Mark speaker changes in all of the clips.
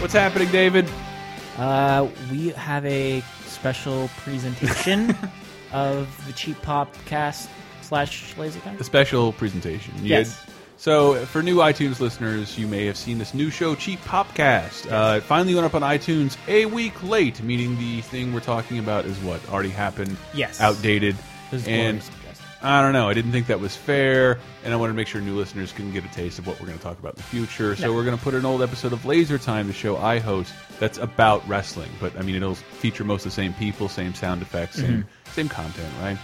Speaker 1: What's happening, David?
Speaker 2: Uh, we have a special presentation of the Cheap Popcast slash
Speaker 1: A
Speaker 2: LaserCon.
Speaker 1: special presentation. You
Speaker 2: Yes.
Speaker 1: had- So, for new iTunes listeners, you may have seen this new show, Cheap Popcast. Uh, it finally went up on iTunes a week late, meaning the thing we're talking about is what already happened.
Speaker 2: Yes.
Speaker 1: Outdated.
Speaker 2: This is
Speaker 1: and
Speaker 2: Glorious Suggestion.
Speaker 1: I don't know. I didn't think that was fair, and I wanted to make sure new listeners can get a taste of what we're going to talk about in the future. So
Speaker 2: Yeah.
Speaker 1: we're going to put an old episode of Laser Time, the show I host, that's about wrestling. But I mean, it'll feature most of the same people, same sound effects,
Speaker 2: Mm-hmm.
Speaker 1: same same content, right?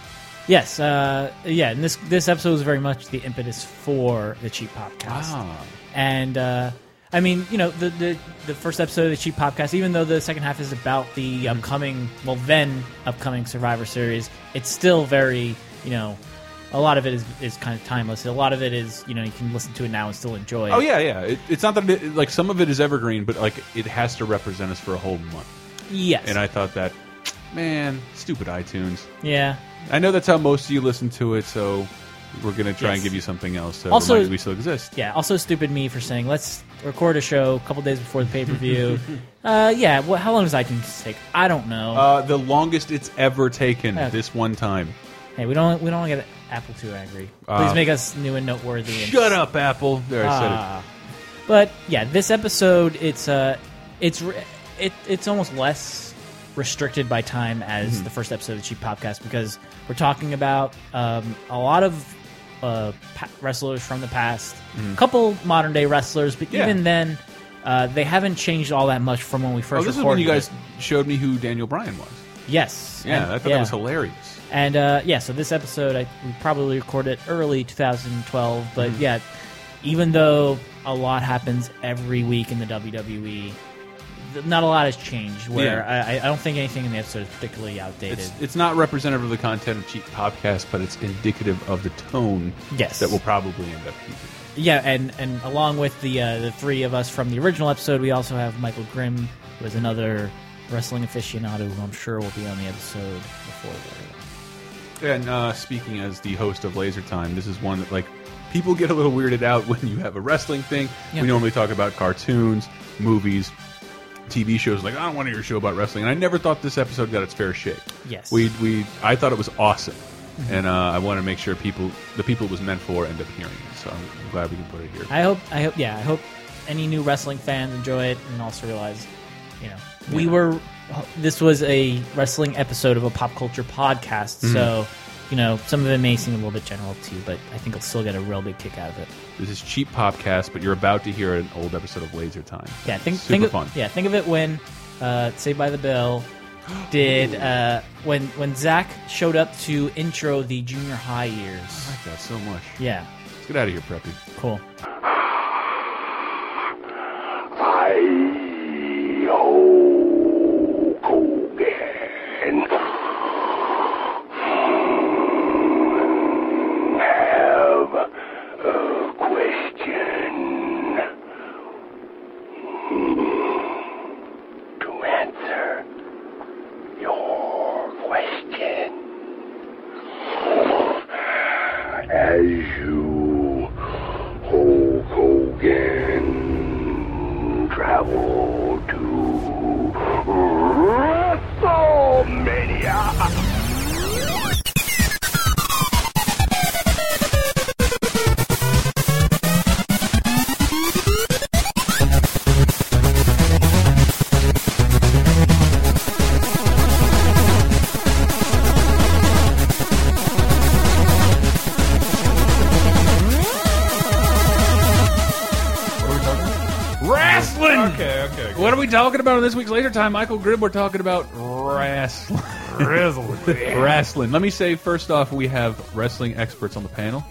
Speaker 2: Yes, uh, yeah, and this this episode was very much the impetus for the Cheap Popcast.
Speaker 1: Ah.
Speaker 2: And uh, I mean, you know, the, the the first episode of the Cheap Popcast, even though the second half is about the
Speaker 1: Mm-hmm.
Speaker 2: upcoming, well, then upcoming Survivor Series, it's still very, you know, a lot of it is, is kind of timeless. A lot of it is, you know, you can listen to it now and still enjoy.
Speaker 1: Oh
Speaker 2: it.
Speaker 1: yeah, yeah. It, it's not that it, like some of it is evergreen, but like it has to represent us for a whole month.
Speaker 2: yes,
Speaker 1: And I thought that, man, stupid iTunes.
Speaker 2: yeah.
Speaker 1: I know that's how most of you listen to it, so we're going to try and
Speaker 2: Yes.
Speaker 1: give you something else to
Speaker 2: Also-
Speaker 1: remind you we still exist.
Speaker 2: Yeah, also stupid me for saying let's record a show a couple days before the pay per view. uh, yeah, well, how long does iTunes take? I don't know.
Speaker 1: Uh, the longest it's ever taken.
Speaker 2: Okay.
Speaker 1: This one time. Oh,
Speaker 2: hey, we don't we don't wanna get Apple too angry. Please
Speaker 1: Uh,
Speaker 2: make us new and noteworthy. And,
Speaker 1: Shut up, Apple. There, I said it.
Speaker 2: Ah. But yeah, this episode it's uh it's re- it, it's almost less restricted by time as
Speaker 1: Mm-hmm.
Speaker 2: the first episode of the Cheap Podcast because we're talking about um, a lot of uh, pa- wrestlers from the past, a couple modern day wrestlers, but
Speaker 1: Mm-hmm. Yeah.
Speaker 2: even then. Uh, they haven't changed all that much from when we
Speaker 1: Oh,
Speaker 2: first.
Speaker 1: this is when you
Speaker 2: recorded
Speaker 1: guys showed me who Daniel Bryan was.
Speaker 2: it. Yes.
Speaker 1: Yeah,
Speaker 2: And-
Speaker 1: I thought that was hilarious.
Speaker 2: and uh, yeah, so this episode I we probably recorded early 2012, but
Speaker 1: Mm-hmm.
Speaker 2: yeah, even though a lot happens every week in the WWE, th- not a lot has changed. Where
Speaker 1: Yeah.
Speaker 2: I I, I don't think anything in the episode is particularly outdated.
Speaker 1: It's, it's not representative of the content of Cheap Podcast, but it's indicative of the tone
Speaker 2: Yes.
Speaker 1: that will probably end up keeping.
Speaker 2: yeah, and and along with the uh, the three of us from the original episode, we also have Michael Grimm, who is another wrestling aficionado who I'm sure will be on the episode before. very long.
Speaker 1: And uh, speaking as the host of Laser Time, this is one that like people get a little weirded out when you have a wrestling thing.
Speaker 2: Yeah.
Speaker 1: We normally talk about cartoons, movies, TV shows. Like I don't want to hear a show about wrestling. And I never thought this episode got its fair shake.
Speaker 2: Yes. Mm-hmm.
Speaker 1: we we I thought it was awesome, and uh, I want to make sure people the people it was meant for end up hearing it. So I'm glad we can put it here.
Speaker 2: I hope. I hope. Yeah, I hope any new wrestling fans enjoy it and also realize, you know, we were. This was a wrestling episode of a pop culture podcast,
Speaker 1: Mm-hmm.
Speaker 2: so you know some of it may seem a little bit general to you, but I think I'll still get a real big kick out of it.
Speaker 1: This is cheap podcast, but you're about to hear an old episode of Laser Time.
Speaker 2: Yeah, think
Speaker 1: super
Speaker 2: think of,
Speaker 1: fun.
Speaker 2: Yeah, think of it when uh, Saved by the Bell did uh, when when Zach showed up to intro the junior high years.
Speaker 1: I like that so much.
Speaker 2: Yeah,
Speaker 1: Let's get out of here, Preppy.
Speaker 2: cool.
Speaker 3: I ho Hogan. Have a question to answer your question. As you, Hulk Hogan, travel to WrestleMania.
Speaker 1: Wrestling. Okay, okay. What are we talking about on this week's Laser Time, Michael Grimm? We're talking about wrestling. wrestling. Let me say first off, we have wrestling experts on the panel.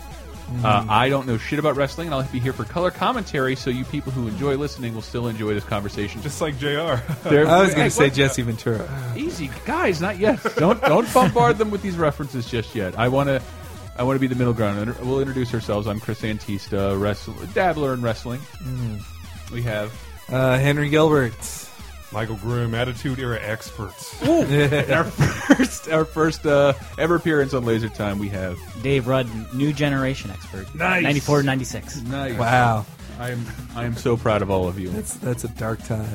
Speaker 1: Uh, I don't know shit about wrestling, and I'll be here for color commentary, so you people who enjoy listening will still enjoy this conversation. Just
Speaker 4: It's like JR.
Speaker 5: I was going to say Jesse Ventura.
Speaker 1: easy, guys. Not yet. Don't don't bombard them with these references just yet. I want to. I want to be the middle ground. Inter- We'll introduce ourselves. I'm Chris Antista, wrestler, dabbler in wrestling. We have
Speaker 5: Uh, Henry Gilbert.
Speaker 4: Michael Groom, Attitude Era Experts.
Speaker 1: our first our first uh, ever appearance on Laser Time. We have
Speaker 2: Dave Rudd, new generation expert,
Speaker 4: Nice.
Speaker 2: ninety four, ninety six.
Speaker 1: nice.
Speaker 5: Wow.
Speaker 1: I am I am so proud of all of you.
Speaker 5: That's that's a dark time.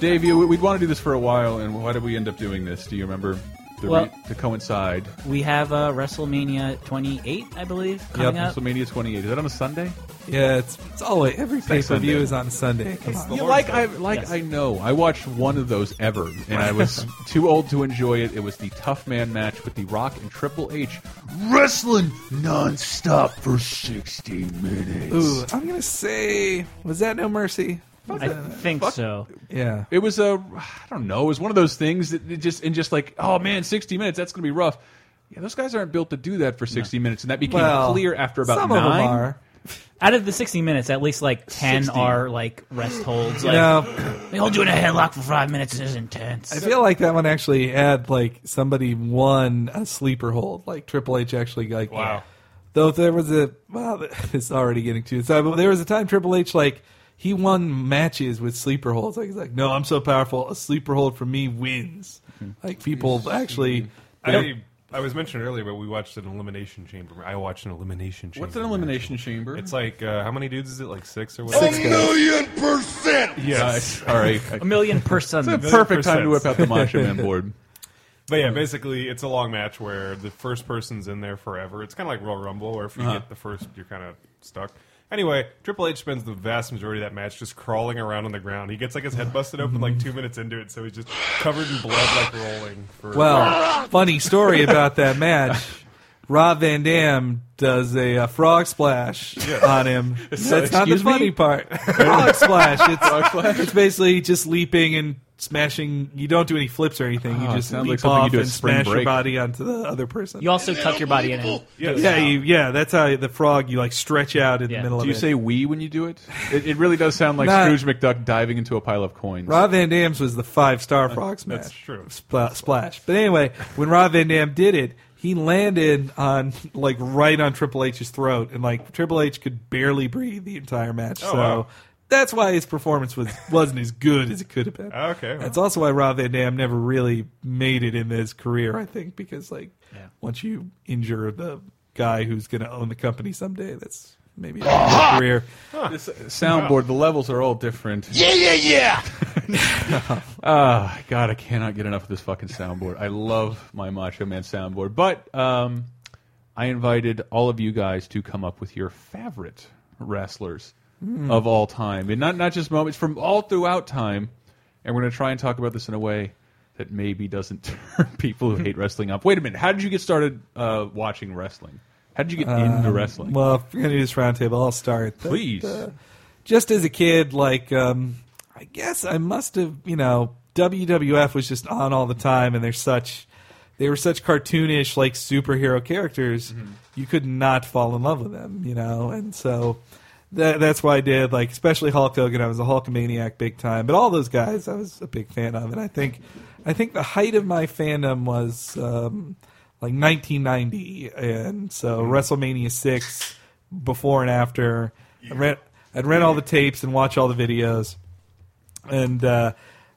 Speaker 1: Dave, you, we'd want to do this for a while, and why did we end up doing this? Do you remember? The
Speaker 2: Well-
Speaker 1: re- to coincide.
Speaker 2: We have uh, WrestleMania 28, I believe, coming up.
Speaker 1: WrestleMania 28. Is that on a Sunday?
Speaker 5: Yeah, it's it's always every pay per
Speaker 1: Sunday.
Speaker 5: view is on Sunday. Come on.
Speaker 1: Yeah, like I like
Speaker 2: Yes.
Speaker 1: I know. I watched one of those ever, and I was too old to enjoy it. It was the Tough Man match with The Rock and Triple H wrestling nonstop for 60 minutes.
Speaker 5: Ooh, I'm gonna say was that no mercy?
Speaker 2: I think so.
Speaker 5: Yeah.
Speaker 1: It was a I don't know. It was one of those things that it just and just like oh man, 60 minutes that's gonna be rough. Yeah, those guys aren't built to do that for 60 minutes, and that became
Speaker 5: Well,
Speaker 1: clear after about
Speaker 5: some
Speaker 1: nine.
Speaker 5: of them are.
Speaker 2: Out of the 60 minutes, at least like 10
Speaker 1: 60.
Speaker 2: are like rest holds. Like,
Speaker 5: No,
Speaker 2: they hold you in a headlock for five minutes. This is intense.
Speaker 5: I feel like that one actually had like somebody won a sleeper hold. Like Triple H actually like
Speaker 4: Wow.
Speaker 5: Though there was a well, it's already getting too. So but there was a time Triple H like he won matches with sleeper holds. Like he's like, no, I'm so powerful. A sleeper hold for me wins.
Speaker 2: Hmm.
Speaker 5: Like people actually.
Speaker 4: I, I was mentioned earlier, but we watched an elimination chamber. I watched an elimination chamber.
Speaker 1: What's an
Speaker 4: match.
Speaker 1: elimination chamber?
Speaker 4: It's like uh, how many dudes is it? Like six or whatever.
Speaker 5: Six guys.
Speaker 4: Yes.
Speaker 1: all right.
Speaker 2: a million percent.
Speaker 1: Perfect time to
Speaker 4: percent.
Speaker 1: whip out the Macho Man board.
Speaker 4: But yeah, basically, it's a long match where the first person's in there forever. It's kind of like Royal Rumble, where if you
Speaker 5: Uh-huh.
Speaker 4: get the first, you're kind of stuck. Anyway, Triple H spends the vast majority of that match just crawling around on the ground. He gets like his head busted open like two minutes into it, so he's just covered in blood, like rolling. For
Speaker 5: Well, funny story about that match. Rob Van Dam does a, uh frog splash on him. That's not the
Speaker 1: excuse me?
Speaker 5: funny part. Frog splash. It's, it's basically just leaping and smashing. You don't do any flips or anything. You
Speaker 1: Oh, it
Speaker 5: just
Speaker 1: sounds
Speaker 5: leap
Speaker 1: like something you
Speaker 5: off
Speaker 1: do at
Speaker 5: and
Speaker 1: spring
Speaker 5: smash
Speaker 1: break.
Speaker 5: your body onto the other person.
Speaker 2: You also tuck your body in. And,
Speaker 4: Yes.
Speaker 5: yeah, you, yeah. That's how the frog. You like stretch out in
Speaker 2: Yeah.
Speaker 5: the middle
Speaker 1: Do
Speaker 5: of
Speaker 1: you
Speaker 5: it.
Speaker 1: say "we" when you do it? It, it really does sound like
Speaker 5: Nah.
Speaker 1: Scrooge McDuck diving into a pile of coins.
Speaker 5: Rob Van Dam's was the five star frog smash.
Speaker 4: that's true.
Speaker 5: Spla- splash. But anyway, when Rob Van Dam did it, he landed on like right on Triple H's throat, and like Triple H could barely breathe the entire match. so
Speaker 4: Oh, wow.
Speaker 5: that's why his performance was wasn't as good as it could have been.
Speaker 4: Okay, well.
Speaker 5: That's also why Rob Van Dam never really made it in his career, I think, because like once you injure the guy who's going to own the company someday, that's maybe a career.
Speaker 1: This uh, soundboard, the levels are all different.
Speaker 3: Yeah, yeah, yeah!
Speaker 1: Ah, God, I cannot get enough of this fucking soundboard. I love my Macho Man soundboard, but um, I invited all of you guys to come up with your favorite wrestlers
Speaker 5: Hmm.
Speaker 1: of all time, and not not just moments from all throughout time. And we're going to try and talk about this in a way that maybe doesn't turn people who hate wrestling off. Wait a minute, how did you get started uh, watching wrestling? How did you get into wrestling?
Speaker 5: Uh, Um, Well, if we're gonna do this roundtable, I'll start. The-
Speaker 1: Please.
Speaker 5: the- just as a kid, like um, I guess I must have, you know, WWF was just on all the time, and they're such, they were such cartoonish like superhero characters.
Speaker 1: Mm-hmm.
Speaker 5: You could not fall in love with them, you know, and so. That, that's why I did like, especially Hulk Hogan. I was a Hulkamaniac big time, but all those guys I was a big fan of, and I think, I think the height of my fandom was um, like 1990, and so WrestleMania six, before and after. I rent, I'd rent all the tapes and watch all the videos, and uh,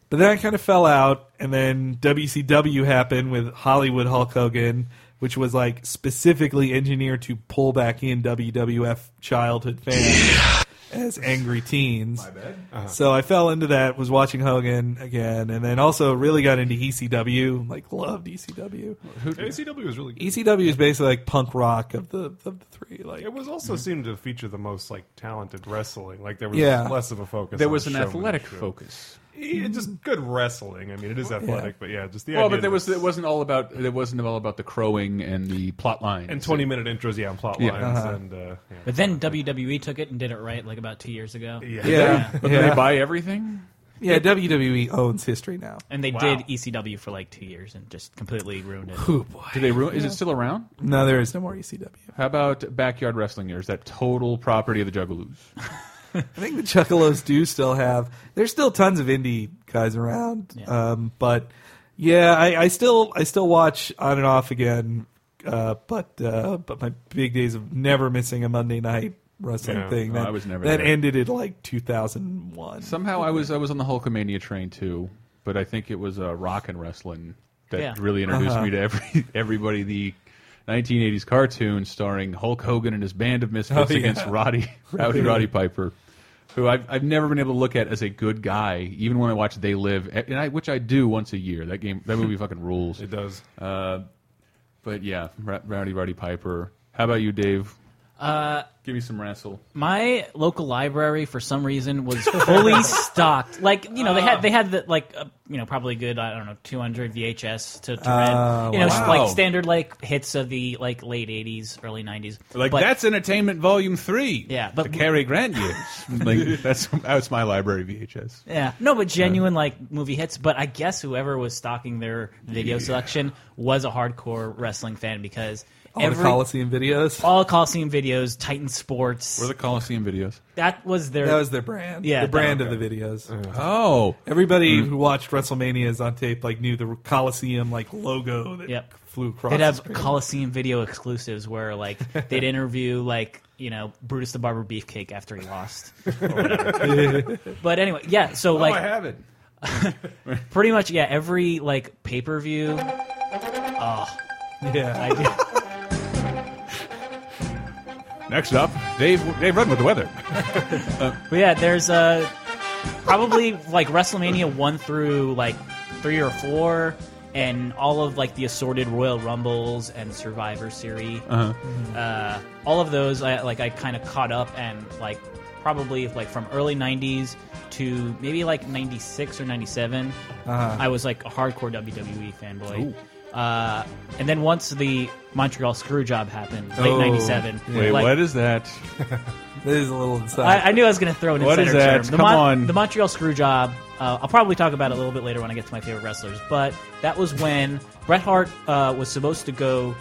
Speaker 5: but then I kind of fell out, and then WCW happened with Hollywood Hulk Hogan, which was like specifically engineered to pull back in WWF childhood fans as angry teens. My bad. So I fell into that, was watching Hogan again, and then also really got into ECW, like loved E ECW.
Speaker 4: ACW was really good.
Speaker 5: ECW is basically like punk rock of the of the three. Like hmm.
Speaker 4: It was also seemed to feature the most like talented wrestling. Like there was
Speaker 5: Yeah. Hmm.
Speaker 4: less of a focus.
Speaker 1: there
Speaker 4: on
Speaker 1: was an athletic
Speaker 4: showmanship.
Speaker 1: focus.
Speaker 4: Yeah, just good wrestling. I mean, it is athletic, but yeah, just the
Speaker 1: Well,
Speaker 4: idea
Speaker 1: but there
Speaker 4: that
Speaker 1: was
Speaker 4: it's-
Speaker 1: it wasn't all about it wasn't all about the crowing and the plot lines
Speaker 4: and twenty minute intros, yeah, and plot lines,
Speaker 1: Yeah. Uh-huh.
Speaker 4: and uh, yeah.
Speaker 2: But then WWE took it and did it right like about two years ago.
Speaker 5: yeah,
Speaker 1: But
Speaker 5: yeah.
Speaker 1: they buy everything.
Speaker 5: Yeah, WWE owns history now.
Speaker 2: And they
Speaker 4: Wow.
Speaker 2: did ECW for like two years and just completely ruined it.
Speaker 5: Oh boy.
Speaker 1: Do they ruin? Is it still around?
Speaker 5: No, there is no more E ECW.
Speaker 1: How about backyard wrestling? Years that total property of the Juggalos.
Speaker 5: I think the Chuckalos do still have. There's still tons of indie guys around, um, but yeah, I, I still I still watch on and off again. Uh, but uh, but my big days of never missing a Monday night wrestling
Speaker 4: Yeah.
Speaker 5: thing
Speaker 1: No,
Speaker 5: that
Speaker 1: Oh, I was never
Speaker 5: that
Speaker 1: there.
Speaker 5: ended at like 2001.
Speaker 1: Somehow I was I was on the Hulkamania train too, but I think it was uh, rock and wrestling that
Speaker 2: Yeah.
Speaker 1: really introduced me to every everybody the 1980s cartoon starring Hulk Hogan and his band of misfits
Speaker 5: Oh, yeah.
Speaker 1: against Roddy Rowdy Roddy Piper, who I've I've never been able to look at as a good guy, even when I watch They Live, and I which I do once a year. That game, that movie fucking rules. Uh,
Speaker 4: It does.
Speaker 1: But yeah, Ra- Rowdy Roddy Piper. How about you, Dave? Uh, Give me some wrestle.
Speaker 2: My local library, for some reason, was fully stocked. Like you know, they
Speaker 5: Oh.
Speaker 2: had they had the, like uh, you know probably a good I don't know 200 VHS to, to
Speaker 5: Oh,
Speaker 2: rent. You know,
Speaker 1: wow.
Speaker 2: like standard like hits of the like late 80s, early 90s.
Speaker 1: Like
Speaker 2: But-
Speaker 1: that's Entertainment Volume Three.
Speaker 2: Yeah, but-
Speaker 1: the Cary Grant years. like that's that's my library VHS.
Speaker 2: Yeah, no, but genuine like movie hits. But I guess whoever was stocking their video selection was a hardcore wrestling fan because
Speaker 5: All
Speaker 2: every
Speaker 5: the Coliseum videos.
Speaker 2: all Coliseum videos, Titan Sports,
Speaker 1: Were the Coliseum videos?
Speaker 2: that was their
Speaker 5: that was their brand.
Speaker 2: Yeah,
Speaker 5: the brand
Speaker 2: okay.
Speaker 5: of the videos.
Speaker 1: Oh,
Speaker 5: Everybody who watched WrestleManias on tape like knew the Coliseum like logo that
Speaker 2: Yep.
Speaker 5: flew across.
Speaker 2: They'd
Speaker 5: the
Speaker 2: have
Speaker 5: screen.
Speaker 2: Coliseum video exclusives where like they'd interview like you know Brutus the Barber Beefcake after he lost. Or whatever. but anyway, yeah. So
Speaker 4: oh, I
Speaker 2: like
Speaker 4: have it.
Speaker 2: pretty much yeah every like Ah. pay per view.
Speaker 5: yeah.
Speaker 1: next up, Dave Dave Run with the weather.
Speaker 2: But yeah, there's uh, probably like WrestleMania one through like three or four, and all of like the assorted Royal Rumbles and Survivor Series.
Speaker 1: Uh-huh.
Speaker 2: Uh, all of those, I, like I kind of caught up and like probably like from early '90s to maybe like '96 or '97.
Speaker 1: Uh-huh.
Speaker 2: I was like a hardcore WWE fanboy. Uh, and then once the Montreal Screwjob happened, late
Speaker 5: Oh.
Speaker 2: '97.
Speaker 1: Wait,
Speaker 2: like,
Speaker 1: what is that?
Speaker 5: This is a little inside.
Speaker 2: I, I knew I was going to throw an
Speaker 1: What
Speaker 2: insider
Speaker 1: is that?
Speaker 2: term. The
Speaker 1: Come on.
Speaker 2: The Montreal Screwjob. Uh, I'll probably talk about it a little bit later when I get to my favorite wrestlers. But that was when Bret Hart uh, was supposed to go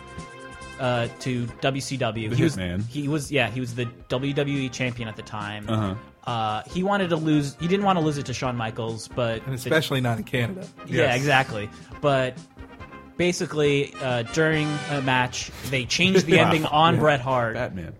Speaker 2: uh, to WCW.
Speaker 1: The
Speaker 2: he was,
Speaker 1: Hitman.
Speaker 2: He was yeah. He was the WWE champion at the time. Uh-huh. he wanted to lose. He didn't want to lose it to Shawn Michaels, but
Speaker 5: and especially not in Canada.
Speaker 2: yeah, exactly. But basically, uh, during a match, they changed the ending on Bret Hart
Speaker 1: Batman.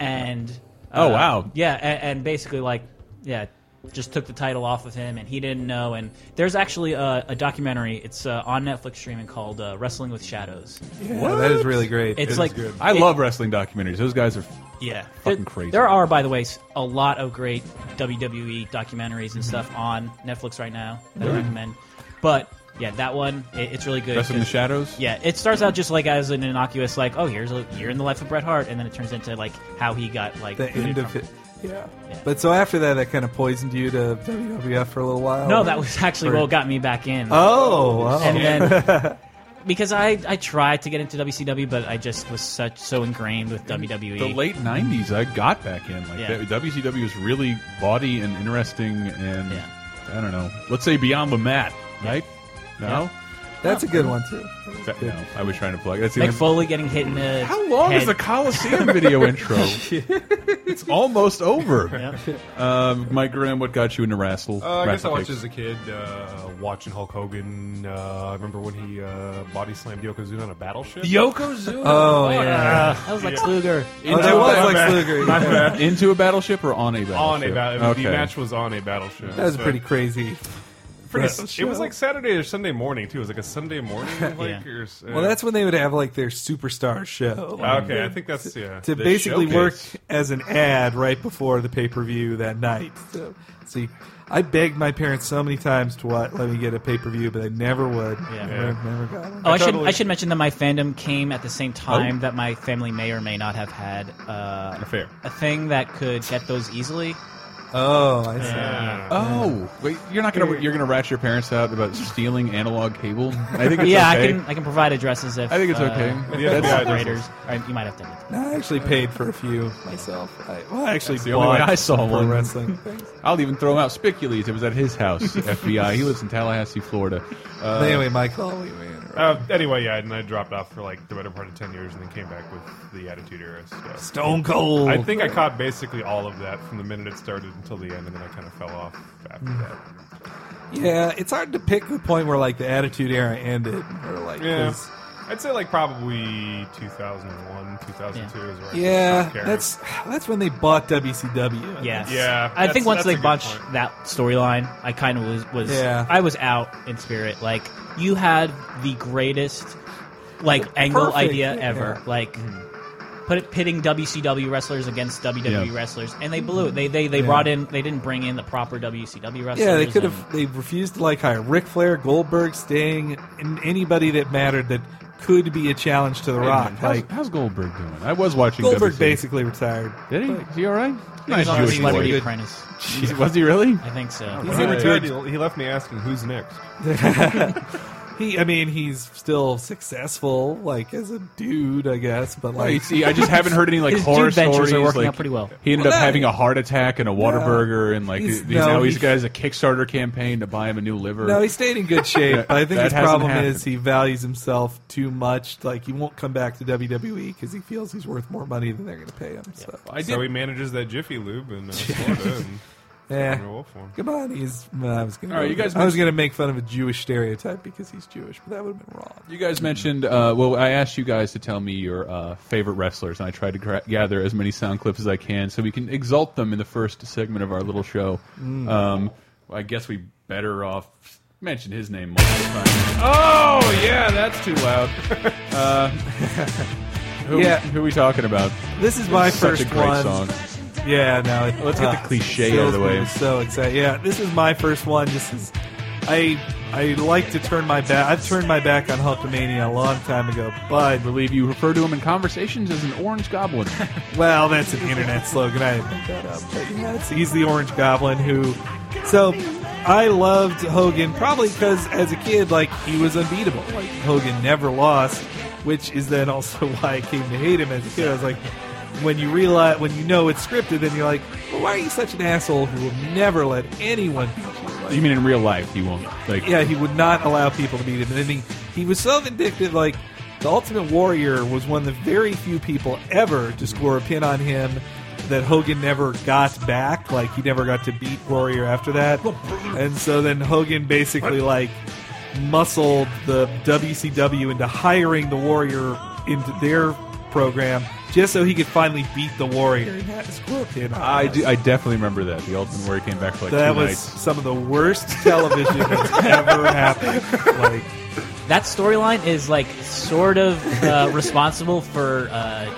Speaker 2: and
Speaker 1: Oh,
Speaker 2: uh,
Speaker 1: wow.
Speaker 2: yeah and, and basically like yeah just took the title off of him and he didn't know and there's actually a, a documentary it's uh, on netflix streaming called uh, wrestling with shadows
Speaker 5: Yeah, that is really great.
Speaker 2: it's
Speaker 5: It is
Speaker 2: like
Speaker 5: good.
Speaker 1: I
Speaker 2: it-
Speaker 1: love wrestling documentaries. Those guys are.
Speaker 2: yeah There-
Speaker 1: fucking crazy.
Speaker 2: there are by the way s- a lot of great wwe documentaries
Speaker 1: Mm-hmm.
Speaker 2: and stuff on netflix right now that i recommend but yeah that one it, it's really good
Speaker 1: Wrestling in the
Speaker 2: 'cause-
Speaker 1: Shadows?
Speaker 2: yeah, it starts out just like as an innocuous, like, oh, here's a year in the life of Bret Hart, and then it turns into like how he got like
Speaker 5: the
Speaker 2: booted
Speaker 5: end of
Speaker 2: from-
Speaker 5: it. Yeah.
Speaker 2: Yeah.
Speaker 5: But so after that, that kind of poisoned you to WWF for a little while.
Speaker 2: No, that was actually
Speaker 5: Oh. For-
Speaker 2: what got me back in.
Speaker 5: Oh, wow.
Speaker 2: and then because I I tried to get into WCW, but I just was such so ingrained with E. WWE.
Speaker 1: The late '90s, I got back in. Like
Speaker 2: Yeah.
Speaker 1: that- WCW was really body and interesting, and
Speaker 2: Yeah.
Speaker 1: I don't know. Let's say beyond the mat, right? No,
Speaker 5: that's a good one too.
Speaker 1: That- no. I was trying to plug. That's the
Speaker 2: Mick
Speaker 1: only-
Speaker 2: Foley getting hit in the
Speaker 1: How long is
Speaker 2: head.
Speaker 1: the Coliseum video intro? it's almost over. Um, Mike Graham, what got you into wrestle?
Speaker 4: Uh, I guess I
Speaker 1: wrestle
Speaker 4: watched
Speaker 1: kicks?
Speaker 4: as a kid, uh, watching Hulk Hogan. Uh, I remember when he uh, body slammed Yokozuna on a battleship.
Speaker 1: Yokozuna.
Speaker 5: Oh yeah.
Speaker 2: that was Lex Luger.
Speaker 5: Oh, that was Lex Luger. yeah.
Speaker 1: Into a battleship or on a battleship?
Speaker 4: on a battleship.
Speaker 1: Okay.
Speaker 4: The match was on a battleship.
Speaker 5: That was
Speaker 4: So-
Speaker 5: pretty crazy.
Speaker 4: pretty-
Speaker 5: battleship.
Speaker 4: It was like Saturday or Sunday morning too. It was like a Sunday morning. Like,
Speaker 2: Yeah.
Speaker 4: or s- uh,
Speaker 5: Well, that's when they would have like their superstar show.
Speaker 4: okay. I think that's yeah.
Speaker 5: to
Speaker 1: The
Speaker 5: basically
Speaker 1: showcase.
Speaker 5: work as an ad right before the pay per view that night. So, see, I begged my parents so many times to what, let me get a pay per view, but they never would.
Speaker 2: Yeah.
Speaker 5: Never, never got one.
Speaker 2: Oh, I should
Speaker 4: totally-
Speaker 2: I should mention that my fandom came at the same time that my family may or may not have had uh,
Speaker 1: Affair.
Speaker 2: a thing that could get those easily.
Speaker 5: Oh, I see.
Speaker 1: Oh, wait, you're not gonna you're gonna rat your parents out about stealing analog cable. I think it's
Speaker 2: yeah,
Speaker 1: okay.
Speaker 2: I can I can provide addresses if
Speaker 1: I think it's
Speaker 2: uh,
Speaker 1: okay.
Speaker 4: Yeah,
Speaker 1: That's-
Speaker 4: yeah,
Speaker 2: Raiders. All right, you might have to. edit that.
Speaker 5: No, I actually paid for a few myself. I, well, I actually
Speaker 1: the only way
Speaker 5: bought
Speaker 1: I saw
Speaker 5: pro
Speaker 1: one.
Speaker 5: wrestling things.
Speaker 1: I'll even throw him out. Spicules. It was at his house. FBI. He lives in Tallahassee, Florida. Uh,
Speaker 5: But anyway, Michael, we we interrupt.
Speaker 4: Uh, anyway, yeah, and I dropped off for like the better part of ten years, and then came back with the Attitude Era stuff.
Speaker 5: Stone Cold.
Speaker 4: I think I caught basically all of that from the minute it started until the end, and then I kind of fell off after that.
Speaker 5: Mm. yeah, it's hard to pick the point where like the Attitude Era ended, or like
Speaker 4: Yeah.
Speaker 5: 'cause-
Speaker 4: I'd say like probably 2001, 2002 is where I
Speaker 5: yeah,
Speaker 4: stopped caring.
Speaker 5: that's that's when they bought WCW.
Speaker 2: Yes.
Speaker 4: Yeah,
Speaker 2: I
Speaker 4: that's-
Speaker 2: think once
Speaker 4: that's
Speaker 2: they
Speaker 4: a good
Speaker 2: bunched
Speaker 4: point.
Speaker 2: that storyline, I kind of was was
Speaker 5: Yeah.
Speaker 2: I was out in spirit. Like you had the greatest like angle
Speaker 5: Perfect,
Speaker 2: idea
Speaker 5: yeah.
Speaker 2: ever. Like put it pitting WCW wrestlers against WWE
Speaker 1: Yeah.
Speaker 2: wrestlers, and they blew it. They they, they brought in they didn't bring in the proper WCW wrestlers.
Speaker 5: Yeah, they could
Speaker 2: and-
Speaker 5: have. They refused to like hire Ric Flair, Goldberg, Sting, and anybody that mattered that could be a challenge to The Rock.
Speaker 1: how's,
Speaker 5: Like
Speaker 1: how's Goldberg doing? I was watching
Speaker 5: Goldberg
Speaker 1: WC.
Speaker 5: basically retired.
Speaker 1: Did he? Is he all right?
Speaker 2: He was
Speaker 1: Nice
Speaker 2: on
Speaker 1: Jewish
Speaker 2: Celebrity
Speaker 1: boy.
Speaker 2: Apprentice.
Speaker 1: He's- Was he really?
Speaker 2: I think so.
Speaker 5: He's
Speaker 4: When he
Speaker 5: in
Speaker 4: retired,
Speaker 5: good-
Speaker 4: he, he left me asking who's next.
Speaker 5: He, I mean, he's still successful, like as a dude, I guess. But
Speaker 1: You
Speaker 5: like,
Speaker 1: see, I just haven't heard any like
Speaker 2: His
Speaker 1: horror
Speaker 2: dude ventures
Speaker 1: stories.
Speaker 2: are working
Speaker 1: like,
Speaker 2: out pretty well.
Speaker 1: He ended
Speaker 5: Well,
Speaker 1: up
Speaker 5: no,
Speaker 1: having a heart attack and a Whataburger, and like
Speaker 5: He's-
Speaker 1: he's,
Speaker 5: no,
Speaker 1: now he's
Speaker 5: he-
Speaker 1: got his- a Kickstarter campaign to buy him a new liver.
Speaker 5: no, he stayed in good shape. but I think
Speaker 1: That
Speaker 5: his
Speaker 1: hasn't
Speaker 5: problem
Speaker 1: happened.
Speaker 5: is he values himself too much. Like he won't come back to WWE because he feels he's worth more money than they're going to pay him. So,
Speaker 1: I did.
Speaker 4: So he manages that Jiffy Lube in uh, Florida and
Speaker 5: yeah.
Speaker 4: Aaron Wolf one.
Speaker 5: Come on, he's. no, I was gonna.
Speaker 1: All right, you guys
Speaker 5: I was
Speaker 1: mentioned-
Speaker 5: gonna make fun of a Jewish stereotype because he's Jewish, but that would have been wrong.
Speaker 1: you guys mentioned. Uh, well, I asked you guys to tell me your uh, favorite wrestlers, and I tried to gra gather as many sound clips as I can so we can exalt them in the first segment of our little show.
Speaker 5: Mm.
Speaker 1: Um, I guess we better off mention his name multiple times. Oh yeah, that's too loud. Uh, who,
Speaker 5: Yeah.
Speaker 1: who are we talking about?
Speaker 5: This is my
Speaker 1: Such
Speaker 5: first
Speaker 1: a great
Speaker 5: one.
Speaker 1: song.
Speaker 5: Yeah, no. It,
Speaker 1: Let's get the cliche out of the
Speaker 5: Sales
Speaker 1: way.
Speaker 5: was Ah, So excited. Yeah, this is my first one. This is. I I like to turn my back. I've turned my back on Hulkamania a long time ago, but
Speaker 1: I believe you refer to him in conversations as an orange goblin.
Speaker 5: Well, that's an internet slogan. I didn't make that up. But yeah, it's, he's the Orange Goblin who. So, I loved Hogan probably because as a kid, like, he was unbeatable. Like, Hogan never lost, which is then also why I came to hate him as a kid. I was like, when you realize, when you know it's scripted, then you're like, well, why are you such an asshole who will never let anyone beat you? Like,
Speaker 1: you mean in real life he won't? Like
Speaker 5: yeah, he would not allow people to beat him. And then he, he was so vindictive, like the Ultimate Warrior was one of the very few people ever to score a pin on him that Hogan never got back. Like he never got to beat Warrior after that. And so then Hogan basically like muscled the WCW into hiring the Warrior into their program just so he could finally beat the Warrior and had to score a pin on
Speaker 1: I
Speaker 5: him.
Speaker 1: do. I definitely remember that the Ultimate Warrior came back for like
Speaker 5: That
Speaker 1: two
Speaker 5: was
Speaker 1: nights.
Speaker 5: some of the worst television that's ever happened. Like,
Speaker 2: That storyline is like sort of uh, responsible for uh,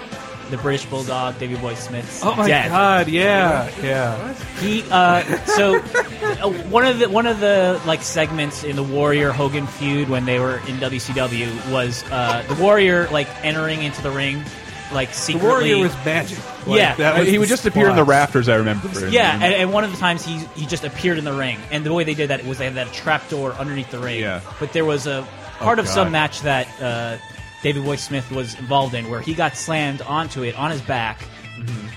Speaker 2: the British Bulldog Davy Boy Smith's
Speaker 5: Oh my
Speaker 2: death.
Speaker 5: god! Yeah, yeah.
Speaker 2: He uh, so uh, one of the one of the like segments in the Warrior Hogan feud when they were in WCW was uh, the Warrior like entering into the ring like
Speaker 5: The
Speaker 2: secretly.
Speaker 5: warrior was magic.
Speaker 2: Yeah.
Speaker 5: that was
Speaker 1: he would
Speaker 5: the
Speaker 1: just appear in the
Speaker 5: spot.
Speaker 1: rafters. I remember.
Speaker 2: yeah, and, and one of the times he he just appeared in the ring, and the way they did that was they had that trap door underneath the ring.
Speaker 1: Yeah.
Speaker 2: But there was a part
Speaker 1: Oh,
Speaker 2: of some
Speaker 1: God.
Speaker 2: match that uh, David Boy Smith was involved in where he got slammed onto it on his back,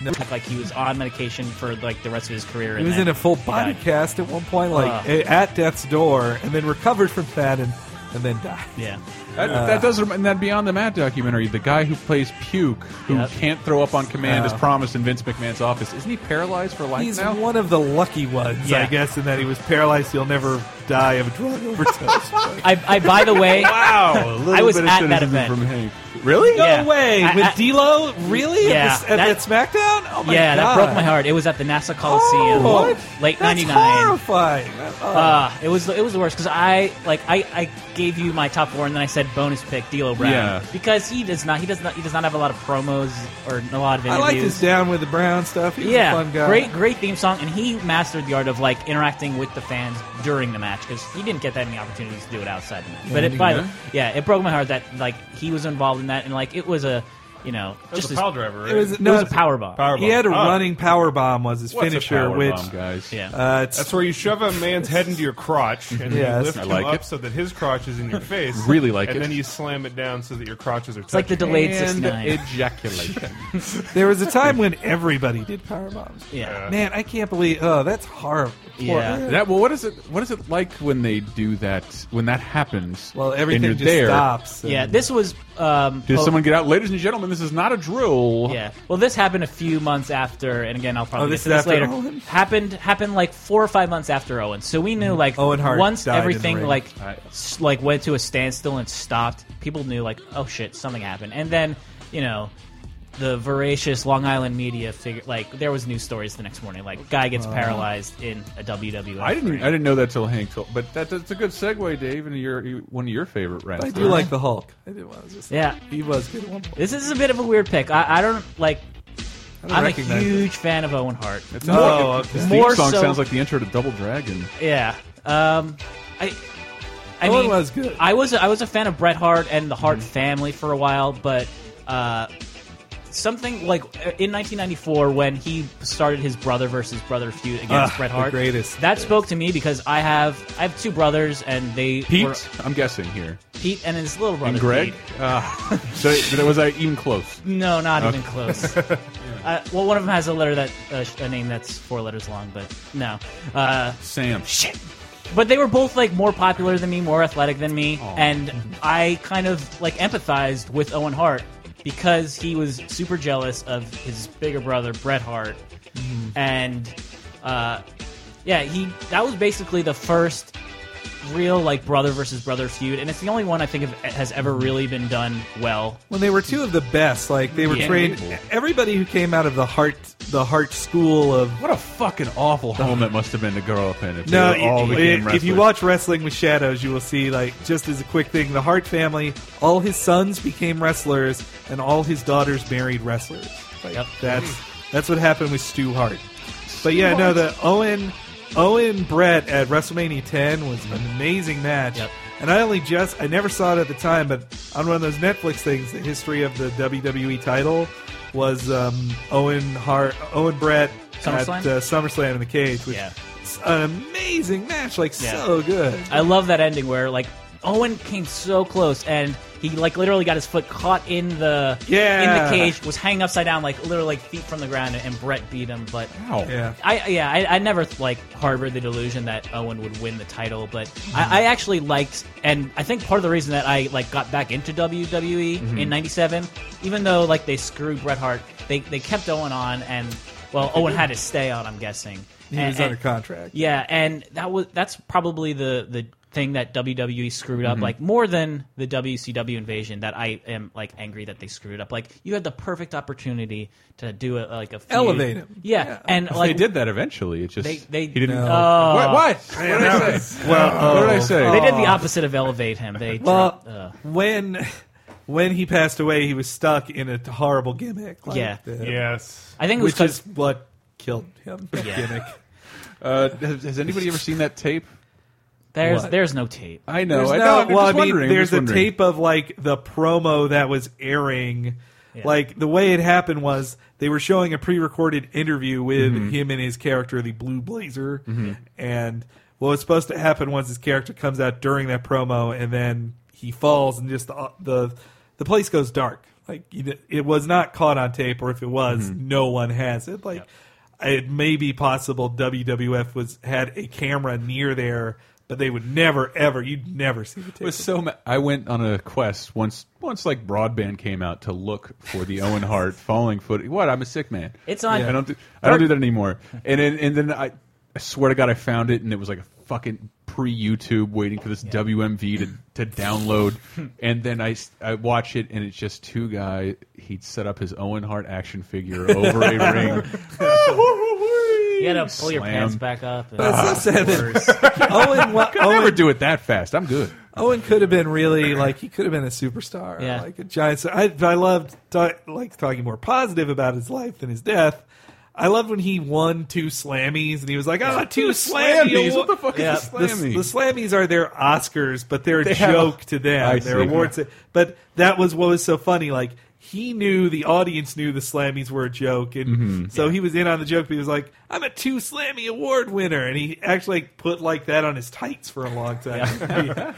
Speaker 2: like, like he was on medication for like the rest of his career.
Speaker 5: Mm-hmm. He was in a full body cast at one point, like
Speaker 1: Uh.
Speaker 2: Ugh.
Speaker 5: a- at death's door, and then recovered from that, and and then died.
Speaker 2: Yeah.
Speaker 1: that,
Speaker 5: Uh,
Speaker 1: that does. rem- And that Beyond the Mat documentary, the guy who plays Puke, who
Speaker 2: Yep.
Speaker 1: can't throw up on command, is
Speaker 5: Wow.
Speaker 1: promised in Vince McMahon's office. Isn't he paralyzed for life
Speaker 5: He's
Speaker 1: now?
Speaker 5: one of the lucky ones, I
Speaker 2: Yeah.
Speaker 5: guess, in that he was paralyzed. He'll never die of a drug overdose. Like,
Speaker 2: I, I by the way,
Speaker 1: Wow, a little
Speaker 2: I was
Speaker 1: bit of
Speaker 2: at that
Speaker 1: cynicism
Speaker 2: event.
Speaker 1: From Hank. Really?
Speaker 5: no
Speaker 2: Yeah.
Speaker 5: way!
Speaker 2: I-
Speaker 5: With
Speaker 2: I-
Speaker 5: D'Lo, really?
Speaker 2: Yeah,
Speaker 5: At, the, at,
Speaker 2: that-
Speaker 5: at SmackDown? Oh my
Speaker 2: yeah,
Speaker 5: god!
Speaker 2: that broke my heart. It was at the NASA Coliseum,
Speaker 5: Oh, what?
Speaker 2: late
Speaker 5: That's
Speaker 2: '99.
Speaker 5: Horrifying. Oh.
Speaker 2: Uh, it was it was the worst because I like I, I gave you my top four and then I said bonus pick D'Lo Brown
Speaker 1: Yeah.
Speaker 2: because he does not he does not he does not have a lot of promos or a lot of interviews.
Speaker 5: I like his down with the brown stuff. He was
Speaker 2: yeah,
Speaker 5: a fun guy.
Speaker 2: great great theme song and he mastered the art of like interacting with the fans during the match because he didn't get that many opportunities to do it outside the match. but
Speaker 5: he
Speaker 2: it, by
Speaker 1: did.
Speaker 2: the, yeah, it broke my heart that like he was involved in that and like it was a you know
Speaker 4: That was
Speaker 2: just
Speaker 4: a
Speaker 2: as-
Speaker 4: pile driver. Right?
Speaker 5: It was,
Speaker 2: it
Speaker 5: no,
Speaker 2: was a power bomb.
Speaker 4: Power
Speaker 5: He had a
Speaker 4: bomb. Ah.
Speaker 5: running power bomb was his
Speaker 1: Oh. What's a
Speaker 5: finisher,
Speaker 1: power
Speaker 5: which
Speaker 1: bomb, guys?
Speaker 2: Yeah.
Speaker 5: uh, it's,
Speaker 4: That's where you shove a man's head into your crotch and
Speaker 5: Yeah,
Speaker 4: you
Speaker 5: that's-
Speaker 4: lift
Speaker 1: I
Speaker 4: him
Speaker 1: like
Speaker 4: up
Speaker 1: it.
Speaker 4: so that his crotch is in your face.
Speaker 1: Really like
Speaker 4: and
Speaker 1: it.
Speaker 4: then you slam it down so that your crotches are
Speaker 2: It's like the delayed
Speaker 1: And
Speaker 2: 69.
Speaker 1: ejaculation.
Speaker 5: there was a time when everybody did power bombs.
Speaker 2: yeah.
Speaker 5: Man, I can't believe. Oh, that's horrible.
Speaker 2: Yeah.
Speaker 1: That well, what is it? What is it like when they do that? When that happens?
Speaker 5: Well,
Speaker 1: and
Speaker 5: everything
Speaker 1: you're
Speaker 5: just
Speaker 1: there,
Speaker 5: stops. and-
Speaker 2: Yeah, this was um
Speaker 1: Does
Speaker 2: po-
Speaker 1: someone get out, ladies and gentlemen? This is not a drill.
Speaker 2: Yeah. Well, this happened a few months after, and again, I'll probably
Speaker 5: Oh,
Speaker 2: get
Speaker 5: this
Speaker 2: to
Speaker 5: is
Speaker 2: this
Speaker 5: after
Speaker 2: later.
Speaker 5: Owen? Mm-hmm.
Speaker 2: Happened happened like four or five months after Owen, so we knew like
Speaker 5: Owen Hart
Speaker 2: once
Speaker 5: died in the
Speaker 2: everything
Speaker 5: ring.
Speaker 2: like
Speaker 1: Right.
Speaker 2: s- like went to a standstill and stopped, people knew like oh shit something happened, and then you know the voracious Long Island media figure. Like there was news stories the next morning. Like guy
Speaker 5: Uh-huh.
Speaker 2: gets paralyzed in a WWF.
Speaker 1: I didn't.
Speaker 2: ring.
Speaker 1: I didn't know that till Hank told. But that, that's a good segue, Dave, into your you- one of your favorite rants.
Speaker 5: I do like the Hulk. I did. I was just
Speaker 2: Yeah.
Speaker 5: he was good. At one point.
Speaker 2: This is a bit of a weird pick. I, I don't like.
Speaker 5: I don't
Speaker 2: I'm a
Speaker 5: recognize it.
Speaker 2: huge fan of Owen Hart.
Speaker 1: It sounds
Speaker 5: Oh,
Speaker 1: like
Speaker 5: okay.
Speaker 1: His
Speaker 2: More
Speaker 1: theme song
Speaker 2: so-
Speaker 1: sounds like the intro to Double Dragon.
Speaker 2: Yeah. Um, I. I
Speaker 5: Owen
Speaker 2: mean,
Speaker 5: was good.
Speaker 2: I was I was a fan of Bret Hart and the
Speaker 1: Mm-hmm.
Speaker 2: Hart family for a while, but uh, something like uh, in 1994 when he started his brother versus brother feud against
Speaker 5: Ah,
Speaker 2: Bret
Speaker 5: the
Speaker 2: Hart,
Speaker 5: greatest.
Speaker 2: that spoke to me because I have I have two brothers and they
Speaker 1: Pete,
Speaker 2: were-
Speaker 1: I'm guessing here,
Speaker 2: Pete and his little brother
Speaker 1: and Greg.
Speaker 2: Pete.
Speaker 1: Uh, so so was I even close?
Speaker 2: No, not even close. uh, well, one of them has a letter that uh, sh- a name that's four letters long, but no. Uh,
Speaker 1: Sam.
Speaker 2: shit. But they were both like more popular than me, more athletic than me, and I kind of like empathized with Owen Hart because he was super jealous of his bigger brother Bret Hart, and uh, yeah, he that was basically the first real like brother versus brother feud, and it's the only one I think of, has ever really been done well.
Speaker 5: When they were two of the best, like they were
Speaker 2: Yeah.
Speaker 5: trained. Everybody who came out of the heart, the heart school of
Speaker 1: What a fucking awful home that must have been to grow up in. If they
Speaker 5: No,
Speaker 1: were all
Speaker 5: i-
Speaker 1: became
Speaker 5: i- if you
Speaker 1: wrestlers.
Speaker 5: watch Wrestling with Shadows, you will see, like, just as a quick thing, the Hart family, all his sons became wrestlers, and all his daughters married wrestlers. Like,
Speaker 2: Yep.
Speaker 5: That's that's what happened with Stu Hart. But yeah, no, the Owen Owen Brett at WrestleMania 10 was an amazing match.
Speaker 2: Yep.
Speaker 5: And I only just I never saw it at the time, but on one of those Netflix things, the history of the WWE title was um, Owen Hart, Owen Brett
Speaker 2: SummerSlam?
Speaker 5: at uh, SummerSlam in the cage, which
Speaker 2: Yeah.
Speaker 5: it's an amazing match, like
Speaker 2: Yeah.
Speaker 5: so good.
Speaker 2: I love that ending where like Owen came so close and he like literally got his foot caught in the
Speaker 5: Yeah.
Speaker 2: in the cage, was hanging upside down, like literally like feet from the ground, and Brett beat him. But
Speaker 1: Wow.
Speaker 5: Yeah,
Speaker 2: I yeah, I, I never like harbored the delusion that Owen would win the title, but I, I actually liked, and I think part of the reason that I like got back into WWE
Speaker 5: Mm-hmm.
Speaker 2: in '97, even though like they screwed Bret Hart, they they kept Owen on, and well, Owen had to stay on, I'm guessing.
Speaker 5: he
Speaker 2: And-
Speaker 5: was under
Speaker 2: and-
Speaker 5: contract.
Speaker 2: yeah, and that was that's probably the the thing that WWE screwed
Speaker 1: Mm-hmm.
Speaker 2: up, like more than the WCW invasion. That I am like angry that they screwed up. Like you had the perfect opportunity to do a like a feud.
Speaker 5: Elevate him.
Speaker 2: Yeah,
Speaker 5: Yeah.
Speaker 2: and
Speaker 1: If
Speaker 2: like
Speaker 1: they did that eventually. It just
Speaker 2: They- they-
Speaker 1: he didn't.
Speaker 5: No.
Speaker 1: what? What? Oh. What did I say? Well, what did I say?
Speaker 2: uh, They did the opposite of elevate him. They
Speaker 5: Oh. Well,
Speaker 2: dropped- uh,
Speaker 5: when when he passed away, he was stuck in a horrible gimmick. Like
Speaker 2: Yeah.
Speaker 5: the-
Speaker 4: Yes.
Speaker 2: I think it was
Speaker 5: which
Speaker 2: because
Speaker 5: is what killed him. the
Speaker 2: Yeah.
Speaker 5: Gimmick.
Speaker 1: Uh, has, has anybody ever seen that tape?
Speaker 2: there's
Speaker 5: what?
Speaker 2: there's no tape.
Speaker 1: I know.
Speaker 5: There's
Speaker 1: I know.
Speaker 5: no-
Speaker 1: I'm just
Speaker 5: well, I mean,
Speaker 1: wondering, I'm
Speaker 5: there's
Speaker 1: just
Speaker 5: a
Speaker 1: wondering.
Speaker 5: tape of like the promo that was airing.
Speaker 2: Yeah.
Speaker 5: Like the way it happened was they were showing a pre-recorded interview with
Speaker 1: Mm-hmm.
Speaker 5: him and his character, the Blue Blazer, and what was supposed to happen was his character comes out during that promo, and then he falls, and just the the, the place goes dark. Like you- it was not caught on tape, or if it was,
Speaker 1: Mm-hmm.
Speaker 5: no one has it. Like it may be possible WWF was had a camera near there, but they would never, ever, you'd never see the tape.
Speaker 1: It was so. Ma I went on a quest once. Once like broadband came out to look for the Owen Hart falling footage. What? I'm a sick man.
Speaker 2: It's on-
Speaker 1: I don't. Do, I don't do that anymore. And then, and then I, I swear to God, I found it, and it was like a fucking pre YouTube waiting for this WMV to to download. and then I s- I watch it, and it's just two guy. He'd set up his Owen Hart action figure over a ring.
Speaker 2: You had to pull your
Speaker 1: Slam.
Speaker 2: pants back up. and-
Speaker 5: That's so sad that Owen, wa-
Speaker 1: I never
Speaker 5: Owen,
Speaker 1: do it that fast. I'm good.
Speaker 5: Owen could have been really like he could have been a superstar,
Speaker 2: Yeah.
Speaker 5: like a giant. star. I, I loved ta- like talking more positive about his life than his death. I loved when he won two Slammies and he was like, "Oh, two Slammies!"
Speaker 1: What the fuck
Speaker 2: Yeah.
Speaker 1: is a
Speaker 5: The,
Speaker 1: slammy?
Speaker 5: the Slammies are their Oscars, but they're
Speaker 1: They
Speaker 5: a
Speaker 1: have-
Speaker 5: joke to them.
Speaker 1: I
Speaker 5: They're
Speaker 1: see.
Speaker 5: awards. But that was what was so funny. Like he knew the audience knew the Slammies were a joke, and so he was in on the joke. But he was like, "I'm a two Slammy award winner," and he actually put like that on his tights for a long time.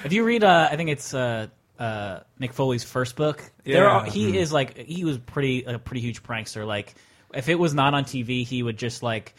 Speaker 2: If you read, uh, I think it's uh, uh, Mick Foley's first book.
Speaker 5: Yeah.
Speaker 2: There are, he is like he was pretty a pretty huge prankster. Like if it was not on TV, he would just like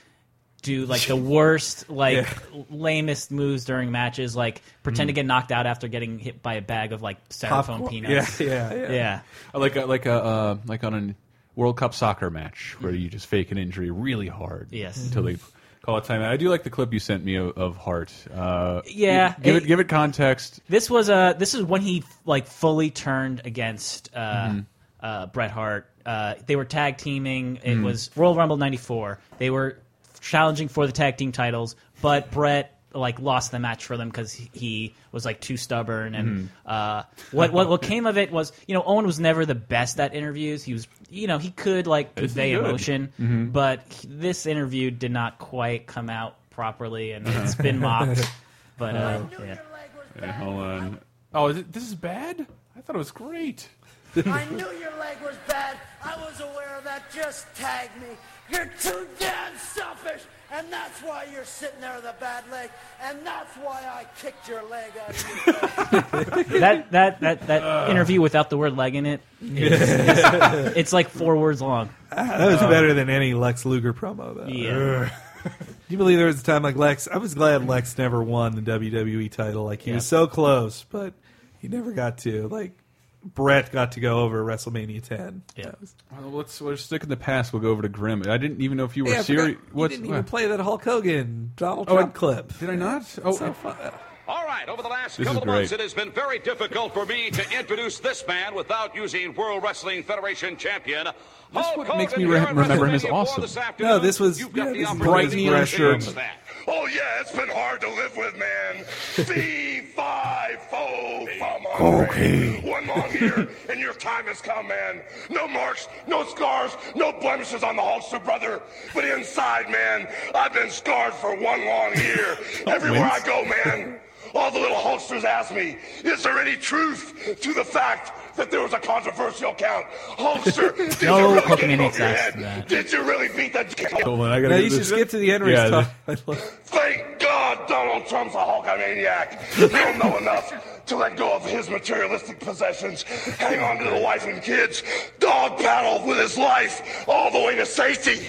Speaker 2: do like the worst, like lamest moves during matches. Like pretend to get knocked out after getting hit by a bag of like styrofoam
Speaker 5: Mm. Popcorn.
Speaker 2: peanuts.
Speaker 5: Yeah, yeah, yeah.
Speaker 1: like a, like a uh, like on a World Cup soccer match where you just fake an injury really hard.
Speaker 2: Yes. Mm-hmm.
Speaker 1: Until they call a timeout. I do like the clip you sent me of, of Hart. Uh,
Speaker 2: Yeah,
Speaker 1: Give it
Speaker 2: it-
Speaker 1: give it context.
Speaker 2: This was uh this is when he like fully turned against uh uh, Bret Hart. Uh, they were tag teaming. It was Royal Rumble '94. They were challenging for the tag team titles, but Bret like lost the match for them because he was like too stubborn. And uh, what, what what came of it was, you know, Owen was never the best at interviews. He was, you know, he could like convey
Speaker 5: good.
Speaker 2: emotion, but he- this interview did not quite come out properly, and
Speaker 1: Uh-huh.
Speaker 2: it's been mocked. But uh, yeah.
Speaker 1: Okay, hold on. Oh, is it, this is bad. I thought it was great.
Speaker 6: I knew your leg was bad. I was aware of that. Just tag me. You're too damn selfish, and that's why you're sitting there with a bad leg, and that's why I kicked your leg out of you.
Speaker 2: that that that that interview without the word leg in it, is- it's, it's like four words long.
Speaker 5: Ah, That was better than any Lex Luger promo, though.
Speaker 2: Yeah,
Speaker 5: Do you believe there was a time like Lex? I was glad Lex never won the WWE title. Like he was
Speaker 2: Yeah.
Speaker 5: so close, but he never got to. Like Brett got to go over WrestleMania 10.
Speaker 2: Yeah.
Speaker 5: That was-
Speaker 1: Well, let's let's stick in the past. We'll go over to Grim. I didn't even know if you were
Speaker 5: Yeah, I forgot-
Speaker 1: serious.
Speaker 5: you didn't even play that Hulk Hogan Donald
Speaker 1: Oh,
Speaker 5: Trump
Speaker 1: I-
Speaker 5: clip.
Speaker 1: Did I not? Oh,
Speaker 5: So fun.
Speaker 7: All right, over the last
Speaker 1: This is
Speaker 7: couple of months,
Speaker 1: great.
Speaker 7: it has been very difficult for me to introduce this man without using World Wrestling Federation champion. This
Speaker 1: what makes me re- remember him as awesome.
Speaker 5: No, this was- yeah, this is
Speaker 1: bright neon shirt.
Speaker 3: Oh yeah, it's been hard to live with, man. C5 fo
Speaker 8: Okay.
Speaker 3: One long year, and your time has come, man. No marks, no scars, no blemishes on the Hulkster, brother. But inside, man, I've been scarred for one long year. Everywhere I go, man, all the little Hulksters ask me, is there any truth to the fact that there was a controversial count? Hulkster, did you
Speaker 2: No
Speaker 3: really
Speaker 2: Hulkamaniacs
Speaker 3: kick him over your
Speaker 2: asked
Speaker 3: head?
Speaker 2: that.
Speaker 3: Did you really beat that?
Speaker 1: Hold on, I gotta
Speaker 5: Now
Speaker 1: get
Speaker 5: you should
Speaker 1: this-
Speaker 5: skip to the end race
Speaker 1: Yeah,
Speaker 5: talk.
Speaker 1: the-
Speaker 5: I love-
Speaker 3: Thank God Donald Trump's a Hulkamaniac. He'll know enough to let go of his materialistic possessions, hang on to the wife and kids, dog paddle with his life all the way to safety.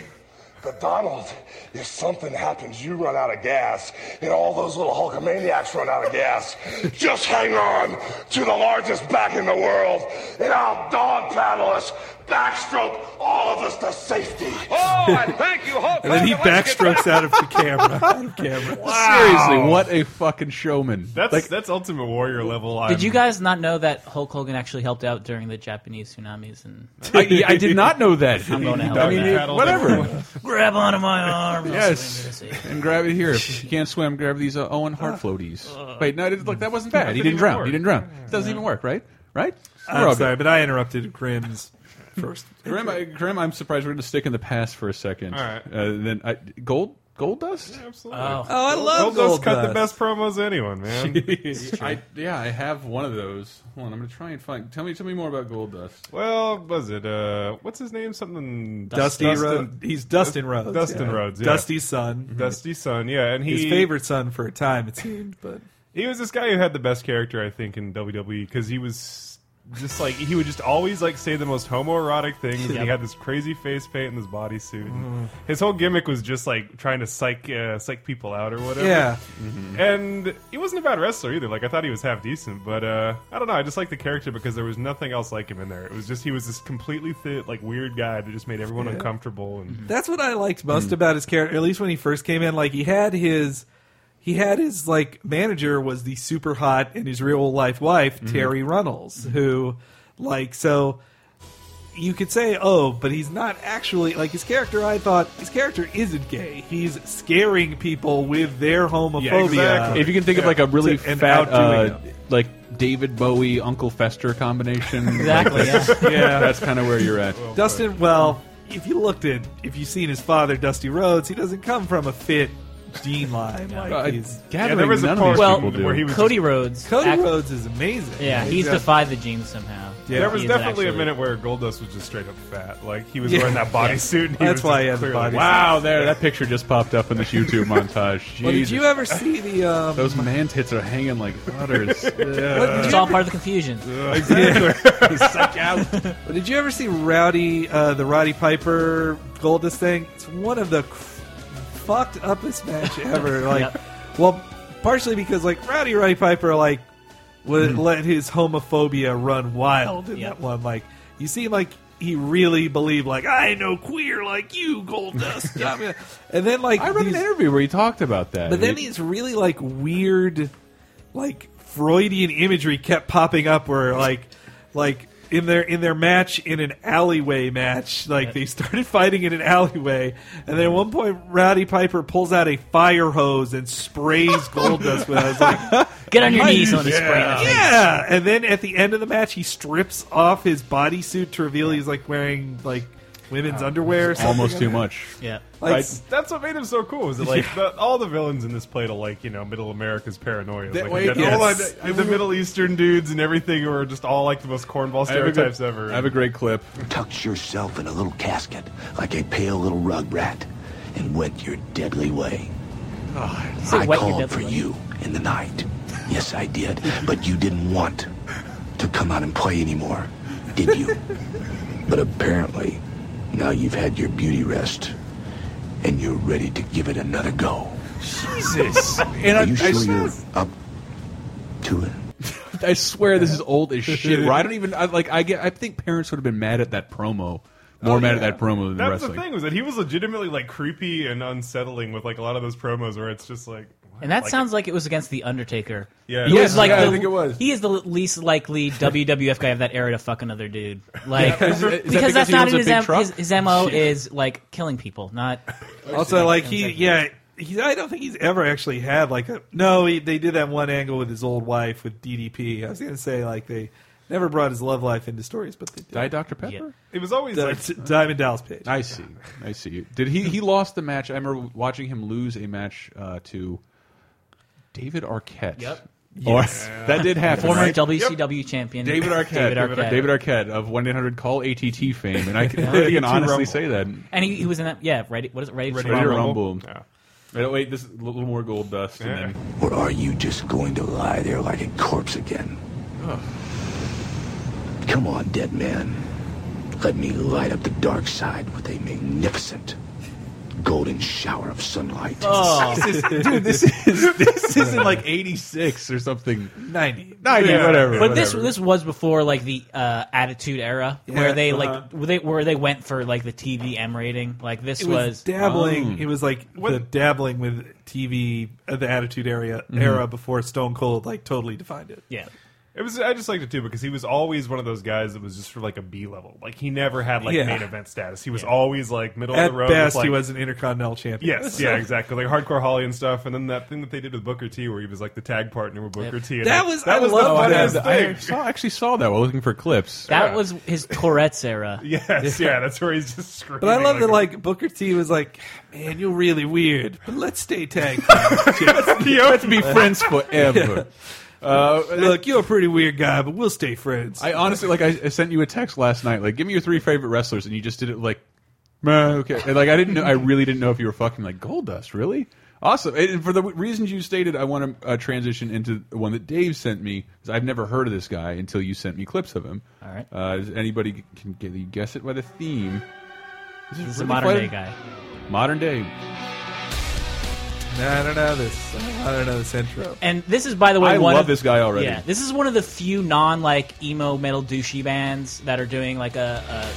Speaker 3: But Donald, if something happens, you run out of gas, and all those little Hulkamaniacs run out of gas. Just hang on to the largest back in the world, and I'll dog paddle us, backstroke all of us to safety.
Speaker 7: Oh, and thank you, Hulk.
Speaker 5: And then he
Speaker 7: Hogan. Let's get
Speaker 5: backstrokes out of the camera. Out of camera.
Speaker 1: Seriously, what a fucking showman!
Speaker 4: That's
Speaker 1: like
Speaker 4: that's Ultimate Warrior level. I'm,
Speaker 2: did you guys not know that Hulk Hogan actually helped out during the Japanese tsunamis and
Speaker 1: I, yeah, I did not know that.
Speaker 2: I'm going to hell
Speaker 1: I mean,
Speaker 2: with
Speaker 1: it-
Speaker 4: that.
Speaker 1: whatever.
Speaker 2: grab onto my arm?
Speaker 1: yes, and grab it here. If you can't swim, grab these uh, Owen Hart floaties.
Speaker 2: Uh,
Speaker 1: Wait, no, it didn't- look, that wasn't bad. He didn't
Speaker 4: even
Speaker 1: drown.
Speaker 4: work.
Speaker 1: He didn't drown. It doesn't even work, right? Right? We're all
Speaker 5: I'm
Speaker 1: good.
Speaker 5: sorry, but I interrupted Grimm's first.
Speaker 1: Grim, I, Grim, I'm surprised we're going to stick in the past for a second.
Speaker 4: All right.
Speaker 1: Uh, then I, gold, gold dust.
Speaker 4: Absolutely.
Speaker 5: Oh, I love
Speaker 4: Gold Dust
Speaker 5: Gold
Speaker 4: cut the
Speaker 5: Dust.
Speaker 4: best promos of anyone, man.
Speaker 1: I, yeah, I have one of those. Hold on, I'm going to try and find. Tell me, tell me more about gold dust.
Speaker 4: well, was it? Uh, what's his name? Something
Speaker 5: Dusty
Speaker 4: Dustin-
Speaker 5: Rhodes. He's Dustin Rhodes.
Speaker 4: Dustin Rhodes, yeah.
Speaker 5: Dusty's son.
Speaker 4: Dusty Sun. Yeah, and he
Speaker 5: His favorite son for a time, it seemed, but
Speaker 4: He was this guy who had the best character, I think, in WWE because he was just like he would just always like say the most homoerotic things, and he had this crazy face paint and this bodysuit.
Speaker 5: Mm-hmm.
Speaker 4: and His whole gimmick was just like trying to psych uh, psych people out or whatever.
Speaker 5: yeah.
Speaker 4: and he wasn't a bad wrestler either. Like I thought he was half decent, but uh, I don't know. I just like the character because there was nothing else like him in there. It was just he was this completely th- like weird guy that just made everyone uncomfortable.
Speaker 1: Um,
Speaker 4: And
Speaker 5: That's what I liked
Speaker 1: Mm-hmm.
Speaker 5: most about his character, at least when he first came in. Like he had his, he had his like manager was the super hot and his real life wife
Speaker 1: Mm-hmm.
Speaker 5: Terry Runnels, who, like, so you could say, oh, but he's not actually like his character. I thought his character isn't gay. He's scaring people with their homophobia.
Speaker 4: exactly.
Speaker 1: If you can think of like a really
Speaker 5: And
Speaker 1: fat,
Speaker 5: outdoing
Speaker 1: uh,
Speaker 5: them.
Speaker 1: like David Bowie, Uncle Fester combination.
Speaker 2: Exactly. Yeah.
Speaker 1: yeah, that's kind of where you're at.
Speaker 5: Dustin, well, if you looked at, if you've seen his father, Dusty Rhodes, he doesn't come from a fit Dean line. Like,
Speaker 1: Uh,
Speaker 5: he's,
Speaker 1: gathering
Speaker 4: there was a
Speaker 1: none
Speaker 4: part
Speaker 1: of these
Speaker 2: Well,
Speaker 1: people do.
Speaker 4: where he was
Speaker 2: Cody Rhodes.
Speaker 5: Cody
Speaker 2: act-
Speaker 5: Rhodes is amazing.
Speaker 2: Yeah, he's
Speaker 5: a-
Speaker 2: defied the genes somehow.
Speaker 5: Yeah.
Speaker 4: there was
Speaker 2: He is
Speaker 4: definitely
Speaker 2: actually-
Speaker 4: a minute where Goldust was just straight up fat. Like he was
Speaker 5: Yeah.
Speaker 4: wearing that bodysuit. and he
Speaker 5: That's
Speaker 4: was
Speaker 5: why
Speaker 4: just
Speaker 5: he had the
Speaker 4: clearly-
Speaker 5: bodysuit.
Speaker 1: wow, there, that picture just popped up in this YouTube montage.
Speaker 5: Well, did
Speaker 1: Jesus.
Speaker 5: you ever see the? Um,
Speaker 1: Those man tits are hanging like butters.
Speaker 5: what, did
Speaker 2: It's
Speaker 5: you,
Speaker 2: all part of the confusion.
Speaker 5: but did you ever see Rowdy, uh, the Roddy Piper Goldust thing? It's one of the cr- fucked uppest match ever. Like,
Speaker 2: Yep.
Speaker 5: well, partially because like Rowdy Roddy Piper like would let his homophobia run wild in
Speaker 2: Mm-hmm. Yep.
Speaker 5: that one. Like, you seem like he really believed like "Ah, I know queer like you Goldust, Yeah, yeah. and then like
Speaker 1: I read an
Speaker 5: these-
Speaker 1: interview where he talked about that.
Speaker 5: But then
Speaker 1: He-
Speaker 5: these really like weird, like Freudian imagery kept popping up where like like. in their in their match in an alleyway match. Like they started fighting in an alleyway, and then at one point Rowdy Piper pulls out a fire hose and sprays gold dust with. it. I was like,
Speaker 2: Get on your knees on the spray. in the face.
Speaker 5: yeah. And then at the end of the match, he strips off his bodysuit to reveal he's like wearing like women's underwear or something.
Speaker 1: Almost too much.
Speaker 2: Yeah.
Speaker 5: Like,
Speaker 4: Like, that's what made him so cool. Is it like the, all the villains in this played a like you know Middle America's paranoia.
Speaker 1: That
Speaker 4: like,
Speaker 1: way-
Speaker 4: you got
Speaker 5: yes.
Speaker 4: all the- the, Middle Eastern dudes and everything who are just all like the most cornball
Speaker 1: I have a good-
Speaker 4: stereotypes ever.
Speaker 1: I have a great clip.
Speaker 8: Tucked yourself in a little casket like a pale little rug rat and went your deadly way.
Speaker 2: Say
Speaker 8: I
Speaker 2: wet your
Speaker 8: called
Speaker 2: death
Speaker 8: for
Speaker 2: away.
Speaker 8: you in the night. Yes, I did. But you didn't want to come out and play anymore, did you? but apparently, now you've had your beauty rest and you're ready to give it another go.
Speaker 1: And I,
Speaker 8: Are you
Speaker 1: I
Speaker 8: sure you're
Speaker 1: s-
Speaker 8: up to it?
Speaker 1: I swear this is old as shit. Where I don't even I, like. I get. I think parents would have been mad at that promo, more mad at that promo than
Speaker 4: Oh, That's
Speaker 1: wrestling.
Speaker 4: the thing was that he was legitimately like creepy and unsettling with like a lot of those promos where it's just like. what?
Speaker 2: And that sounds like it was against The Undertaker.
Speaker 4: Yeah.
Speaker 2: He
Speaker 4: Yes,
Speaker 2: was like
Speaker 1: yeah, I
Speaker 2: the-
Speaker 1: think it was.
Speaker 2: He is the least likely WWF guy of that era to fuck another dude. Like,
Speaker 1: Is it- is that
Speaker 2: because,
Speaker 1: because
Speaker 2: that's
Speaker 1: he
Speaker 2: not
Speaker 1: owns
Speaker 2: in
Speaker 1: a
Speaker 2: his,
Speaker 1: big
Speaker 2: M-
Speaker 1: truck?
Speaker 2: his, his MO is like killing people, not.
Speaker 5: Also, like he, yeah, he, I don't think he's ever actually had like a. No, he, they did that one angle with his old wife with DDP. I was gonna say like they never brought his love life into stories, but they did.
Speaker 1: Die, Dr Pepper.
Speaker 2: Yeah.
Speaker 4: It was always
Speaker 5: Di-
Speaker 4: like
Speaker 5: Di- Diamond Dallas Page.
Speaker 1: I see. I see. Did he? He lost the match. I remember watching him lose a match uh, to David Arquette.
Speaker 2: Yep.
Speaker 1: Or, that did happen.
Speaker 2: Former
Speaker 1: right?
Speaker 2: WCW champion.
Speaker 1: David Arquette.
Speaker 2: David Arquette.
Speaker 1: David Arquette of one eight hundred call ATT fame, and I can really and honestly
Speaker 4: Rumble.
Speaker 1: say that.
Speaker 2: And he, he was in that. Yeah, ready. What is it? Ready,
Speaker 4: Ready
Speaker 2: to
Speaker 1: Ready to
Speaker 2: Rumble.
Speaker 1: Rumble.
Speaker 4: Yeah.
Speaker 1: Wait, wait, this is a little more gold dust, and then
Speaker 8: Or are you just going to lie there like a corpse again? Come on, dead man. Let me light up the dark side with a magnificent golden shower of sunlight.
Speaker 2: Oh.
Speaker 1: Oh. dude, this is this isn't like eighty six or something.
Speaker 5: Ninety.
Speaker 1: Ninety, whatever.
Speaker 2: But this
Speaker 1: whatever.
Speaker 2: this was before like the uh, Attitude Era, where
Speaker 5: Yeah,
Speaker 2: they
Speaker 5: uh-huh.
Speaker 2: like where they where they went for like the TV M rating. Like this
Speaker 5: It
Speaker 2: was,
Speaker 5: was,
Speaker 1: Oh.
Speaker 2: oh.
Speaker 5: dabbling. It was like the dabbling with TV, uh, the Attitude Area
Speaker 2: Mm-hmm.
Speaker 5: era before Stone Cold like totally defined it.
Speaker 2: yeah.
Speaker 4: It was. I just liked it too because he was always one of those guys that was just for like a B level. Like he never had like
Speaker 5: Yeah.
Speaker 4: main event status. He was always like middle
Speaker 5: At
Speaker 4: of the road. with,
Speaker 5: best, he
Speaker 4: like-
Speaker 5: was an Intercontinental champion.
Speaker 4: Yes, yeah, exactly. Like hardcore Holly and stuff, and then that thing that they did with Booker T, where he was like the tag partner with Booker T. And
Speaker 5: That
Speaker 4: like,
Speaker 5: was-
Speaker 4: that
Speaker 5: I
Speaker 4: was
Speaker 5: love that.
Speaker 4: the funniest
Speaker 1: Oh, I
Speaker 4: thing.
Speaker 1: saw, actually saw that while looking for clips.
Speaker 2: That was his Tourette's era.
Speaker 4: Yes, yeah, that's where he's just screaming.
Speaker 5: But I love that,
Speaker 4: a-
Speaker 5: like Booker T was like, "Man, you're really weird, but let's stay tag." team."
Speaker 1: Let's be friends forever. Uh,
Speaker 5: Look, you're a pretty weird guy, but we'll stay friends.
Speaker 1: I honestly like. I, I sent you a text last night, like, give me your three favorite wrestlers, and you just did it like, "Meh, okay, And, like I didn't know. I really didn't know if you were fucking like Goldust, really. Awesome. And for the reasons you stated, I want to uh, transition into the one that Dave sent me 'cause I've never heard of this guy until you sent me clips of him. All
Speaker 2: right.
Speaker 1: Uh, does anybody can get, you guess it by the theme?
Speaker 2: This is a
Speaker 1: really
Speaker 2: modern
Speaker 1: quite
Speaker 2: day
Speaker 1: a-
Speaker 2: guy.
Speaker 1: Modern day.
Speaker 5: I don't know this. I don't know this intro.
Speaker 2: And this is, by the way,
Speaker 1: I
Speaker 2: one
Speaker 1: love
Speaker 2: of,
Speaker 1: this guy already.
Speaker 2: Yeah, this is one of the few non like emo metal douchey bands that are doing like a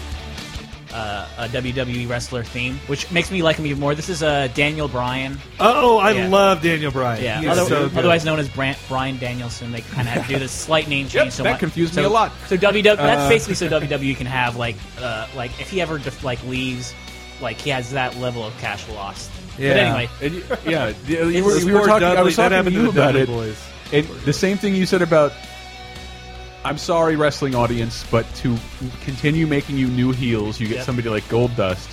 Speaker 2: a, a, a WWE wrestler theme, which makes me like him even more. This is uh, Daniel Bryan,
Speaker 5: Oh, I
Speaker 2: Yeah.
Speaker 5: love Daniel Bryan.
Speaker 2: yeah,
Speaker 5: He is
Speaker 2: other-
Speaker 5: so good.
Speaker 2: otherwise known as Bran- Bryan Danielson. They kind of have to do this slight name change. so
Speaker 1: that
Speaker 2: much.
Speaker 1: confused
Speaker 2: so,
Speaker 1: me a lot. Uh,
Speaker 2: So WWE, that's basically so WWE can have like uh, like if he ever def- like leaves, like he has that level of cash lost.
Speaker 5: Yeah.
Speaker 2: But anyway,
Speaker 1: And you, yeah, you were- we
Speaker 2: This
Speaker 1: were,
Speaker 2: is
Speaker 5: poor
Speaker 1: talking. I
Speaker 2: E.
Speaker 5: Dudley-
Speaker 1: was
Speaker 5: that
Speaker 1: talking to
Speaker 5: happened to
Speaker 1: you
Speaker 5: the
Speaker 1: about
Speaker 5: Dudley
Speaker 1: it.
Speaker 5: boys.
Speaker 1: And the same thing you said about. I'm sorry, wrestling audience, but to continue making you new heels, you get
Speaker 2: Yep. Mm-hmm.
Speaker 1: somebody like Gold Dust.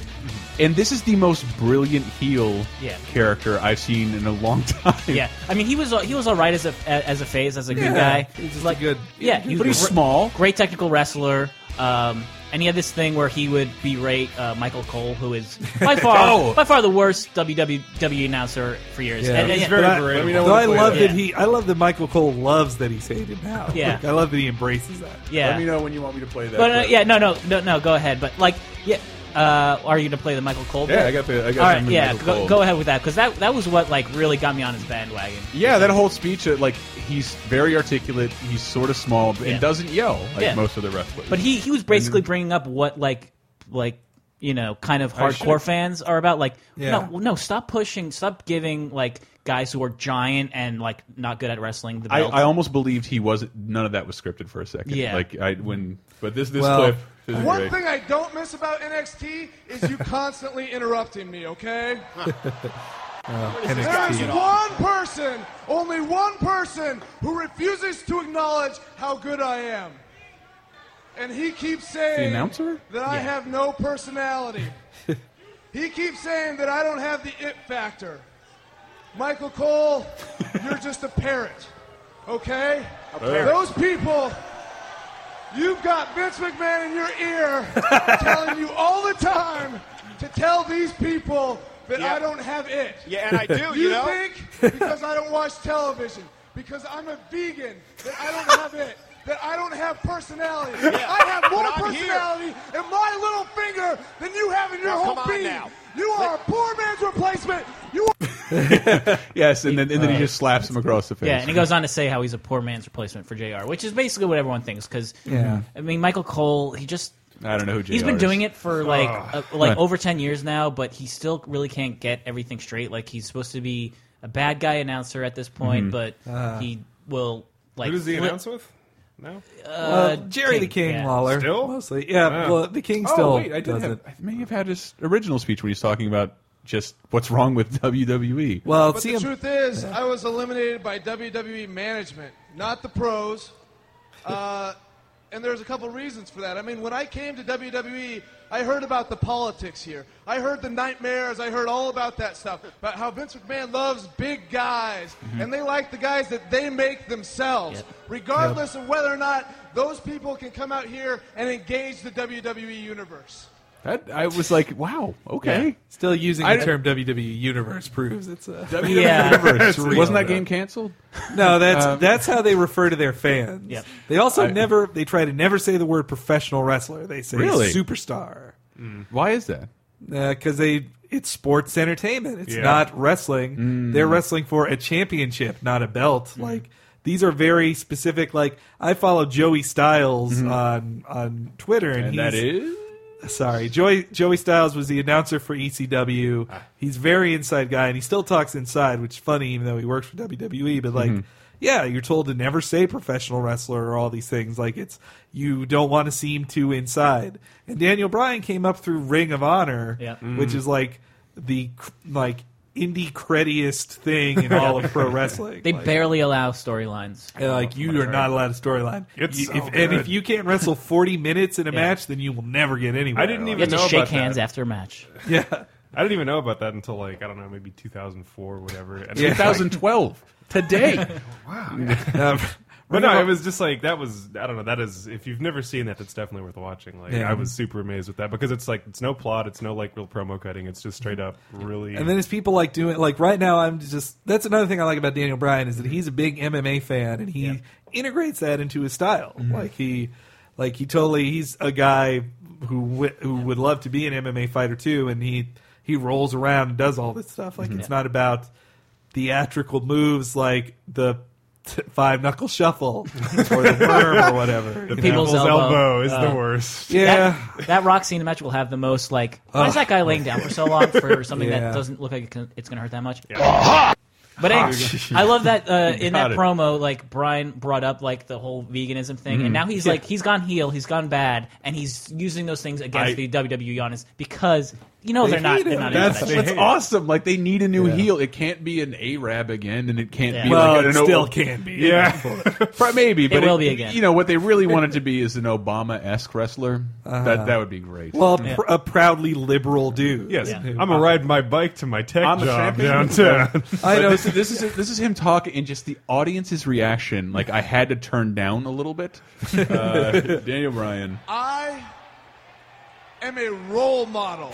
Speaker 1: And this is the most brilliant heel
Speaker 2: Yeah.
Speaker 1: character I've seen in a long time.
Speaker 2: yeah, I mean he was he was all right as a as a face as a good
Speaker 5: Yeah,
Speaker 2: guy.
Speaker 5: He's just like good.
Speaker 2: Yeah,
Speaker 5: he
Speaker 1: But
Speaker 5: was
Speaker 1: he's small.
Speaker 2: great technical wrestler. Um, and he had this thing where he would berate uh, Michael Cole, who is by far
Speaker 1: Oh.
Speaker 2: by far the worst WWE announcer for years.
Speaker 5: Yeah.
Speaker 2: And- and-
Speaker 5: He's
Speaker 4: very
Speaker 5: But
Speaker 4: great.
Speaker 5: I,
Speaker 4: Let me know
Speaker 5: though
Speaker 4: when
Speaker 5: I
Speaker 4: to play
Speaker 5: love
Speaker 2: that.
Speaker 5: that he. I love that Michael Cole loves that he's hated now.
Speaker 2: Yeah.
Speaker 5: Like, I love that he embraces that.
Speaker 2: yeah.
Speaker 1: Let me know when you want me to play that.
Speaker 2: But uh,
Speaker 1: clip.
Speaker 2: yeah, no, no, no, no. Go ahead. But like, yeah, uh, are you gonna play the Michael Cole?
Speaker 1: Yeah,
Speaker 2: bit?
Speaker 1: I got the. I got
Speaker 2: All right,
Speaker 1: something with
Speaker 2: yeah,
Speaker 1: Michael
Speaker 2: go,
Speaker 1: Cole.
Speaker 2: go ahead with that because that that was what like really got me on his bandwagon.
Speaker 1: Yeah, that whole speech, uh, like he's very articulate. He's sort of small and
Speaker 2: Yeah.
Speaker 1: doesn't yell like
Speaker 2: Yeah.
Speaker 1: most of the wrestlers.
Speaker 2: But he he was basically bringing up what like like you know kind of
Speaker 1: I should've-
Speaker 2: hardcore fans are about. Like
Speaker 5: Yeah.
Speaker 2: no no stop pushing, stop giving like guys who are giant and like not good at wrestling. The
Speaker 1: I,
Speaker 2: belt.
Speaker 1: I almost believed he wasn't. None of that was scripted for a second.
Speaker 2: Yeah.
Speaker 1: Like I when, but this this
Speaker 5: Well,
Speaker 1: clip. This is
Speaker 9: One
Speaker 1: great.
Speaker 9: thing I don't miss about NXT is you constantly interrupting me, okay?
Speaker 5: Oh,
Speaker 9: There is one person, only one person, who refuses to acknowledge how good I am. And he keeps saying
Speaker 1: The announcer?
Speaker 9: that I have no personality. he keeps saying that I don't have the it factor. Michael Cole, you're just a parrot. Okay? Those people, you've got Vince McMahon in your ear telling you all the time to tell these people that I don't have it.
Speaker 10: Yeah, and I do, you,
Speaker 9: You
Speaker 10: know?
Speaker 9: think because I don't watch television, because I'm a vegan, that I don't have it, that I don't have personality. I have more
Speaker 10: But I'm here.
Speaker 9: personality in my little finger than you have in your
Speaker 10: Now,
Speaker 9: whole
Speaker 10: come on
Speaker 9: being.
Speaker 10: now.
Speaker 9: You are a poor man's replacement. You are
Speaker 1: Yes, and then and then he just slaps him across the face.
Speaker 2: Yeah, and he goes on to say how he's a poor man's replacement for JR, which is basically what everyone thinks. Because
Speaker 5: Yeah.
Speaker 2: I mean, Michael Cole, he just
Speaker 1: I don't know who JR
Speaker 2: he's been
Speaker 1: is.
Speaker 2: doing it for like uh, like
Speaker 1: Right.
Speaker 2: over ten years now, but he still really can't get everything straight. Like he's supposed to be a bad guy announcer at this point,
Speaker 1: Mm-hmm.
Speaker 2: but he will like
Speaker 4: Who does he
Speaker 2: flip-
Speaker 4: announce with? No.
Speaker 5: Uh, Jerry the King
Speaker 2: yeah.
Speaker 5: Lawler.
Speaker 4: Still?
Speaker 5: Mostly. Yeah,
Speaker 4: Yeah.
Speaker 5: well, the King
Speaker 4: Oh,
Speaker 5: still
Speaker 4: wait, I did
Speaker 5: does
Speaker 4: have-
Speaker 5: it.
Speaker 1: I may have had his original speech when he's talking about just what's wrong with E. WWE.
Speaker 5: Well,
Speaker 9: But
Speaker 5: see
Speaker 9: the
Speaker 5: him.
Speaker 9: truth is, I was eliminated by WWE management, not the pros. Uh, and there's a couple reasons for that. I mean, when I came to WWE, I heard about the politics here. I heard the nightmares. I heard all about that stuff. About how Vince McMahon loves big guys,
Speaker 5: Mm-hmm.
Speaker 9: and they like the guys that they make themselves,
Speaker 2: Yep.
Speaker 9: regardless of whether or not those people can come out here and engage the WWE universe.
Speaker 1: That I was like, wow, okay.
Speaker 5: Still using
Speaker 1: I-
Speaker 5: the term WWE Universe proves it's a
Speaker 1: WWE
Speaker 2: Yeah.
Speaker 1: Universe. Wasn't that
Speaker 5: E real.
Speaker 1: game canceled?
Speaker 5: no. That's that's how they refer to their fans.
Speaker 2: Yep.
Speaker 5: They also never they try to never say the word professional wrestler. They say
Speaker 1: Really?
Speaker 5: superstar
Speaker 1: Why is that?
Speaker 5: because they it's sports entertainment. It's
Speaker 4: Yeah.
Speaker 5: not wrestling.
Speaker 1: Mm.
Speaker 5: They're wrestling for a championship, not a belt. Like these are very specific. Like I follow Joey Styles on on Twitter, and,
Speaker 1: Mm-hmm. And
Speaker 5: he's,
Speaker 1: that is
Speaker 5: Sorry, Joey Joey Styles was the announcer for ECW. He's very inside guy, and he still talks inside, which is funny, even though he works for WWE. But like, yeah, you're told to never say professional wrestler or all these things. Like, it's you don't want to seem too inside. And Daniel Bryan came up through Ring of Honor,
Speaker 2: Yeah.
Speaker 5: which is like the cr- like indie creddiest thing in all of pro wrestling.
Speaker 2: They
Speaker 5: Like-
Speaker 2: barely allow storylines.
Speaker 5: and Uh, like you are not allowed a storyline.
Speaker 4: It's
Speaker 5: You-
Speaker 4: so
Speaker 5: if- and if
Speaker 4: good.
Speaker 5: you can't wrestle forty minutes in a match, then you will never get anywhere.
Speaker 4: I didn't
Speaker 5: Like,
Speaker 2: You have to
Speaker 4: Know about
Speaker 2: shake hands
Speaker 4: that.
Speaker 2: after a match.
Speaker 5: yeah.
Speaker 4: I didn't even know about that until like I don't know, maybe 2004, whatever. And it's like-
Speaker 1: 2012 today.
Speaker 5: Um,
Speaker 4: But no, it was just like that was I don't know that is if you've never seen that that's definitely worth watching. Like
Speaker 5: Yeah.
Speaker 4: I was super amazed with that because it's like it's no plot, it's no like real promo cutting, it's just straight up really.
Speaker 5: and then it's people like doing like right now. I'm just that's another thing I like about Daniel Bryan is that he's a big MMA fan and he integrates that into his style.
Speaker 1: Mm-hmm.
Speaker 5: Like he, like he totally he's a guy who w- who would love to be an MMA fighter too, and he he rolls around and does all this stuff.
Speaker 1: Mm-hmm.
Speaker 5: Like it's not about theatrical moves like the. t- Five knuckle shuffle or the worm or whatever. you know?
Speaker 2: people's elbow. Uh,
Speaker 4: is
Speaker 1: Uh,
Speaker 4: the worst.
Speaker 5: yeah,
Speaker 2: That, that rock scene match will have the most like. Why is that guy laying down for so long for something
Speaker 5: Yeah.
Speaker 2: that doesn't look like it can, it's going to hurt that much? But anyway, I love that uh, in that
Speaker 1: Got it.
Speaker 2: promo, like Brian brought up like the whole veganism thing, and now he's like he's gone heel, he's gone bad, and he's using those things against
Speaker 1: I-
Speaker 2: the WWE honest because you know they are not
Speaker 5: hate
Speaker 2: they're
Speaker 5: him.
Speaker 2: not into
Speaker 1: That's
Speaker 2: that
Speaker 1: that's
Speaker 2: shit.
Speaker 1: awesome. Like they need a new heel. It can't be an Arab again, and it can't
Speaker 2: Yeah.
Speaker 1: be.
Speaker 5: well,
Speaker 1: like,
Speaker 5: it
Speaker 1: an
Speaker 5: still
Speaker 1: O-
Speaker 5: can be.
Speaker 1: Yeah, Pro- maybe, but
Speaker 2: will be again.
Speaker 1: You know what they really wanted to be is an Obama-esque wrestler. That that would be great.
Speaker 5: Uh-huh. Well, a, pr- a proudly liberal dude.
Speaker 4: Yes,
Speaker 2: Yeah.
Speaker 4: I'm gonna ride my bike to my tech
Speaker 1: I'm a
Speaker 4: job
Speaker 1: champion.
Speaker 4: downtown.
Speaker 5: I
Speaker 1: But
Speaker 5: know.
Speaker 1: this, this is this is him talking, and just the audience's reaction. Like I had to turn down a little bit. Uh, Daniel Bryan.
Speaker 9: I am a role model.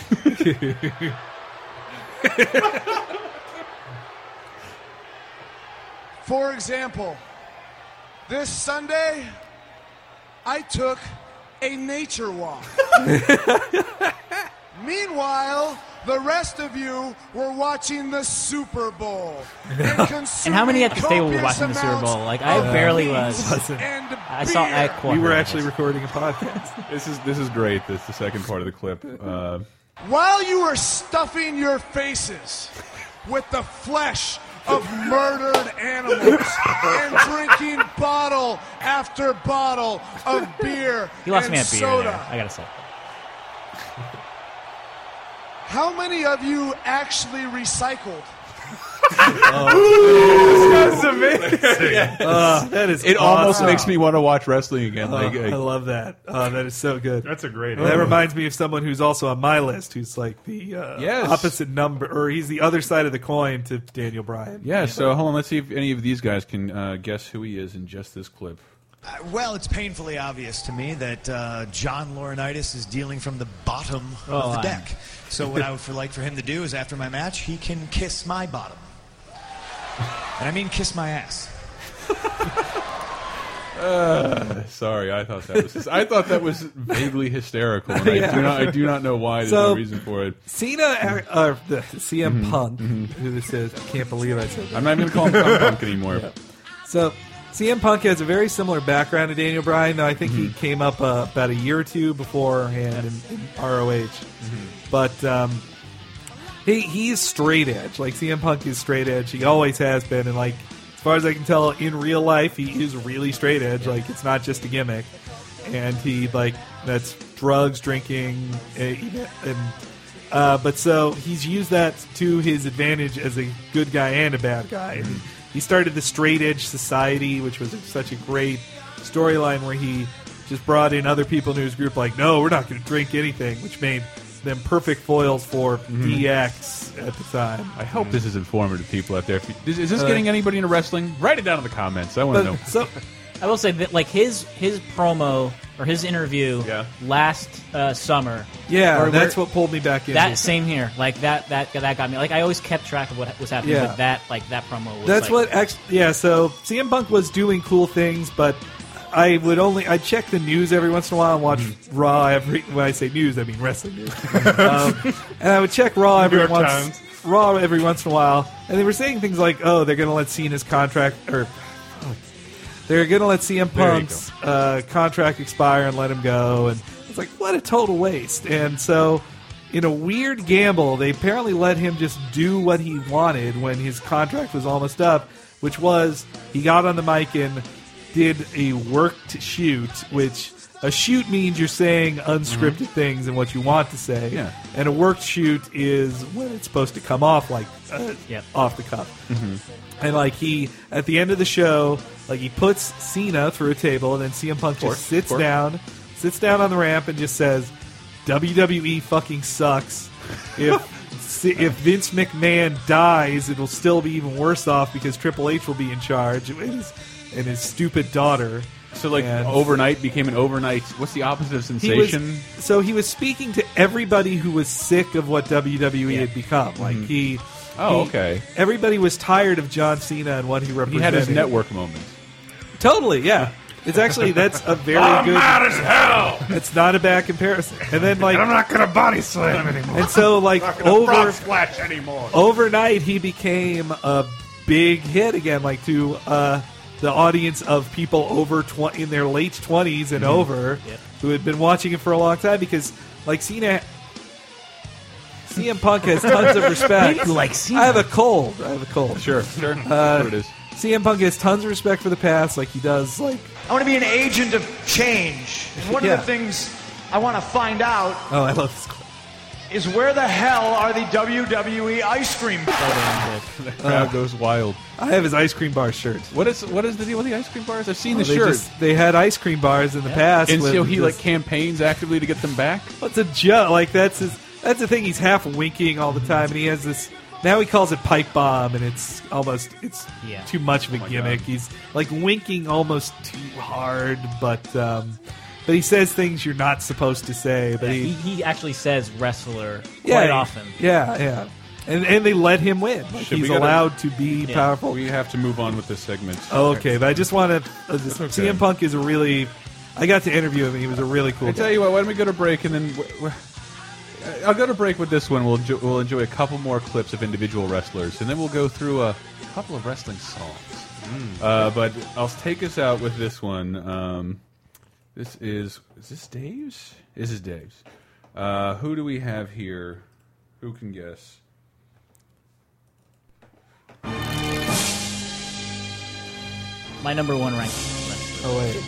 Speaker 9: For example, this Sunday, I took a nature walk. Meanwhile, the rest of you were watching the Super Bowl. And,
Speaker 2: And how many at this table were
Speaker 9: consuming
Speaker 2: watching the Super
Speaker 9: copious
Speaker 2: Bowl? Like I
Speaker 9: amounts
Speaker 2: barely
Speaker 9: of
Speaker 2: was.
Speaker 9: beans and
Speaker 2: I saw I
Speaker 9: beer.
Speaker 5: Uh, we were
Speaker 2: cooperated.
Speaker 5: actually recording a podcast.
Speaker 1: This is this is great. This is the second part of the clip. Uh,
Speaker 9: While you were stuffing your faces with the flesh of murdered animals and drinking bottle after bottle of beer
Speaker 2: He lost
Speaker 9: and
Speaker 2: me at beer.
Speaker 9: soda.
Speaker 2: There, I gotta say.
Speaker 9: How many of you actually recycled?
Speaker 5: Oh. that is
Speaker 1: It almost makes me want to watch wrestling again. like,
Speaker 5: Uh, I love that. Oh, that is so good.
Speaker 4: That's a great.
Speaker 5: That reminds me of someone who's also on my list, who's like the uh,
Speaker 1: Yes.
Speaker 5: opposite number, or he's the other side of the coin to Daniel Bryan.
Speaker 1: yeah. So hold on, let's see if any of these guys can uh, guess who he is in just this clip.
Speaker 10: Well, it's painfully obvious to me that uh, John Laurinaitis is dealing from the bottom
Speaker 2: Oh,
Speaker 10: of
Speaker 2: I-
Speaker 10: the deck. So what I would for, like for him to do is after my match, he can kiss my bottom. And I mean kiss my ass.
Speaker 1: Uh, Sorry, I thought that was I thought that was vaguely hysterical. And I do not I do not know why. There's no
Speaker 5: So-
Speaker 1: reason for it. Mm-hmm.
Speaker 5: Cena, uh, uh, the CM Punk, who this is. I can't believe I said that.
Speaker 1: I'm not even gonna call him punk anymore.
Speaker 5: So, CM Punk has a very similar background to Daniel Bryan, though I think he came up uh, about a year or two beforehand in, in ROH. But um, he he's straight edge. Like CM Punk is straight edge. He always has been, and like as far as I can tell, in real life, he is really straight edge. Like it's not just a gimmick. And he like that's drugs, drinking, eh, and uh, but so he's used that to his advantage as a good guy and a bad guy. And he started the Straight Edge Society, which was such a great storyline where he just brought in other people into his group, like, no, we're not going to drink anything, which made them perfect foils for DX at the time. Mm.
Speaker 1: I hope this is informative to people out there. If you- Is, is this getting anybody into wrestling? Write it down in the comments. I want to know.
Speaker 5: But, so
Speaker 2: I will say that like his his promo or his interview
Speaker 1: Yeah.
Speaker 2: last uh, summer.
Speaker 5: yeah,
Speaker 2: where-
Speaker 5: that's
Speaker 2: where-
Speaker 5: what pulled me back in.
Speaker 2: That same here, like that that that got me. Like I always kept track of what was happening,
Speaker 5: Yeah.
Speaker 2: but that like that promo was.
Speaker 5: That's
Speaker 2: like,
Speaker 5: what actually, yeah. So CM Punk was doing cool things, but I would only I check the news every once in a while and watch Raw every. When I say news, I mean wrestling news. um, and I would check Raw every
Speaker 4: York
Speaker 5: once
Speaker 4: Times.
Speaker 5: Raw every once in a while, and they were saying things like, "Oh, they're going to let Cena's contract or." fuck. They're gonna let CM
Speaker 4: There you
Speaker 5: Punk's uh, contract expire and let him go, and it's like what a total waste. And so, in a weird gamble, they apparently let him just do what he wanted when his contract was almost up, which was he got on the mic and did a worked shoot, which a shoot means you're saying unscripted things and what you want to say,
Speaker 1: Yeah.
Speaker 5: and a worked shoot is when it's supposed to come off like uh,
Speaker 2: Yep.
Speaker 5: off the cuff. Mm-hmm. And like he at the end of the show, like he puts Cena through a table, and then CM Punk just sits down, sits down on the ramp, and just says, "WWE fucking sucks. If if Vince McMahon dies, it'll still be even worse off because Triple H will be in charge and his, and his stupid daughter."
Speaker 1: So like
Speaker 5: And-
Speaker 1: overnight became an overnight. What's the opposite of
Speaker 5: he was,
Speaker 1: sensation?
Speaker 5: so he was speaking to everybody who was sick of what WWE had become. Like he,
Speaker 1: Oh,
Speaker 5: he-
Speaker 1: okay.
Speaker 5: Everybody was tired of John Cena and what he represented.
Speaker 1: he had his network moment.
Speaker 5: Totally, yeah. It's actually that's a very good.
Speaker 4: as hell.
Speaker 5: It's not a bad comparison. And then like,
Speaker 4: not gonna body slam anymore.
Speaker 5: and so like over
Speaker 4: splash anymore.
Speaker 5: overnight he became a big hit again, like to uh, the audience of people over tw- in their late twenties
Speaker 1: Mm-hmm.
Speaker 5: and over who had been watching it for a long time because like Cena. CM Punk has tons of respect.
Speaker 2: You like Cena.
Speaker 5: I have a cold. I have a cold.
Speaker 1: Sure, sure. That's what it is.
Speaker 5: CM Punk has tons of respect for the past, like he does, like
Speaker 10: I want to be an agent of change. And one
Speaker 5: Yeah.
Speaker 10: of the things I want to find out
Speaker 5: oh, I love this. Cold.
Speaker 10: is where the hell are the WWE ice cream?
Speaker 2: Oh,
Speaker 1: The crowd goes wild.
Speaker 5: Uh, I have his ice cream bar shirt.
Speaker 1: What is what is the deal with the ice cream bars? I've seen the
Speaker 5: they
Speaker 1: shirt.
Speaker 5: just- they had ice cream bars in the past.
Speaker 1: and so
Speaker 5: with
Speaker 1: he
Speaker 5: just-
Speaker 1: like campaigns actively to get them back.
Speaker 5: what's a joke? Like that's his. That's the thing. He's half winking all the time, and he has this. Now he calls it pipe bomb, and it's almost it's
Speaker 2: Yeah.
Speaker 5: too much of a gimmick.
Speaker 1: Oh God.
Speaker 5: He's like winking almost too hard, but um, but he says things you're not supposed to say. But
Speaker 2: He,
Speaker 5: he
Speaker 2: he actually says wrestler quite
Speaker 5: yeah, he-
Speaker 2: often.
Speaker 5: yeah, yeah, and and they let him win. Like,
Speaker 1: Should we
Speaker 5: he's
Speaker 1: go to-
Speaker 5: allowed to be powerful.
Speaker 1: We have to move on with this segment.
Speaker 5: Okay, but I just want to. Uh, this-
Speaker 1: okay.
Speaker 5: CM Punk is a really. I got to interview him. and He was a really cool.
Speaker 1: I
Speaker 5: guy.
Speaker 1: tell you what, why don't we go to break and then w- w- I'll go to break with this one. We'll enjoy, we'll enjoy a couple more clips of individual wrestlers, and then we'll go through a couple of wrestling songs. Uh, but I'll take us out with this one. Um, this is is this Dave's? This is Dave's. Uh, who do we have here? Who can guess?
Speaker 2: my number one rank.
Speaker 5: Oh wait.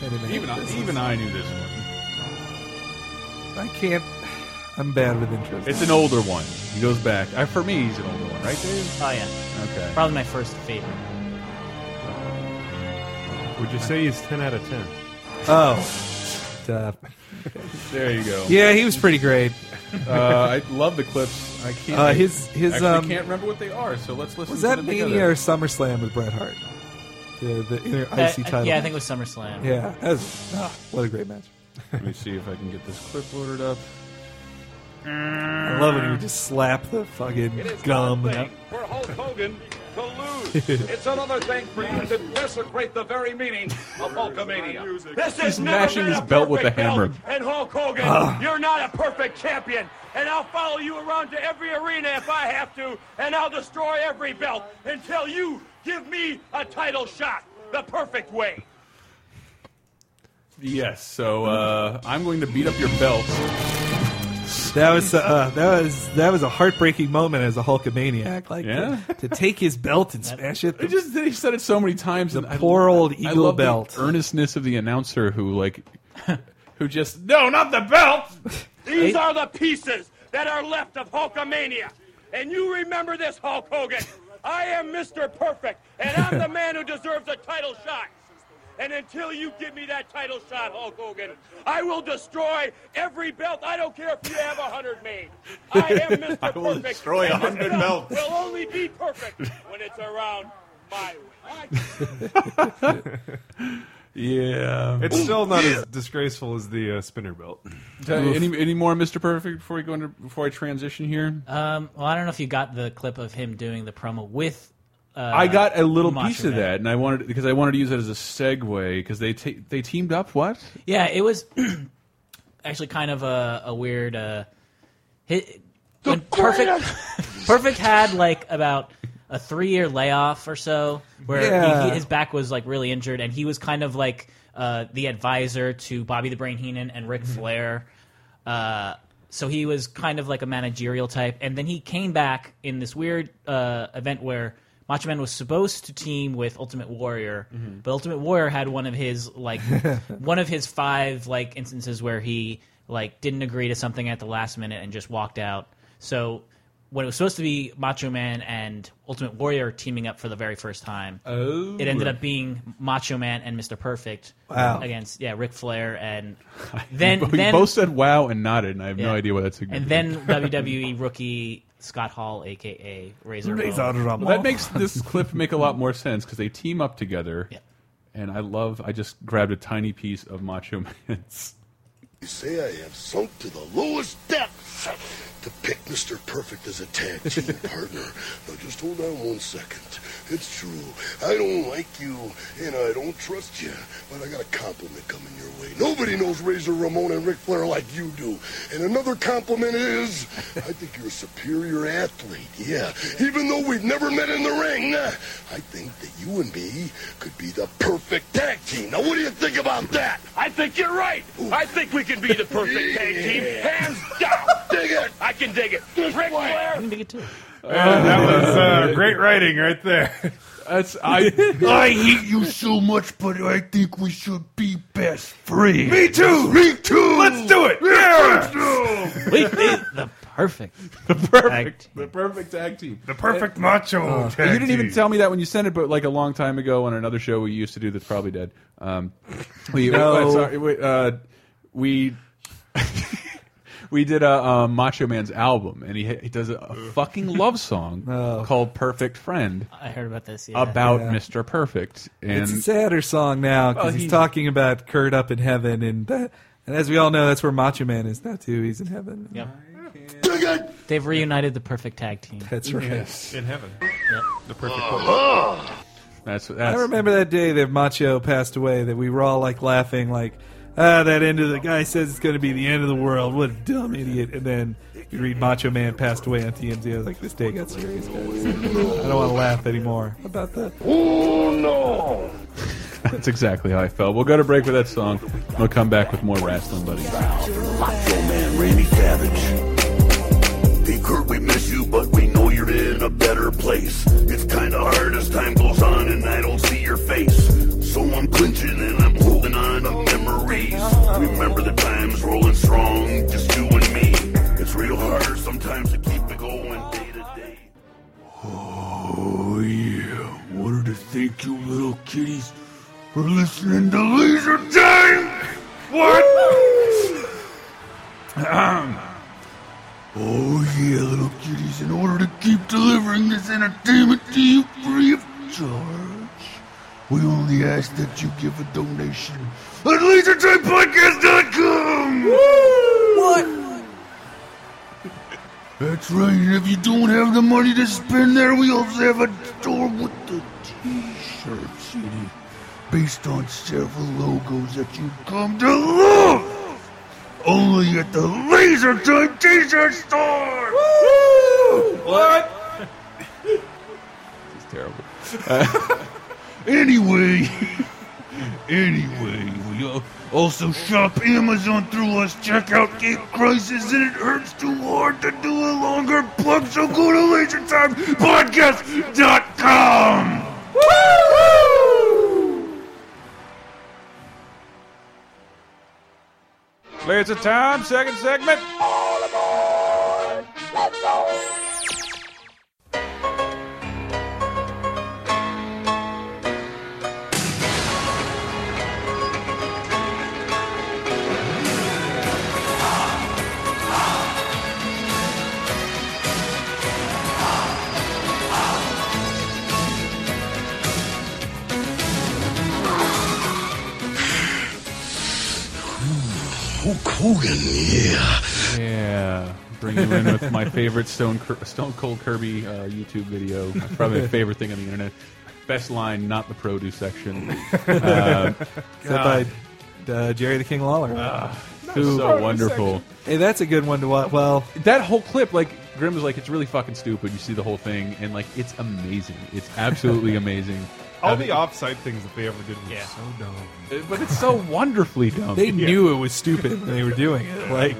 Speaker 5: Wait a minute.
Speaker 1: Even I,
Speaker 5: This is-
Speaker 1: even I knew this one.
Speaker 5: I can't. I'm bad with interest.
Speaker 1: It's an older one. He goes back. I, for me, he's an older one, right, Dave?
Speaker 2: Oh yeah,
Speaker 1: Okay. Uh,
Speaker 2: probably my first favorite.
Speaker 4: Would you say he's 10 out of 10?
Speaker 5: oh. Duh.
Speaker 1: There you go.
Speaker 5: Yeah, he was pretty great.
Speaker 1: Uh, I love the clips. I can't.
Speaker 5: Uh, his his
Speaker 1: actually
Speaker 5: um,
Speaker 1: can't remember what they are. So let's listen.
Speaker 5: was
Speaker 1: to
Speaker 5: that
Speaker 1: them
Speaker 5: Mania
Speaker 1: together.
Speaker 5: or SummerSlam with Bret Hart? The the inner
Speaker 2: Uh,
Speaker 5: icy title.
Speaker 2: yeah, I think it was SummerSlam.
Speaker 5: Yeah, that was, ah, what a great match.
Speaker 1: Let me see if I can get this clip loaded up.
Speaker 7: Mm.
Speaker 5: I love when you just slap the fucking gum.
Speaker 7: for Hulk Hogan to lose. It's another thing for you to desecrate the very meaning of Hulkamania. This
Speaker 1: He's mashing his belt with a Uh, hammer.
Speaker 7: And Hulk Hogan, you're not a perfect champion. And I'll follow you around to every arena if I have to, and I'll destroy every belt until you give me a title shot the perfect way.
Speaker 1: Yes. So uh, I'm going to beat up your belt.
Speaker 5: That was uh, that was that was a heartbreaking moment as a Hulkamaniac. Like
Speaker 1: Yeah?
Speaker 5: to, to take his belt and smash it.
Speaker 1: It just he said it so many times.
Speaker 5: The
Speaker 1: and I-
Speaker 5: poor old
Speaker 1: I
Speaker 5: eagle
Speaker 1: love the
Speaker 5: belt.
Speaker 1: earnestness of the announcer who like, who just no, not the belt.
Speaker 7: These are the pieces that are left of Hulkamania. And you remember this, Hulk Hogan. I am Mr. Perfect, and I'm the man who deserves a title shot. And until you give me that title shot, Hulk Hogan, I will destroy every belt. I don't care if you have a hundred made. I am Mr.
Speaker 1: I will
Speaker 7: Perfect.
Speaker 1: destroy
Speaker 7: and
Speaker 1: 100
Speaker 7: this
Speaker 1: belts.
Speaker 7: belt Will only be perfect when it's around my way.
Speaker 1: Yeah.
Speaker 4: It's still not as disgraceful as the uh, spinner belt.
Speaker 1: any any more Mr. Perfect before we go into before I transition here?
Speaker 2: Um, well, I don't know if you got the clip of him doing the promo with. Uh,
Speaker 1: I got a little
Speaker 2: Macho
Speaker 1: piece of
Speaker 2: Man.
Speaker 1: that, and I wanted because I wanted to use that as a segue because they ta they teamed up. What?
Speaker 2: Yeah, it was actually kind of a, a weird. Uh, hit, when perfect, perfect had like about a three-year layoff or so, where he-
Speaker 5: Yeah.
Speaker 2: he, his back was like really injured, and he was kind of like uh, the advisor to Bobby the Brain Heenan and Ric Flair. Uh, so he was kind of like a managerial type, and then he came back in this weird uh, event where. Macho Man was supposed to team with Ultimate Warrior, but Ultimate Warrior had one of his like one of his five like instances where he like didn't agree to something at the last minute and just walked out. So when it was supposed to be Macho Man and Ultimate Warrior teaming up for the very first time,
Speaker 1: Oh,
Speaker 2: it ended up being Macho Man and Mr. Perfect
Speaker 5: Wow.
Speaker 2: against yeah Ric Flair and then
Speaker 1: You
Speaker 2: then
Speaker 1: both said "wow" and nodded, and I have no
Speaker 2: Yeah.
Speaker 1: idea what that's.
Speaker 2: and then WWE rookie Scott Hall, aka Razor.
Speaker 5: Raise
Speaker 2: Ramon.
Speaker 5: out of
Speaker 1: Well, that makes this clip make a lot more sense because they team up together.
Speaker 2: Yeah.
Speaker 1: And I love. I just grabbed a tiny piece of Macho Man's.
Speaker 3: You say I have sunk to the lowest depths to pick Mr. Perfect as a tag team partner. Now just hold on one second. It's true. I don't like you and I don't trust you, but I got a compliment coming your way. Nobody knows Razor Ramon and Ric Flair like you do. And another compliment is I think you're a superior athlete. Yeah. Even though we've never met in the ring, I think that you and me could be the perfect tag team. Now what do you think about that?
Speaker 7: I think you're right. I think we can be the perfect tag team, hands down.
Speaker 3: Dig it!
Speaker 7: I can dig it. Ric Flair,
Speaker 2: I think it too.
Speaker 1: Oh,
Speaker 4: that was uh, great writing right there.
Speaker 1: That's I.
Speaker 8: I hate you so much, but I think we should be best friends. Me too. Me too. Let's do it.
Speaker 2: We did the perfect.
Speaker 1: perfect. The perfect tag team. Uh,
Speaker 4: The perfect macho.
Speaker 1: you didn't even tell me that when you sent it, but like a long time ago on another show we used to do that's probably dead. Um, we
Speaker 5: No.
Speaker 1: uh, sorry, we, uh, we we did a, uh Macho Man's album, and he he does a, fucking love song called "Perfect Friend"
Speaker 2: Oh. I heard about this. Yeah.
Speaker 1: about
Speaker 5: Yeah.
Speaker 1: Mr. Perfect, and
Speaker 5: It's a sadder song now because
Speaker 1: Well,
Speaker 5: he's
Speaker 1: he-
Speaker 5: talking about Kurt up in heaven, and that, and as we all know, that's where Macho Man is now too. He's in heaven.
Speaker 2: Yep.
Speaker 3: Dig it!
Speaker 2: They've reunited the perfect tag team.
Speaker 5: That's right.
Speaker 4: In heaven. The perfect
Speaker 3: Uh-huh.
Speaker 1: that's that's.
Speaker 5: I remember that day that Macho passed away. That we were all like laughing, like ah, that end of the guy says it's going to be the end of the world. What a dumb idiot! And then you read Macho Man passed away on TMZ. I was like, this day got serious, guys. I don't want to laugh anymore about that.
Speaker 3: Oh no!
Speaker 1: That's exactly how I felt. We'll go to break with that song. and We'll come back with more wrestling, buddies.
Speaker 3: Macho Man Randy Savage. Hey Kurt, we miss you, but we know you're you're in a better place. It's kinda hard as time goes on and I don't see your face. So I'm clinching and I'm holding on to memories. Remember the times rolling strong, just you and me. It's real hard sometimes to keep it going day to day. Oh yeah, wanted to thank you little kitties for listening to Leisure Time! What? Oh yeah, little kitties, in order to keep delivering this entertainment to you free of charge, we only ask that you give a donation at LeisureTimePodcast.com! What? That's right, and if you don't have the money to spend there, we also have a store with the t-shirt city based on several logos that you come to love! Only at the Laser Time T-shirt store!
Speaker 5: What?
Speaker 1: It's terrible.
Speaker 3: Anyway, anyway, we al- also shop Amazon through us. Check out Game Crisis, and it hurts too hard to do a longer plug, so go to LaserTimePodcast.com!
Speaker 1: Laser time, second segment.
Speaker 3: Hulk Hogan, yeah.
Speaker 1: Yeah, bring you in with my favorite Stone Cur- Stone Cold Kirby uh, YouTube video. Probably my favorite thing on the internet. Best line, not the produce section. Um, Uh,
Speaker 5: Is that by uh, Jerry the King Lawler?
Speaker 1: Too
Speaker 4: produce
Speaker 1: Ah, wonderful.
Speaker 5: hey, that's a good one to watch. Well,
Speaker 1: That whole clip, like Grim was like, it's really fucking stupid. You see the whole thing, and like, it's amazing. It's absolutely amazing.
Speaker 4: All
Speaker 1: I
Speaker 4: the
Speaker 1: mean,
Speaker 4: offside things that they ever did were so dumb.
Speaker 1: Uh, but it's so wonderfully dumb.
Speaker 5: they knew it was stupid when they were doing it. Like,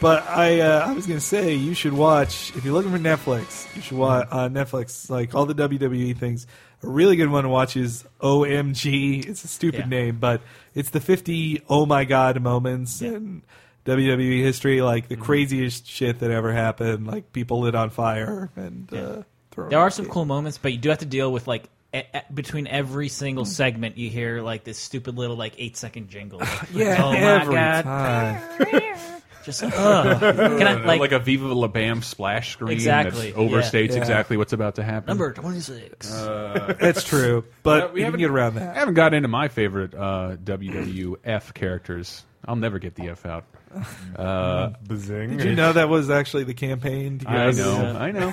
Speaker 5: but I, uh, I was gonna say you should watch if you're looking for Netflix. You should watch on Netflix like all the WWE things. A really good one to watch is OMG. It's a stupid
Speaker 2: Yeah.
Speaker 5: name, but it's the 50 oh my god moments in WWE history, like
Speaker 1: Mm-hmm.
Speaker 5: the craziest shit that ever happened, like people lit on fire and uh, thrown
Speaker 2: There are
Speaker 5: around.
Speaker 2: some cool moments, but you do have to deal with like e- e- between every
Speaker 5: Hmm.
Speaker 2: single segment, you hear like this stupid little like eight second jingle. Like,
Speaker 5: yeah,
Speaker 2: oh
Speaker 5: every
Speaker 2: my god!
Speaker 5: time.
Speaker 2: Just ugh. Can I, like,
Speaker 1: like, a Viva La Bam splash screen
Speaker 2: Exactly,
Speaker 1: that overstates
Speaker 5: yeah.
Speaker 1: exactly what's about to happen.
Speaker 2: number twenty six.
Speaker 5: That's true, but
Speaker 1: Uh, we
Speaker 5: we you
Speaker 1: haven't-
Speaker 5: can get around
Speaker 1: I
Speaker 5: that.
Speaker 1: haven't got into my favorite uh, WWF characters. I'll never get the F out. Uh,
Speaker 4: Bazing.
Speaker 5: Did you know that was actually the campaign? To get
Speaker 1: I
Speaker 5: us-
Speaker 1: know, I know.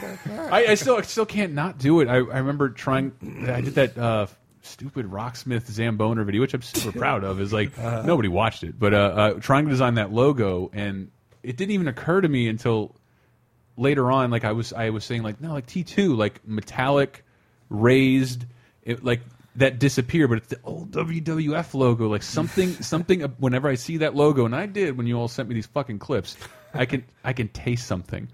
Speaker 1: I, I still, I still can't not do it. I, I remember trying. I did that uh, stupid Rocksmith Zamboner video, which I'm super proud of. Is like nobody watched it, but uh, uh, trying to design that logo, and it didn't even occur to me until later on. Like I was, I was saying like no, like T two, like metallic, raised, it, like that disappear, but it's the old WWF logo, like something, something. Whenever I see that logo, and I did when you all sent me these fucking clips, I can, I can taste something.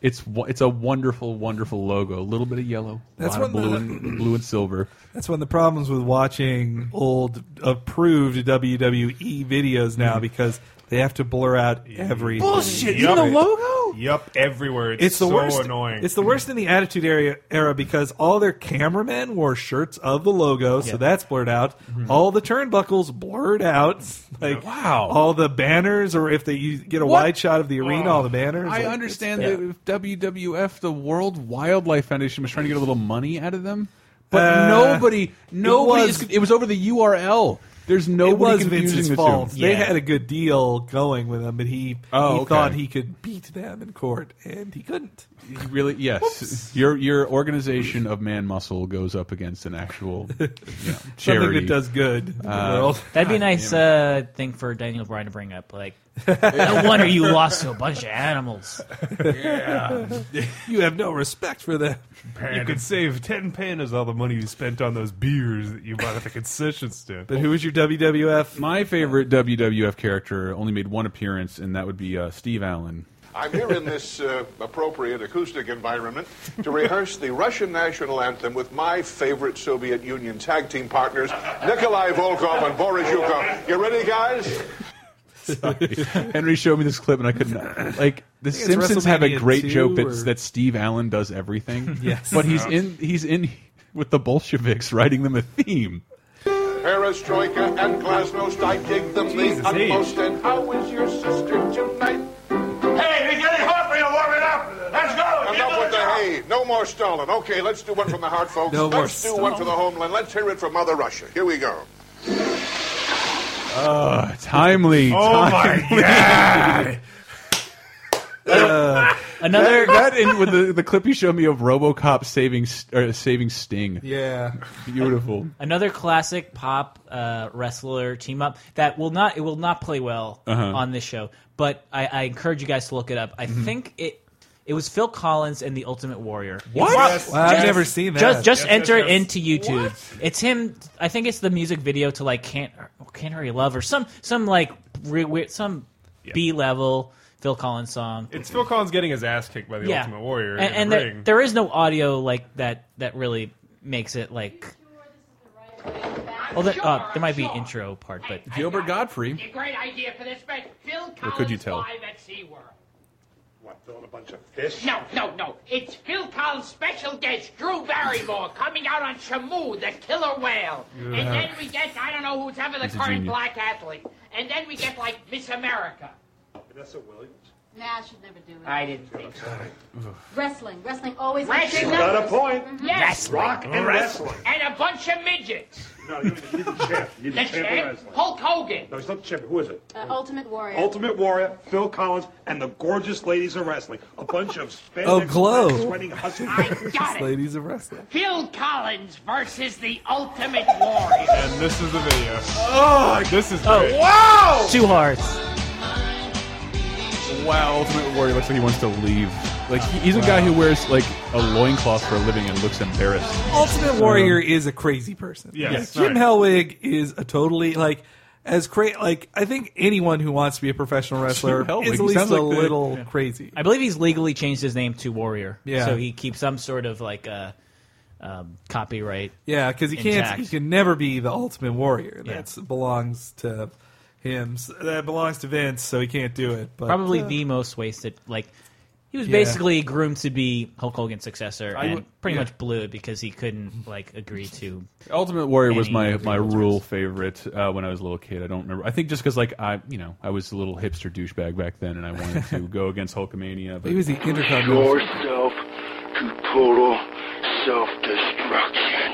Speaker 1: It's wo- it's a wonderful, wonderful logo. A little bit of yellow, a
Speaker 5: That's
Speaker 1: lot of
Speaker 5: one
Speaker 1: blue
Speaker 5: of
Speaker 1: and blue and silver.
Speaker 5: That's one of the problems with watching old approved WWE videos now
Speaker 1: Mm-hmm.
Speaker 5: because they have to blur out every
Speaker 4: Yep.
Speaker 5: logo.
Speaker 4: Yep, everywhere. It's,
Speaker 5: It's the
Speaker 4: so
Speaker 5: worst.
Speaker 4: annoying.
Speaker 5: It's the worst in the Attitude Era, era because all their cameramen wore shirts of the logo, so that's blurred out. All the turnbuckles blurred out. Like
Speaker 1: Mm-hmm. Wow.
Speaker 5: all the banners, or if they you get a
Speaker 1: What? Oh.
Speaker 5: wide shot of the arena, all the banners.
Speaker 1: I
Speaker 5: like,
Speaker 1: understand
Speaker 5: it's-
Speaker 1: that if WWF, the World Wildlife Foundation, was trying to get a little money out of them, but
Speaker 5: Uh,
Speaker 1: nobody, nobody.
Speaker 5: was-
Speaker 1: is- It was over the URL. There's nobody
Speaker 5: it was
Speaker 1: confusing
Speaker 5: Vince's
Speaker 1: the
Speaker 5: fault.
Speaker 1: two.
Speaker 5: They
Speaker 2: Yeah.
Speaker 5: had a good deal going with him, but he
Speaker 1: Oh,
Speaker 5: he
Speaker 1: okay.
Speaker 5: thought he could beat them in court, and he couldn't.
Speaker 1: You really, yes. Your your organization of man muscle goes up against an actual you know, charity. Uh,
Speaker 5: Something that does good in the world.
Speaker 2: That'd be a nice uh, thing for Daniel Bryan to bring up. Like, no wonder you lost to a bunch of animals.
Speaker 5: You have no respect for them.
Speaker 4: you could save ten pandas all the money you spent on those beers that you bought at the concession stand.
Speaker 5: But who was your WWF?
Speaker 1: My favorite WWF character only made one appearance, and that would be uh, Steve Allen.
Speaker 3: I'm here in this uh, appropriate acoustic environment to rehearse the Russian national anthem with my favorite Soviet Union tag team partners, Nikolai Volkov and Boris Yukov. You ready, guys?
Speaker 1: Henry showed me this clip, and I couldn't. Like the
Speaker 5: it's
Speaker 1: Simpsons have a
Speaker 5: WrestleMania
Speaker 1: great
Speaker 5: 2
Speaker 1: joke that
Speaker 5: or-
Speaker 1: that Steve Allen does everything.
Speaker 5: Yes.
Speaker 1: but he's in. He's in with the Bolsheviks writing them a theme.
Speaker 3: Perestroika and Glasnost, I dig them the utmost. And how is your sister tonight?
Speaker 7: Hey, we're getting hot. We're warming up. Let's go.
Speaker 3: Enough with the hay. No more Stalin. Okay, let's do one from the heart, folks.
Speaker 5: No
Speaker 3: let's
Speaker 5: more
Speaker 3: do one for the homeland. Let's hear it for Mother Russia. Here we go.
Speaker 1: Uh, timely.
Speaker 4: Oh my god!
Speaker 2: Another
Speaker 1: That in with the, the clip you showed me of RoboCop saving S- or saving Sting.
Speaker 5: Yeah.
Speaker 1: Beautiful.
Speaker 2: another classic pop uh, wrestler team up that will not it will not play well
Speaker 4: Uh-huh.
Speaker 2: on this show. But I, I encourage you guys to look it up. I
Speaker 4: Mm-hmm.
Speaker 2: think it it was Phil Collins and the Ultimate Warrior.
Speaker 1: What?
Speaker 2: Yes.
Speaker 5: Wow, I've never seen that.
Speaker 2: Just just
Speaker 4: Yes, yes,
Speaker 2: enter it
Speaker 4: yes.
Speaker 2: into YouTube. It's him. I think it's the music video to like can't can't hurry love or some some like re- weird some B level Phil Collins song.
Speaker 4: It's Phil Collins getting his ass kicked by the
Speaker 2: yeah,
Speaker 4: Ultimate Warrior
Speaker 2: and,
Speaker 4: in
Speaker 2: and
Speaker 4: the
Speaker 2: there-
Speaker 4: ring.
Speaker 2: there is no audio like that that really makes it like. Well, there, uh, there might be intro part, but
Speaker 1: Gilbert Godfrey.
Speaker 11: Great idea for this, but Phil Collins
Speaker 1: could you tell?
Speaker 11: live at SeaWorld.
Speaker 3: What, throwing a bunch of fish?
Speaker 11: No, no, no. It's Phil Collins' special guest, Drew Barrymore, coming out on Shamu, the killer whale. And then we get, I don't know who's ever the
Speaker 1: He's a
Speaker 11: current
Speaker 1: genius.
Speaker 11: black athlete. And then we get, like, Miss America.
Speaker 3: Vanessa Williams.
Speaker 12: Nah, I should never do it.
Speaker 11: I didn't think so.
Speaker 12: Wrestling. Wrestling always.
Speaker 11: Wrestling. Mm-hmm.
Speaker 3: Got a point.
Speaker 11: Yes,
Speaker 3: Rock and wrestling.
Speaker 11: and a bunch of midgets.
Speaker 3: No, you need the champ. You need
Speaker 11: The champ, Hulk Hogan.
Speaker 3: No, he's not the champ. Who is it?
Speaker 12: Uh, Ultimate Warrior.
Speaker 3: Ultimate Warrior, Phil Collins, and the gorgeous ladies in wrestling. A bunch of spandex
Speaker 5: Oh, glow.
Speaker 3: sweating
Speaker 11: I
Speaker 3: husbands.
Speaker 11: got it.
Speaker 5: Ladies of wrestling.
Speaker 11: Phil Collins versus the Ultimate Warrior.
Speaker 4: and this is the video. Oh, this is great.
Speaker 2: two hearts.
Speaker 1: Wow, Ultimate Warrior looks like he wants to leave. Like he- he's a guy who wears like a loincloth for a living and looks embarrassed.
Speaker 5: Ultimate Warrior is a crazy person.
Speaker 4: Yes, Yes.
Speaker 5: Jim
Speaker 4: right.
Speaker 5: Hellwig is a totally like as crazy. Like I think anyone who wants to be a professional wrestler
Speaker 1: Hellwig,
Speaker 5: is
Speaker 1: he
Speaker 5: at least
Speaker 1: sounds
Speaker 5: a
Speaker 1: like the-
Speaker 5: little crazy.
Speaker 2: I believe he's legally changed his name to Warrior.
Speaker 5: Yeah.
Speaker 2: So he keeps some sort of like uh, um, copyright.
Speaker 5: Yeah, because he can't.
Speaker 2: Intact.
Speaker 5: He can never be the Ultimate Warrior.
Speaker 2: Yeah.
Speaker 5: That belongs to him. So That belongs to Vince. So he can't do it. But
Speaker 2: Probably
Speaker 5: uh,
Speaker 2: the most wasted. Like he was
Speaker 5: Yeah.
Speaker 2: basically groomed to be Hulk Hogan's successor,
Speaker 5: I
Speaker 2: and
Speaker 5: would-
Speaker 2: pretty
Speaker 5: yeah.
Speaker 2: much blew it because he couldn't like agree to.
Speaker 1: Ultimate Warrior was
Speaker 2: Any
Speaker 1: my
Speaker 2: of the
Speaker 1: my
Speaker 2: old
Speaker 1: rule favorite uh, when I was a little kid. I don't remember. I think just because like I you know I was a little hipster douchebag back then, and I wanted to go against Hulkamania. But
Speaker 5: he was the Intercontinental.
Speaker 8: Yourself to total self-destruction.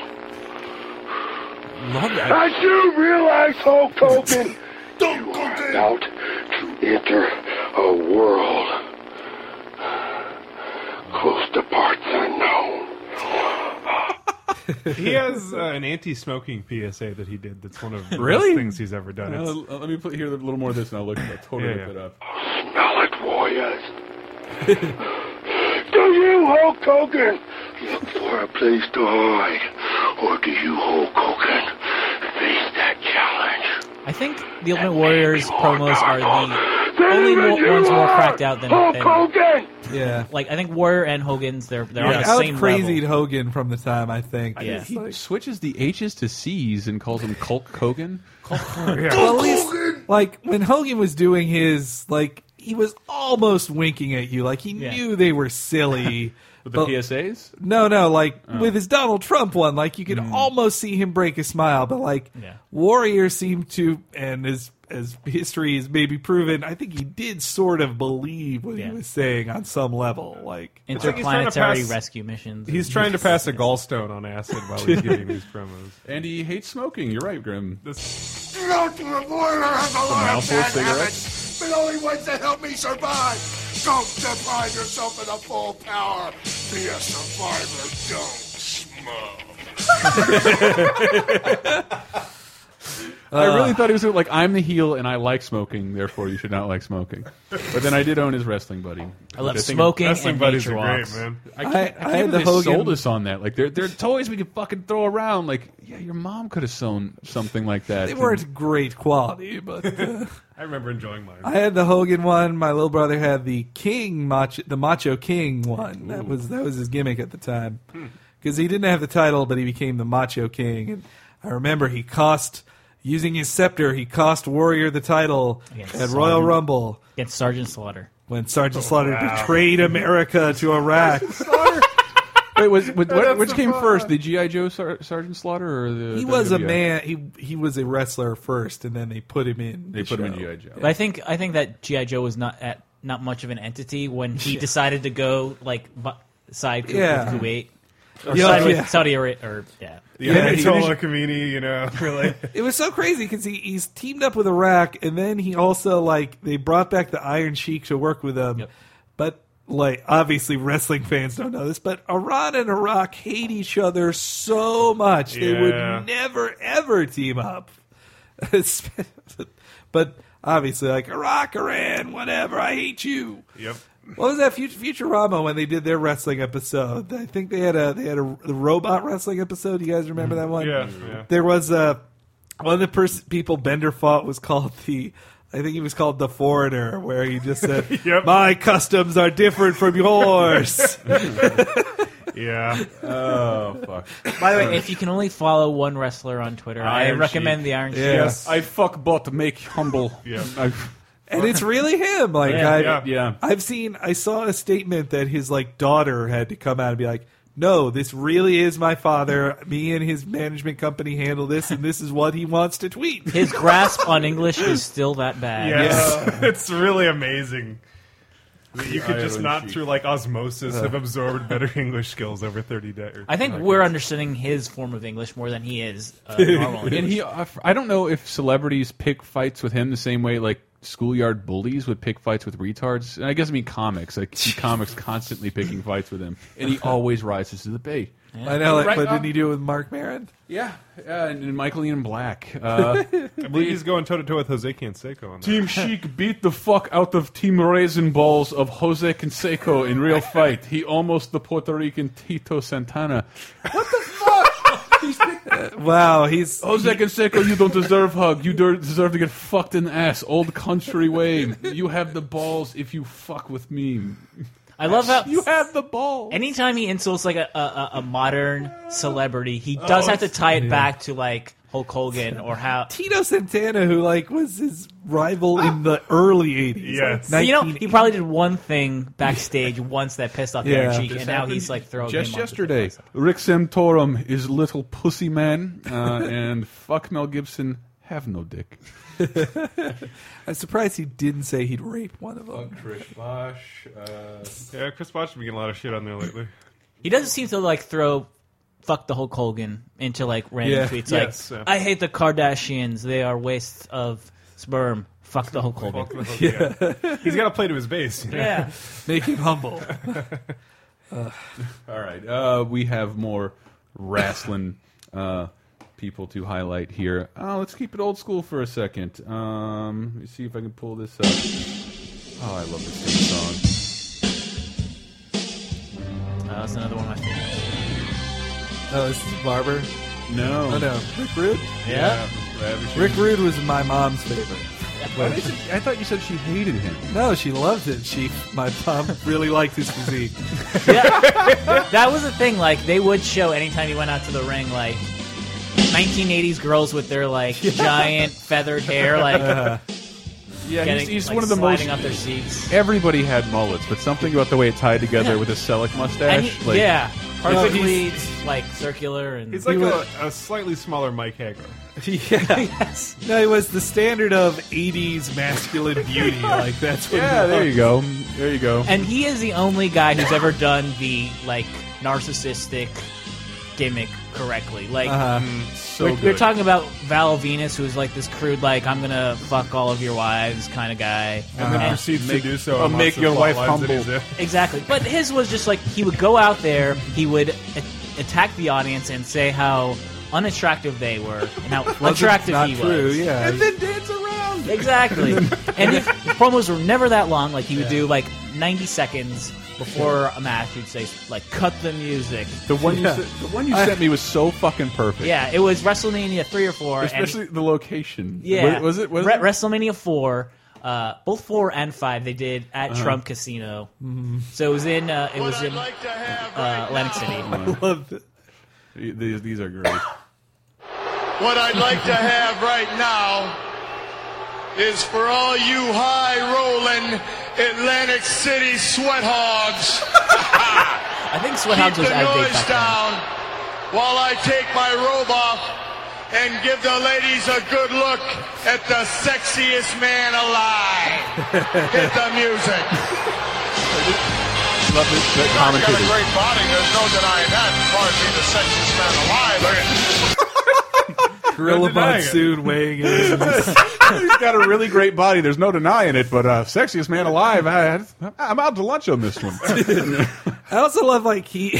Speaker 1: love that.
Speaker 8: I do realize, Hulk Hogan, you are about to enter a world close to parts unknown.
Speaker 4: He has uh, an anti-smoking PSA that he did. That's one of the
Speaker 1: Really?
Speaker 4: best things he's ever done.
Speaker 1: Uh,
Speaker 4: It's-
Speaker 1: let me put, hear a little more of this, and I'll look. I'll totally
Speaker 4: Yeah,
Speaker 1: look it
Speaker 4: yeah.
Speaker 1: up.
Speaker 8: Smell it, warriors. do you, Hulk Hogan, look for a place to hide? Or do you, Hulk Hogan, face that challenge?
Speaker 2: I think the Ultimate Warrior's promos are the
Speaker 8: Then
Speaker 2: only
Speaker 8: even
Speaker 2: more,
Speaker 8: you
Speaker 2: ones more
Speaker 8: are
Speaker 2: cracked out than.
Speaker 8: Hulk
Speaker 2: than-
Speaker 8: Hogan!
Speaker 5: Yeah.
Speaker 2: like I think Warrior and Hogan's they're they're on
Speaker 5: Like,
Speaker 2: the
Speaker 5: out
Speaker 2: same
Speaker 5: crazied
Speaker 2: level.
Speaker 5: Hogan from the time I think.
Speaker 2: Yeah.
Speaker 5: It's
Speaker 1: He
Speaker 5: like-
Speaker 1: switches the H's to C's and calls him Hulk Hogan.
Speaker 5: Well, at least, like when Hogan was doing his like he was almost winking at you like he
Speaker 2: Yeah.
Speaker 5: knew they were silly
Speaker 1: With the
Speaker 5: But-
Speaker 1: PSAs.
Speaker 5: no no like
Speaker 4: Oh.
Speaker 5: with his Donald Trump one like you could
Speaker 4: Hmm.
Speaker 5: almost see him break a smile but like
Speaker 2: Yeah.
Speaker 5: Warrior seemed to and as as history has maybe proven I think he did sort of believe what
Speaker 2: Yeah.
Speaker 5: he was saying on some level like
Speaker 4: like he's trying to
Speaker 2: Interplanetary
Speaker 4: pass-
Speaker 2: rescue missions.
Speaker 4: He's trying to pass a gallstone on acid while he's giving these promos.
Speaker 1: And he hates smoking. You're right, Grim.
Speaker 3: The Ultimate Warrior has a lot of
Speaker 1: mouthful of
Speaker 3: bad habits, but only ones that help me survive. Don't deprive yourself of the full power. Be a survivor. Don't smoke.
Speaker 1: I really
Speaker 2: Uh.
Speaker 5: Ugh.
Speaker 1: thought he was like, I'm the heel and I like smoking, therefore you should not like smoking. But then I did own his wrestling buddy.
Speaker 2: I love
Speaker 1: Which think-
Speaker 2: smoking Wrestling and buddies nature are great, walks.
Speaker 4: man.
Speaker 1: I can't, I,
Speaker 5: I-
Speaker 1: can't
Speaker 5: I
Speaker 1: believe
Speaker 5: had the
Speaker 1: they
Speaker 5: Hogan-
Speaker 1: sold us on that. Like they're they're toys we could fucking throw around. Like yeah, your mom could have sewn something like that.
Speaker 5: They weren't great quality, but uh,
Speaker 4: I remember enjoying mine.
Speaker 5: I had the Hogan one. My little brother had the King Macho, the Macho King one. That was that was his gimmick at the time, because he didn't have the title, but he became the Macho King. And I remember he cost using his scepter. He cost Warrior the title
Speaker 2: Against
Speaker 5: at Royal
Speaker 2: Sergeant-
Speaker 5: Rumble
Speaker 2: Against Sergeant Slaughter.
Speaker 5: when Sergeant Slaughter
Speaker 4: wow.
Speaker 5: betrayed America to Iraq.
Speaker 1: Wait, was, was- what-
Speaker 4: That's
Speaker 1: which
Speaker 4: the
Speaker 1: came
Speaker 4: fun.
Speaker 1: first, the GI Joe Sar- Sergeant Slaughter or the?
Speaker 5: he was a
Speaker 1: WWF?
Speaker 5: man. He he was a wrestler first, and then they put him in.
Speaker 1: They
Speaker 5: the
Speaker 1: put him in
Speaker 5: show.
Speaker 1: GI Joe.
Speaker 2: But I think I think that GI Joe was not at not much of an entity when he decided to go like bu- side with
Speaker 5: Yeah.
Speaker 2: Kuwait or
Speaker 5: Yeah,
Speaker 2: side
Speaker 5: yeah.
Speaker 2: with Saudi Arabia or yeah.
Speaker 4: The Ayatollah Khomeini, you know, really.
Speaker 5: It was so crazy because he, he's teamed up with Iraq, and then he also like they brought back the Iron Sheik to work with them.
Speaker 2: Yep.
Speaker 5: But like obviously wrestling fans don't know this, but Iran and Iraq hate each other so much they
Speaker 4: Yeah.
Speaker 5: would never ever team up. but obviously, like Iraq, Iran, whatever, I hate you.
Speaker 4: yep.
Speaker 5: What was that Fut- Futurama when they did their wrestling episode? I think they had a they had a, the robot wrestling episode. You guys remember that one?
Speaker 4: Yeah, yeah.
Speaker 5: There was a one of the pers- people Bender fought was called the. I think he was called the foreigner, where he just said,
Speaker 4: Yep.
Speaker 5: "My customs are different from yours."
Speaker 4: Yeah.
Speaker 1: Oh fuck!
Speaker 2: By the way, if you can only follow one wrestler on Twitter, I
Speaker 1: Iron
Speaker 2: recommend
Speaker 1: Sheik.
Speaker 2: the Iron Sheik.
Speaker 1: Yes, I fuck bot make humble.
Speaker 4: Yeah.
Speaker 1: I-
Speaker 5: and it's really him. Like
Speaker 2: Yeah,
Speaker 5: I,
Speaker 4: yeah.
Speaker 1: yeah.
Speaker 5: I've seen I saw a statement that his like daughter had to come out and be like, "No, this really is my father. Me and his management company handle this and this is what he wants to tweet."
Speaker 2: His grasp on English is still that bad.
Speaker 4: Yes. it's really amazing. That you could just
Speaker 1: Iron
Speaker 4: not
Speaker 1: Sheik.
Speaker 4: through like osmosis
Speaker 5: Uh.
Speaker 4: have absorbed better English skills over 30 days. Uh,
Speaker 2: I think we're understanding his form of English more than he is uh, normal
Speaker 1: And
Speaker 2: English.
Speaker 1: he, I don't know if celebrities pick fights with him the same way like schoolyard bullies would pick fights with retards. And I guess I mean comics, like comics constantly picking fights with him, and he always rises to the bait.
Speaker 5: I know, like,
Speaker 1: Right,
Speaker 5: but
Speaker 1: um,
Speaker 5: didn't he do it with Mark Maron?
Speaker 1: Yeah,
Speaker 2: uh,
Speaker 1: yeah and, and Michael Ian Black. Uh,
Speaker 4: I believe he's going toe to toe with Jose Canseco on that.
Speaker 1: Team Sheik beat the fuck out of Team Raisin Balls of Jose Canseco in real fight. He almost the Puerto Rican Tito Santana.
Speaker 5: Wow, he's
Speaker 1: Jose Canseco, you don't deserve hug. You der- deserve to get fucked in the ass. Old country way. You have the balls if you fuck with me.
Speaker 2: I love how
Speaker 1: You have the balls.
Speaker 2: anytime he insults like a, a, a- a modern celebrity, he
Speaker 4: Oh,
Speaker 2: does have to tie it back to like Hulk Hogan or how.
Speaker 5: Tito Santana, who like was his rival in the early '80s.
Speaker 4: Yes.
Speaker 5: like,
Speaker 2: You Ah. know,
Speaker 5: 1980s.
Speaker 2: he probably did one thing backstage once that pissed off
Speaker 5: Yeah.
Speaker 2: Iron Sheik,
Speaker 5: This
Speaker 2: and now he's like throwing
Speaker 1: Just
Speaker 2: him off the
Speaker 1: yesterday,
Speaker 2: pedestal.
Speaker 1: Rick Santorum is little pussy man, uh, and fuck Mel Gibson, have no dick.
Speaker 5: I'm surprised he didn't say he'd rape one of them.
Speaker 1: Trish Bosch. Uh,
Speaker 4: Yeah, Chris Bosh has been getting a lot of shit on there lately.
Speaker 2: He doesn't seem to like throw fuck the Hulk Hogan into like random
Speaker 5: Yeah.
Speaker 2: tweets
Speaker 4: Yes,
Speaker 2: like
Speaker 4: yeah.
Speaker 2: I hate the Kardashians, they are wastes of sperm. Fuck the Hulk Hogan.
Speaker 4: yeah. He's got to play to his base. you know?
Speaker 2: Yeah.
Speaker 5: Make him humble.
Speaker 1: All right. Uh, we have more wrestling uh, people to highlight here. Uh, let's keep it old school for a second. Um, let me see if I can pull this up. Oh, I love this theme song.
Speaker 2: Uh, that's another one of my favorites.
Speaker 5: oh, this is Barber.
Speaker 1: No.
Speaker 5: Oh no, Rick Rude.
Speaker 2: Yeah.
Speaker 5: Rick Rude was my mom's favorite.
Speaker 1: Why did you- I thought you said she hated him.
Speaker 5: No, she loved it. She, my mom, really liked his physique.
Speaker 2: That was the thing, like they would show anytime he went out to the ring, like 1980s girls with their like giant feathered hair, like
Speaker 1: Yeah,
Speaker 2: getting,
Speaker 1: he's, he's
Speaker 2: like,
Speaker 1: one of the
Speaker 2: sliding
Speaker 1: most.
Speaker 2: up their seats.
Speaker 1: Everybody had mullets, but something about the way it tied together with a Selleck
Speaker 2: And
Speaker 1: mustache.
Speaker 2: he-
Speaker 1: like,
Speaker 2: yeah, perfectly
Speaker 4: he's-
Speaker 2: like circular and
Speaker 4: He's like
Speaker 5: He
Speaker 4: a,
Speaker 5: was-
Speaker 4: a slightly smaller Mike Hager.
Speaker 5: yeah,
Speaker 2: yes.
Speaker 5: no, it was the standard of '80s masculine beauty. Like that's what.
Speaker 1: Yeah,
Speaker 5: he
Speaker 1: there you
Speaker 5: was.
Speaker 1: go. There you go.
Speaker 2: And he is the only guy who's ever done the like narcissistic gimmick correctly. Like
Speaker 4: Uh-huh. Mm,
Speaker 1: so
Speaker 2: we're,
Speaker 1: good.
Speaker 2: we're talking about Val Venus, who's like this crude, like I'm gonna fuck all of your wives kind of guy. Uh-huh.
Speaker 4: And then
Speaker 2: And-
Speaker 4: proceeds
Speaker 1: Make-
Speaker 4: to do so.
Speaker 1: uh,
Speaker 4: on lots
Speaker 1: make
Speaker 4: of
Speaker 1: your
Speaker 4: plot
Speaker 1: wife
Speaker 4: lines that
Speaker 1: humble.
Speaker 4: he's in.
Speaker 2: exactly. But his was just like he would go out there, he would a- attack the audience and say how unattractive they were and how
Speaker 5: Well, it's
Speaker 2: attractive
Speaker 5: not
Speaker 2: he was.
Speaker 5: true, yeah.
Speaker 2: And then
Speaker 5: dance around.
Speaker 2: Exactly. and his promos were never that long. Like he would do like 90 seconds before a match. He'd say like, "Cut the music."
Speaker 1: The one you se- the one you sent me was so fucking perfect.
Speaker 2: Yeah, it was WrestleMania three or four, and-
Speaker 1: especially the location.
Speaker 2: Yeah,
Speaker 1: Wa- was it? Was
Speaker 2: Re-
Speaker 1: it?
Speaker 2: WrestleMania four? Uh, both four and five they did at
Speaker 1: Uh-huh.
Speaker 2: Trump Casino.
Speaker 1: Mhm.
Speaker 2: So it was in uh, it was in uh, Atlantic City.
Speaker 1: I love These, these are great.
Speaker 13: What I'd like to have right now is for all you high rolling Atlantic City sweat hogs.
Speaker 2: I think sweat hogs was
Speaker 13: Keep the
Speaker 2: out of date
Speaker 13: noise
Speaker 2: back then.
Speaker 13: down while I take my robe off and give the ladies a good look at the sexiest man alive. Hit the music.
Speaker 1: Love the, the
Speaker 13: He's got a
Speaker 1: commentary.
Speaker 13: great body. There's no denying that. As far as being the sexiest man alive, look at
Speaker 5: Gorilla
Speaker 1: denying it.
Speaker 5: Monsoon weighing in.
Speaker 1: He's got a really great body. There's no denying it. But uh, sexiest man alive. I, I'm out to lunch on this one.
Speaker 5: I also love like he,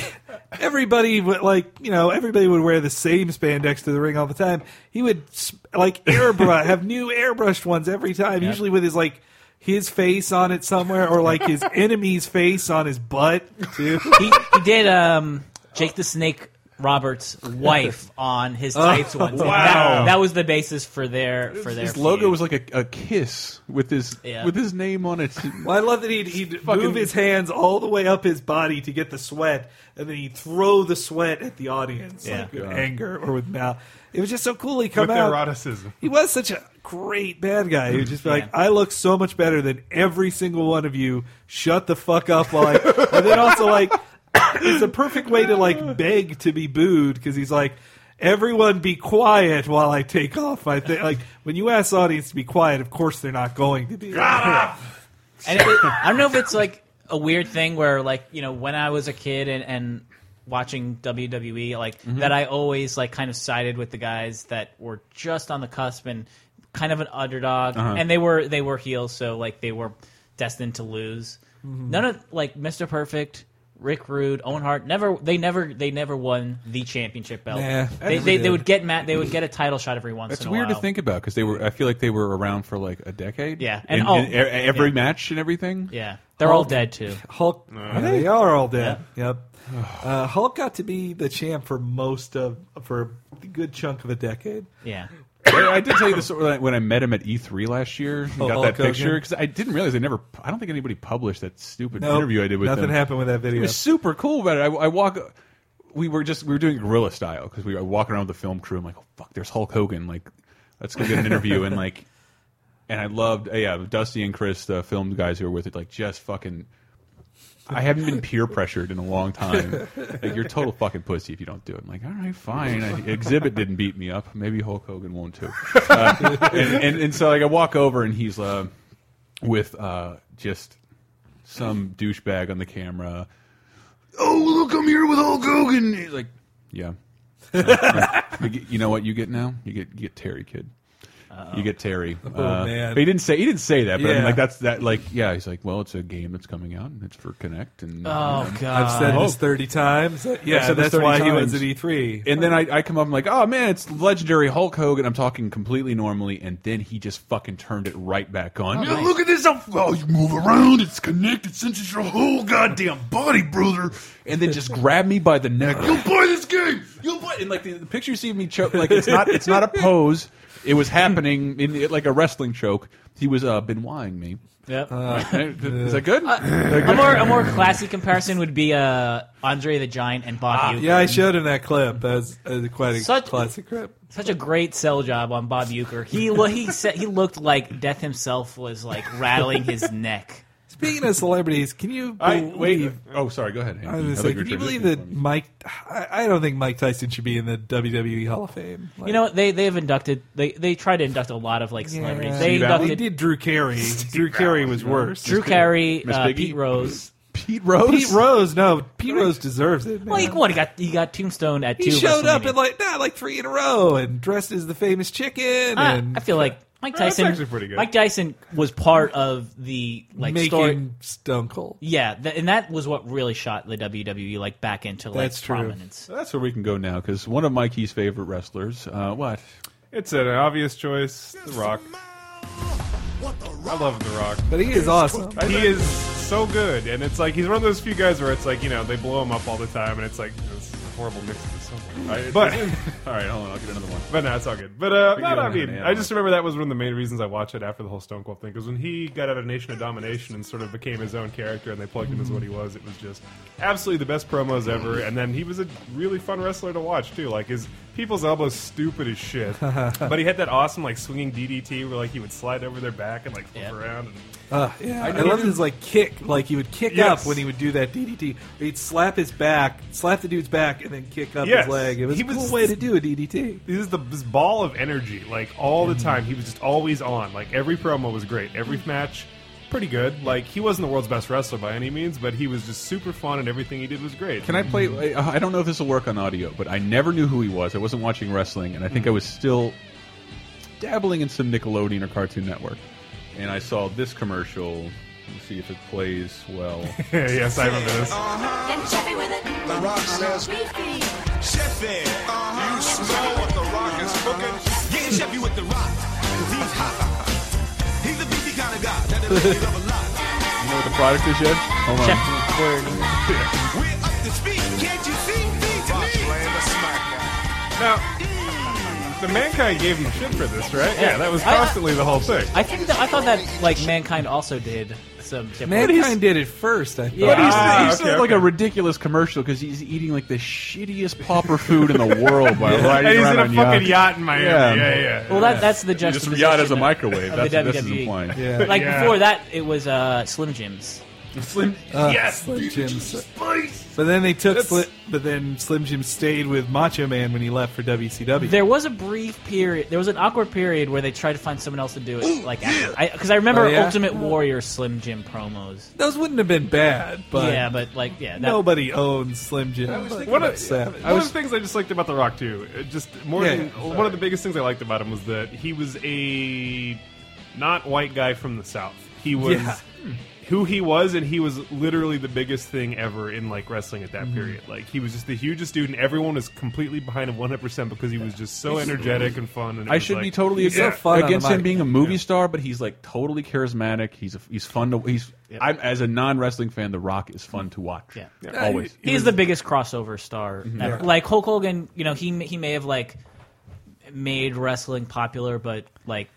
Speaker 5: everybody would like you know everybody would wear the same spandex to the ring all the time. He would s- like airbrush, have new airbrushed ones every time,
Speaker 1: Yeah.
Speaker 5: usually with his like his face on it somewhere or like his enemy's face on his butt too.
Speaker 2: he, he did um, Jake the Snake Roberts' wife on his
Speaker 5: Oh,
Speaker 2: tights once. and That,
Speaker 1: wow.
Speaker 2: that was the basis for their for their
Speaker 1: His
Speaker 2: feud.
Speaker 1: logo was like a, a kiss with his
Speaker 2: Yeah.
Speaker 1: with his name on it.
Speaker 5: Well, I love that he'd, he'd
Speaker 1: Fucking-
Speaker 5: move his hands all the way up his body to get the sweat, and then he'd throw the sweat at the audience,
Speaker 4: Yeah.
Speaker 5: like with
Speaker 4: God.
Speaker 5: anger or with mouth. It was just so cool. He come
Speaker 4: With
Speaker 5: out
Speaker 4: eroticism.
Speaker 5: He was such a great bad guy. He would just be
Speaker 4: Yeah.
Speaker 5: like, "I look so much better than every single one of you. Shut the fuck up!" While I, and then also like, it's a perfect way to like beg to be booed because he's like. Everyone be quiet while I take off. I think like when you ask the audience to be quiet, of course they're not going to be.
Speaker 2: And it, it- I don't know if it's like a weird thing where like you know when I was a kid and, and watching WWE like
Speaker 1: Mm-hmm.
Speaker 14: Mhm.
Speaker 2: that I always like kind of sided with the guys that were just on the cusp and kind of an underdog
Speaker 14: Uh-huh.
Speaker 2: and they were they were heels so like they were destined to lose.
Speaker 1: Mm-hmm.
Speaker 14: Mhm.
Speaker 2: None of like Mr. Perfect. Rick Rude, Owen Hart, never they never they never won the championship belt.
Speaker 1: Nah,
Speaker 2: they,
Speaker 1: never
Speaker 2: they, they
Speaker 1: did.
Speaker 2: would get Matt, they would get a title shot every once
Speaker 1: That's
Speaker 2: in a
Speaker 1: weird
Speaker 2: while.
Speaker 1: to think about because they were. I feel like they were around for like a decade.
Speaker 2: Yeah.
Speaker 1: and,
Speaker 2: And- oh,
Speaker 1: and e- every
Speaker 2: yeah.
Speaker 1: match and everything.
Speaker 2: Yeah. They're all dead, too.
Speaker 5: Hulk,
Speaker 1: Are
Speaker 5: yeah,
Speaker 1: they?
Speaker 5: they are all dead. Yep. Uh, Hulk got to be the champ for most of for a good chunk of a decade.
Speaker 2: Yeah.
Speaker 1: I I did tell you this when I, when I met him at E3 last year. and
Speaker 5: Oh,
Speaker 1: got
Speaker 5: Hulk
Speaker 1: that
Speaker 5: Hogan?
Speaker 1: picture because I didn't realize they never. I don't think anybody published that stupid
Speaker 5: Nope,
Speaker 1: interview I did with
Speaker 5: nothing
Speaker 1: them.
Speaker 5: happened with that
Speaker 1: It
Speaker 5: video.
Speaker 1: was super cool about it. I, I walk. We were just we were doing guerrilla style because we were walking around with the film crew. I'm like, oh, fuck, there's Hulk Hogan. Like, let's go get an interview and like. And I loved, uh, yeah, Dusty and Chris, the film guys who were with it, like just fucking. I haven't been peer pressured in a long time. Like you're a total fucking pussy if you don't do it. I'm like, all right, fine. I, exhibit didn't beat me up. Maybe Hulk Hogan won't too. Uh, and, and and so like I walk over and he's uh, with uh, just some douchebag on the camera. Oh, look, I'm here with Hulk Hogan. He's like, yeah. Uh, you, get- you know what you get now? You get you get Terry kid. You get Terry.
Speaker 5: Oh,
Speaker 1: Uh,
Speaker 5: man.
Speaker 1: but he didn't say he didn't say that. But I mean,
Speaker 5: Yeah.
Speaker 1: like that's that like yeah. He's like, well, it's a game that's coming out and it's for Connect and
Speaker 5: Oh, God. I've said this 30 times. Yeah,
Speaker 1: I've said this
Speaker 5: that's why he was E
Speaker 1: times.
Speaker 5: at E3.
Speaker 1: And then I, I come up and like, oh man, it's legendary Hulk Hogan. I'm talking completely normally, and then he just fucking turned it right back on.
Speaker 3: Yeah, Look at this. I'm, oh, you move around. It's connected. Senses your whole goddamn body, brother.
Speaker 1: and then just grabbed me by the neck.
Speaker 3: You'll play this game.
Speaker 1: You'll play. And like the, the picture you see of me choke, like it's not it's not a pose. It was happening in the, like a wrestling choke. He was uh, been wying me.
Speaker 2: Yeah.
Speaker 5: Uh,
Speaker 1: is that good? Uh, Is that
Speaker 2: Uh, a
Speaker 1: good?
Speaker 2: more a more classy comparison would be uh, Andre the Giant and Bob
Speaker 1: Ah,
Speaker 2: Euchre.
Speaker 5: yeah, I showed him that clip. That was, that was quite a
Speaker 2: Such-
Speaker 5: classic clip.
Speaker 2: Such a great sell job on Bob Euchre. He lo- he said he looked like Death himself was like rattling his neck.
Speaker 5: Speaking of celebrities, can you
Speaker 1: I-
Speaker 5: believe,
Speaker 1: wait, Oh, sorry. Go ahead.
Speaker 5: I was gonna say, can you believe that Mike? I, I don't think Mike Tyson should be in the WWE Hall of Fame.
Speaker 2: you know what? they they've inducted they they try to induct a lot of like celebrities. They
Speaker 5: Steve Allen.
Speaker 2: inducted
Speaker 5: They did Drew Carey. Drew Carey was worse.
Speaker 2: Drew
Speaker 5: Miss Piggy.
Speaker 2: Carey,
Speaker 5: Miss
Speaker 2: uh,
Speaker 5: Piggy?
Speaker 2: Pete Rose.
Speaker 1: Pete Rose?
Speaker 5: Pete Rose. No, Pete Rose deserves it.
Speaker 2: Well, he, what, he got he got tombstone at
Speaker 5: He
Speaker 2: two.
Speaker 5: showed up
Speaker 2: WrestleMania.
Speaker 5: in like nah, like three in a row and dressed as the famous chicken.
Speaker 2: Ah, I-
Speaker 5: and Oh,
Speaker 2: I feel like Mike
Speaker 4: That's
Speaker 2: Tyson.
Speaker 4: actually pretty good.
Speaker 2: Mike Tyson was part of the like
Speaker 5: Making
Speaker 2: story.
Speaker 5: Stone Cold.
Speaker 2: Yeah, th- and that was what really shot the WWE like back into like
Speaker 1: That's true.
Speaker 2: prominence.
Speaker 1: So that's where we can go now because one of Mikey's favorite wrestlers. Uh, what?
Speaker 4: It's an obvious choice. The Rock. I love The Rock.
Speaker 5: But he is awesome.
Speaker 4: He is so good. And it's like, he's one of those few guys where it's like, you know, they blow him up all the time and it's like, this is a horrible mix of something.
Speaker 1: I-
Speaker 4: But.
Speaker 1: all right, hold on. I'll get another one.
Speaker 4: But no, it's all good. But uh,
Speaker 1: We
Speaker 4: no,
Speaker 1: can
Speaker 4: no,
Speaker 1: go
Speaker 4: I
Speaker 1: on
Speaker 4: mean,
Speaker 1: and on.
Speaker 4: I just remember that was one of the main reasons I watched it after the whole Stone Cold thing. Because when he got out of Nation of Domination and sort of became his own character, and they plugged him as what he was, it was just absolutely the best promos ever. And then he was a really fun wrestler to watch too. Like his people's elbows stupid as shit, but he had that awesome like swinging DDT where like he would slide over their back and like flip around. And,
Speaker 5: Uh, yeah, I,
Speaker 4: I
Speaker 5: love
Speaker 4: hated-
Speaker 5: his like kick. Like he would kick
Speaker 4: Yes.
Speaker 5: up when he would do that DDT. He'd slap his back, slap the dude's back, and then kick up
Speaker 4: Yes.
Speaker 5: his leg. It was
Speaker 4: He
Speaker 5: a
Speaker 4: was-
Speaker 5: cool way to do a DDT.
Speaker 4: This is the this ball of energy, like all the time. He was just always on. Like every promo was great. Every match, pretty good. Like he wasn't the world's best wrestler by any means, but he was just super fun, and everything he did was great.
Speaker 1: Can I play? I I don't know if this will work on audio, but I never knew who he was. I wasn't watching wrestling, and I
Speaker 4: Hmm.
Speaker 1: think I was still dabbling in some Nickelodeon or Cartoon Network. And I saw this commercial. Let's see if it plays well.
Speaker 4: yes, I remember this.
Speaker 14: Get Chevy with it. Uh-huh. The Rock says, Chevy, you smell what The Rock is cooking? Getting Chevy with The Rock, 'cause he's hot. He's a beefy kind of guy, that they really love a lot.
Speaker 1: You know what the product is yet? Hold on.
Speaker 14: We're up to speed, can't you see? Feed to me.
Speaker 4: Now, the mankind gave him shit for this, right? Yeah,
Speaker 2: Yeah.
Speaker 4: that was
Speaker 2: I- I-
Speaker 4: constantly the whole thing.
Speaker 2: I think that, I thought that like mankind also did some different.
Speaker 5: Mankind did it first. I thought.
Speaker 1: But he's,
Speaker 2: Ah,
Speaker 1: he's
Speaker 2: okay,
Speaker 1: like
Speaker 2: okay.
Speaker 1: a ridiculous commercial because he's eating like the shittiest pauper food in the world by riding
Speaker 4: And he's
Speaker 1: around
Speaker 4: in a
Speaker 1: on
Speaker 4: fucking yacht in Miami. Yeah, yeah,
Speaker 2: Well, that, that's the
Speaker 1: Just
Speaker 2: justification.
Speaker 1: yacht as a
Speaker 2: of-
Speaker 1: microwave.
Speaker 2: of
Speaker 1: That's
Speaker 2: the
Speaker 1: what this is
Speaker 2: WWE.
Speaker 1: implying.
Speaker 5: Yeah.
Speaker 2: Like
Speaker 5: Yeah.
Speaker 2: before that, it was uh, Slim Jims.
Speaker 4: Slim,
Speaker 5: Uh, Slim Jim. But then they took. Sli- but then Slim Jim stayed with Macho Man when he left for WCW.
Speaker 2: There was a brief period. There was an awkward period where they tried to find someone else to do it. Like, because I, remember
Speaker 5: Oh, yeah?
Speaker 2: Ultimate Warrior Slim Jim promos.
Speaker 5: Those wouldn't have been bad, but
Speaker 2: yeah, but like, yeah, that,
Speaker 5: nobody owns Slim Jim. But
Speaker 4: One of,
Speaker 5: that's savage.
Speaker 4: one of the things I just liked about The Rock too, it just more
Speaker 5: Yeah,
Speaker 4: than
Speaker 5: yeah.
Speaker 4: one of the biggest things I liked about him was that he was a not white guy from the South. He was
Speaker 5: Yeah.
Speaker 4: who he was, and he was literally the biggest thing ever in like wrestling at that
Speaker 1: Mm-hmm.
Speaker 5: Mhm.
Speaker 4: period. Like he was just the hugest dude, and everyone was completely behind him one hundred percent because he was just so energetic and fun. And it
Speaker 1: I
Speaker 4: was
Speaker 1: should
Speaker 4: like-
Speaker 1: be totally
Speaker 4: Yeah.
Speaker 1: against, against him being a movie star, but he's like totally charismatic. He's a, he's fun to he's. I'm as a non wrestling fan, The Rock is fun to watch.
Speaker 2: Yeah.
Speaker 1: always.
Speaker 2: He's the biggest crossover star.
Speaker 5: Mm-hmm.
Speaker 1: Mhm.
Speaker 2: ever.
Speaker 1: Yeah.
Speaker 2: Like Hulk Hogan, you know, he he may have like made wrestling popular, but like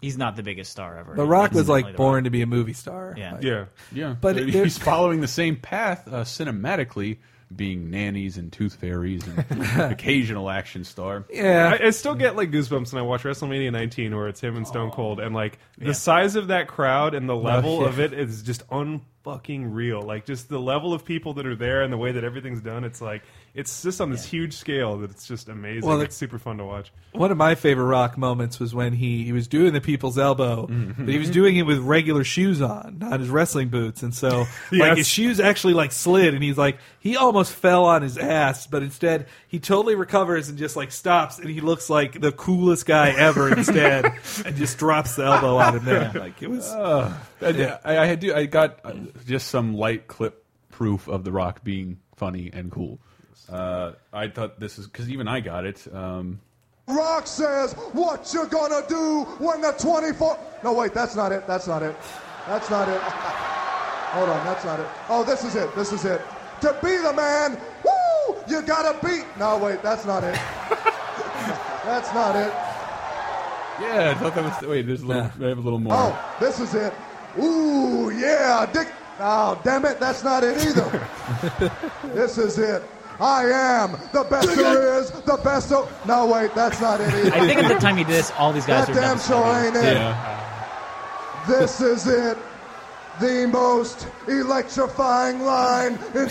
Speaker 2: he's not the biggest star ever.
Speaker 5: The Rock was
Speaker 2: Definitely
Speaker 5: like
Speaker 2: The
Speaker 5: born to be a movie star.
Speaker 2: Yeah.
Speaker 5: Like-
Speaker 1: yeah, yeah.
Speaker 5: But
Speaker 1: But
Speaker 5: it-
Speaker 1: he's following the same path uh, cinematically, being nannies and tooth fairies and occasional action star.
Speaker 4: I, I still get like goosebumps when I watch WrestleMania 19, where it's him and Stone Cold, and like the size of that crowd and the level
Speaker 1: yeah.
Speaker 4: of it is just unfucking real. Like just the level of people that are there and the way that everything's done, it's like it's just on this huge scale that it's just amazing.
Speaker 5: Well, the-
Speaker 4: it's super fun to watch.
Speaker 5: One of my favorite rock moments was when he, he was doing the people's elbow, but he was doing it with regular shoes on, not his wrestling boots. And so, like,
Speaker 4: Yes.
Speaker 5: his shoes actually, like, slid, and he's like, he almost fell on his ass, but instead, he totally recovers and just, like, stops, and he looks like the coolest guy ever instead, and just drops the elbow on him there. Like, it was.
Speaker 1: Uh, I,
Speaker 5: Yeah.
Speaker 1: I, I do. I got uh, just some light clip proof of The Rock being funny and cool. Uh, I thought this is because even I got it. Um,
Speaker 15: Rock says, "What you gonna do when the 24?" No, wait, that's not it. That's not it. That's not it. Hold on, that's not it. Oh, this is it. This is it. To be the man, woo! You gotta beat. No, wait, that's not it. that's not it.
Speaker 1: yeah, I thought that was. Wait, there's a little. I have a little more.
Speaker 15: Oh, this is it. Ooh, yeah, Dick. Oh, damn it, that's not it either. this is it. I am the best there is, the best. o- No, wait, that's not it either.
Speaker 2: I think at the time he did this, all these guys
Speaker 15: That
Speaker 2: were
Speaker 15: damn
Speaker 2: WWE.
Speaker 15: sure ain't it. This is it. The most electrifying line in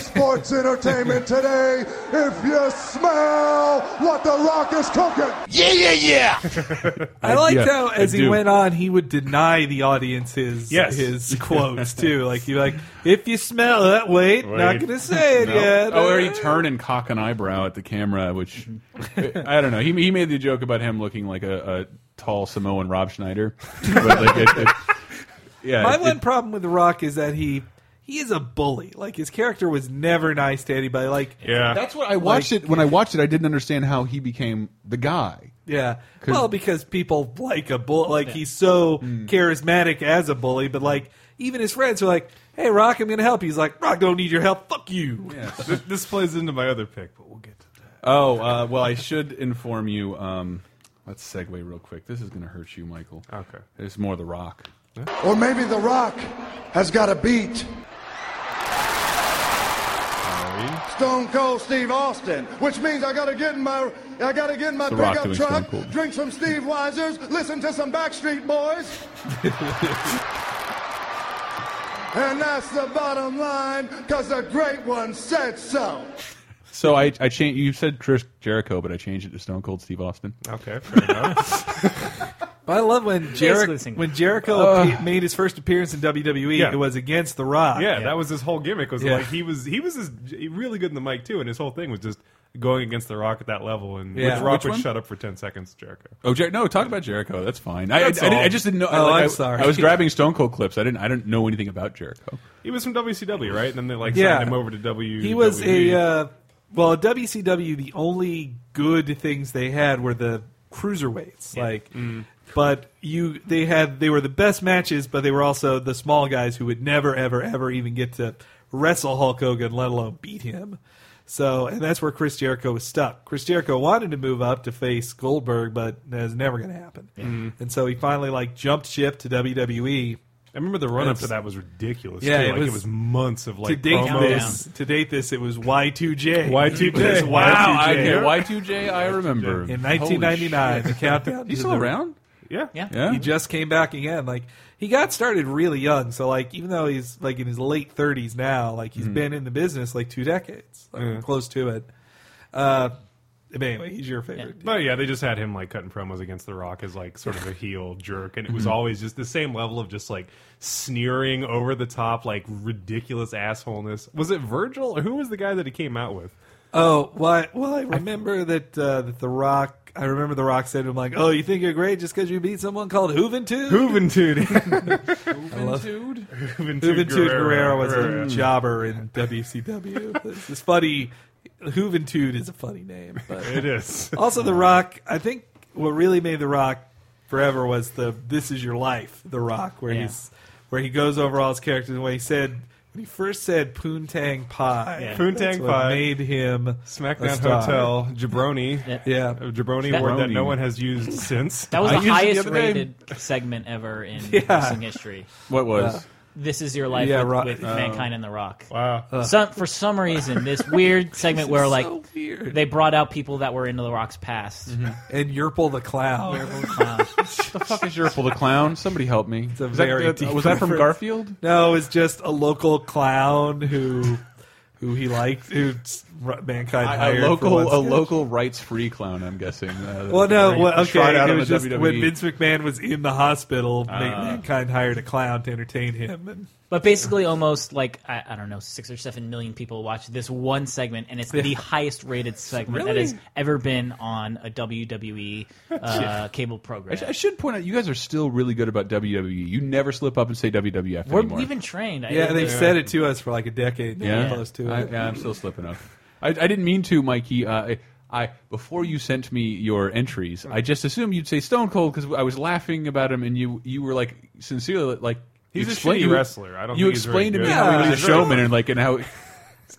Speaker 15: sports entertainment today. If you smell what The Rock is cooking.
Speaker 5: Yeah, yeah, yeah. I liked
Speaker 15: yeah,
Speaker 5: how as
Speaker 15: I
Speaker 5: he
Speaker 15: do.
Speaker 5: went on, he would deny the audience his
Speaker 1: Yes.
Speaker 5: his quotes too. Like he like, if you smell that, wait, not
Speaker 1: Wait.
Speaker 5: gonna say it
Speaker 1: No.
Speaker 5: yet. Uh,
Speaker 1: Oh, or he turn and cock an eyebrow at the camera, which I don't know. He he made the joke about him looking like a, a tall Samoan Rob Schneider. But like, it- it- yeah,
Speaker 5: My
Speaker 1: it-
Speaker 5: one problem with The Rock is that he he is a bully. Like his character was never nice to anybody. Like
Speaker 1: that's what I watched it. When I watched it, I didn't understand how he became the guy.
Speaker 5: Yeah.
Speaker 1: 'Cause-
Speaker 5: Well, because people like a bull. Like he's so charismatic as a bully, but like even his friends are like, "Hey, Rock, I'm going to help." you." He's like, "Rock, don't need your help. Fuck you."
Speaker 4: Th- this plays into my other pick, but we'll get to
Speaker 1: Oh uh, well, I should inform you. Um, let's segue real quick. This is going to hurt you, Michael. Okay, it's more The Rock.
Speaker 15: Or maybe The Rock has got a beat. Stone Cold Steve Austin, which means I gotta get in my I gotta get in my
Speaker 1: The Rock
Speaker 15: pickup
Speaker 1: doing
Speaker 15: truck,
Speaker 1: Stone Cold.
Speaker 15: drink some Steve Weisers, listen to some Backstreet Boys. And that's the bottom line, cause the great one said so.
Speaker 1: So I, I changed. You said Chris Jericho, but I changed it to Stone Cold Steve Austin.
Speaker 4: Okay, fair
Speaker 1: enough.
Speaker 5: But I love when
Speaker 1: Basically
Speaker 5: Jericho
Speaker 1: the same.
Speaker 5: when Jericho
Speaker 1: Uh.
Speaker 5: appe- made his first appearance in WWE.
Speaker 4: Yeah.
Speaker 5: It was against The Rock.
Speaker 4: Yeah, that was his whole gimmick. Was
Speaker 5: Ah, Yeah.
Speaker 4: like he was he was his, really good in the mic too, and his whole thing was just going against the Rock at that level, and
Speaker 1: Yeah.
Speaker 4: the Rock
Speaker 1: Which
Speaker 4: would
Speaker 1: one?
Speaker 4: shut up for ten seconds, Jericho.
Speaker 1: Oh, Jer no, talk about Jericho. That's fine. I, I, I,
Speaker 4: That's
Speaker 1: didn't-
Speaker 4: all.
Speaker 1: I just didn't know.
Speaker 4: Oh,
Speaker 1: like,
Speaker 4: I'm
Speaker 1: I-
Speaker 4: sorry.
Speaker 1: I was grabbing Stone Cold clips. I didn't. I didn't know anything about Jericho.
Speaker 4: He was from WCW, right? And then they like
Speaker 5: Yeah.
Speaker 4: signed him over to W. E
Speaker 5: He was a uh, well, at WCW. The only good things they had were the cruiserweights, like.
Speaker 4: Mm.
Speaker 5: But you, they had they were the best matches, but they were also the small guys who would never, ever, ever even get to wrestle Hulk Hogan, let alone beat him. So, and that's where Chris Jericho was stuck. Chris Jericho wanted to move up to face Goldberg, but that was never going to happen.
Speaker 4: Mm-hmm.
Speaker 5: And so he finally like jumped ship to WWE.
Speaker 4: I remember the run up to that was ridiculous.
Speaker 5: Yeah,
Speaker 4: too. Like, it was months of,
Speaker 5: to
Speaker 4: like,
Speaker 5: date
Speaker 4: promos.
Speaker 5: this. To date this, it was Y2J.
Speaker 4: Y2J.
Speaker 5: It was
Speaker 4: Wow, I
Speaker 5: Y2J.
Speaker 4: did.
Speaker 1: Y2J, I remember.
Speaker 5: In 1999, the
Speaker 1: Holy shit.
Speaker 5: countdown.
Speaker 1: He's
Speaker 5: to
Speaker 1: still
Speaker 5: the-
Speaker 1: around?
Speaker 4: Yeah.
Speaker 2: Yeah.
Speaker 1: Yeah.
Speaker 5: He just came back again. Like he got started really young, so like even though he's like in his late 30s now, like he's
Speaker 1: Mhm.
Speaker 5: been in the business like two decades, like,
Speaker 4: Yeah.
Speaker 5: close to it. Uh, but anyway, he's your favorite.
Speaker 4: But yeah, they just had him like cutting promos against The Rock as like sort of a heel jerk, and it was
Speaker 5: Mhm.
Speaker 4: always just the same level of just like sneering over the top, like ridiculous assholeness. Was it Virgil? Or who was the guy that he came out with?
Speaker 5: Oh, well, I, well, I remember that uh, that the Rock. I remember the Rock said to him like, "Oh, you think you're great just because you beat someone called Juventud?
Speaker 4: Juventud.
Speaker 5: Juventud.
Speaker 4: Juventud
Speaker 5: Juventud Guerrero
Speaker 4: Guerrero
Speaker 5: was
Speaker 4: Guerrero.
Speaker 5: a jobber in WCW. this is funny. Juventud is a funny name, but
Speaker 4: It is.
Speaker 5: also the Rock. I think what really made the Rock forever was the "This Is Your Life" the Rock, where
Speaker 2: Yeah.
Speaker 5: he's where he goes over all his characters and when he said. When he first said "Poontang Pie,"
Speaker 4: Yeah.
Speaker 5: that's
Speaker 4: Poontang
Speaker 5: what
Speaker 4: Pie
Speaker 5: made him a
Speaker 4: SmackDown
Speaker 5: star.
Speaker 4: Hotel Jabroni. Yeah, Jabroni
Speaker 2: That-
Speaker 4: word that no
Speaker 2: Jabroni.
Speaker 4: one has used since.
Speaker 2: That was
Speaker 4: I
Speaker 2: the
Speaker 4: used it
Speaker 2: highest
Speaker 4: other day.
Speaker 2: rated segment ever in
Speaker 4: Yeah.
Speaker 2: wrestling history.
Speaker 1: What was? Yeah.
Speaker 2: This is your life
Speaker 1: Yeah,
Speaker 2: with,
Speaker 1: Rock-
Speaker 2: with
Speaker 1: Oh.
Speaker 2: Mankind and The Rock.
Speaker 4: Wow.
Speaker 1: Ugh.
Speaker 2: Some, for some reason, this weird segment
Speaker 5: This
Speaker 2: where
Speaker 5: is
Speaker 2: like
Speaker 5: so weird.
Speaker 2: they brought out people that were into The Rock's past.
Speaker 5: and Yerple the Clown.
Speaker 2: Yerple the Clown.
Speaker 1: the fuck is Jerple the clown? Somebody help me.
Speaker 5: It's a
Speaker 1: Is that-
Speaker 5: very
Speaker 1: that-
Speaker 5: deep
Speaker 1: was that from
Speaker 5: reference.
Speaker 1: Garfield?
Speaker 5: No, it was just a local clown who who he liked, who s- r- mankind
Speaker 1: A
Speaker 5: hired for
Speaker 1: local,
Speaker 5: one
Speaker 1: a
Speaker 5: sketch.
Speaker 1: local rights free clown. I'm guessing. Uh,
Speaker 5: Well, no,
Speaker 1: bring-
Speaker 5: well,
Speaker 1: trot
Speaker 5: okay.
Speaker 1: out
Speaker 5: It
Speaker 1: on
Speaker 5: was
Speaker 1: the E.
Speaker 5: just
Speaker 1: WWE.
Speaker 5: when Vince McMahon was in the hospital, Ma-
Speaker 2: Ah.
Speaker 5: mankind hired a clown to entertain him. And
Speaker 2: But basically, almost like I, I don't know, six or seven million people watch this one segment, and it's the highest rated segment that
Speaker 1: Really?
Speaker 2: has ever been on a WWE uh,
Speaker 1: Yeah.
Speaker 2: cable
Speaker 1: I,
Speaker 2: program.
Speaker 1: sh- I should point out, you guys are still really good about WWE. You never slip up and say WWF
Speaker 2: We're,
Speaker 1: anymore.
Speaker 2: we've been trained. I-
Speaker 5: yeah, they've said it to us for like a decade. now,
Speaker 1: yeah,
Speaker 5: close to
Speaker 1: I,
Speaker 5: it.
Speaker 1: yeah, I'm still slipping up. I, I didn't mean to, Mikey. Uh, I, I before you sent me your entries, I just assumed you'd say Stone Cold because I was laughing about him, and you you were like sincerely like
Speaker 4: He's a
Speaker 1: explain-
Speaker 4: shitty
Speaker 1: you-
Speaker 4: wrestler. I don't
Speaker 1: You
Speaker 4: think he's
Speaker 1: explained
Speaker 4: very
Speaker 1: to me
Speaker 4: good.
Speaker 1: how he
Speaker 4: Yeah.
Speaker 1: was a showman and like and how.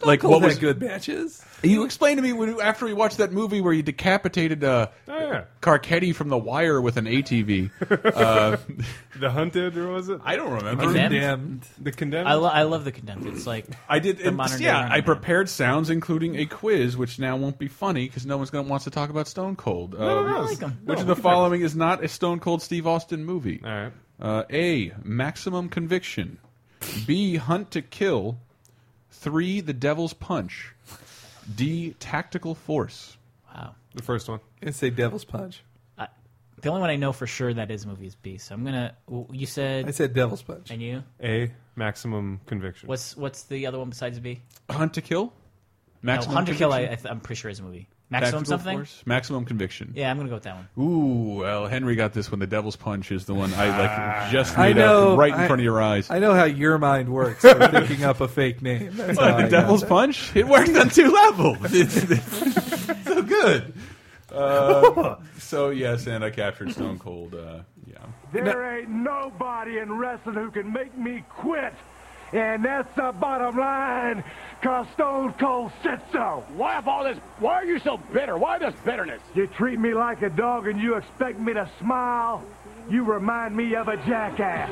Speaker 1: Like
Speaker 5: Cold
Speaker 1: what
Speaker 5: had
Speaker 1: was
Speaker 5: good matches?
Speaker 1: You explained to me when, after we watched that movie where he decapitated uh,
Speaker 4: Oh, yeah.
Speaker 1: Carcetti from The Wire with an ATV. Uh,
Speaker 4: the Hunted, or was it?
Speaker 1: I don't remember.
Speaker 2: Condemned?
Speaker 4: The Condemned.
Speaker 2: I, lo- I love the condemned. It's like
Speaker 1: I did.
Speaker 2: the
Speaker 1: and-
Speaker 2: modern day
Speaker 1: yeah,
Speaker 2: Iron
Speaker 1: I
Speaker 2: Man.
Speaker 1: prepared sounds, including a quiz, which now won't be funny because no one's going to wants to talk about Stone Cold.
Speaker 2: No,
Speaker 1: Um,
Speaker 2: no, no, I like him.
Speaker 1: Which
Speaker 2: No,
Speaker 1: of the
Speaker 2: he
Speaker 1: following is not a Stone Cold Steve Austin movie? All
Speaker 4: right.
Speaker 1: Uh, a. Maximum Conviction. B. Hunt to Kill. Three. The Devil's Punch. D. Tactical Force.
Speaker 2: Wow.
Speaker 4: The first one.
Speaker 5: It's say Devil's Punch.
Speaker 2: I, the only one I know for sure that is movie is B. So I'm gonna. w- You said
Speaker 5: I said Devil's Punch.
Speaker 2: And you?
Speaker 4: A maximum conviction.
Speaker 2: What's what's the other one besides B?
Speaker 1: Hunt to Kill.
Speaker 2: no, Hunt to Kill. I, I th- I'm pretty sure is a movie. Maximum
Speaker 1: Tactical
Speaker 2: something?
Speaker 1: Force? Maximum Conviction.
Speaker 2: Yeah, I'm gonna go with that one.
Speaker 1: Ooh, well, Henry got this one. The Devil's Punch is the one I like just
Speaker 5: Ah. I
Speaker 1: made
Speaker 5: know
Speaker 1: up right in
Speaker 5: I-
Speaker 1: front of your eyes.
Speaker 5: I know how your mind works. for picking up a fake name. That's
Speaker 1: What,
Speaker 5: how
Speaker 1: the
Speaker 5: I
Speaker 1: Devil's
Speaker 5: got that.
Speaker 1: Punch? It worked on two levels. It's, it's so good. Uh, so yes, and I captured Stone Cold. Uh, yeah.
Speaker 16: There ain't nobody in wrestling who can make me quit. And that's the bottom line, cause Stone Cold said so. Why have all this? Why are you so bitter? Why this bitterness? You treat me like a dog and you expect me to smile. You remind me of a jackass.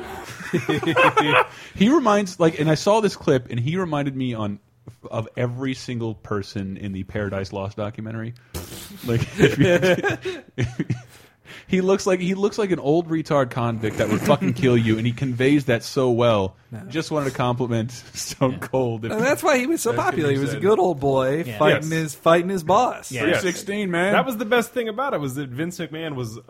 Speaker 1: he reminds like, and I saw this clip, and he reminded me on of every single person in the Paradise Lost documentary. Like, he looks like he looks like an old retard convict that would fucking kill you, and he conveys that so well. Just wanted to compliment Stone Cold.
Speaker 5: And that's why he was so
Speaker 1: That's what
Speaker 5: popular. He was a
Speaker 1: said.
Speaker 5: good old boy
Speaker 1: Yeah.
Speaker 5: fighting
Speaker 1: Yes.
Speaker 5: his fighting his boss.
Speaker 4: Yes.
Speaker 1: man.
Speaker 4: That was the best thing about it was that Vince McMahon was uh,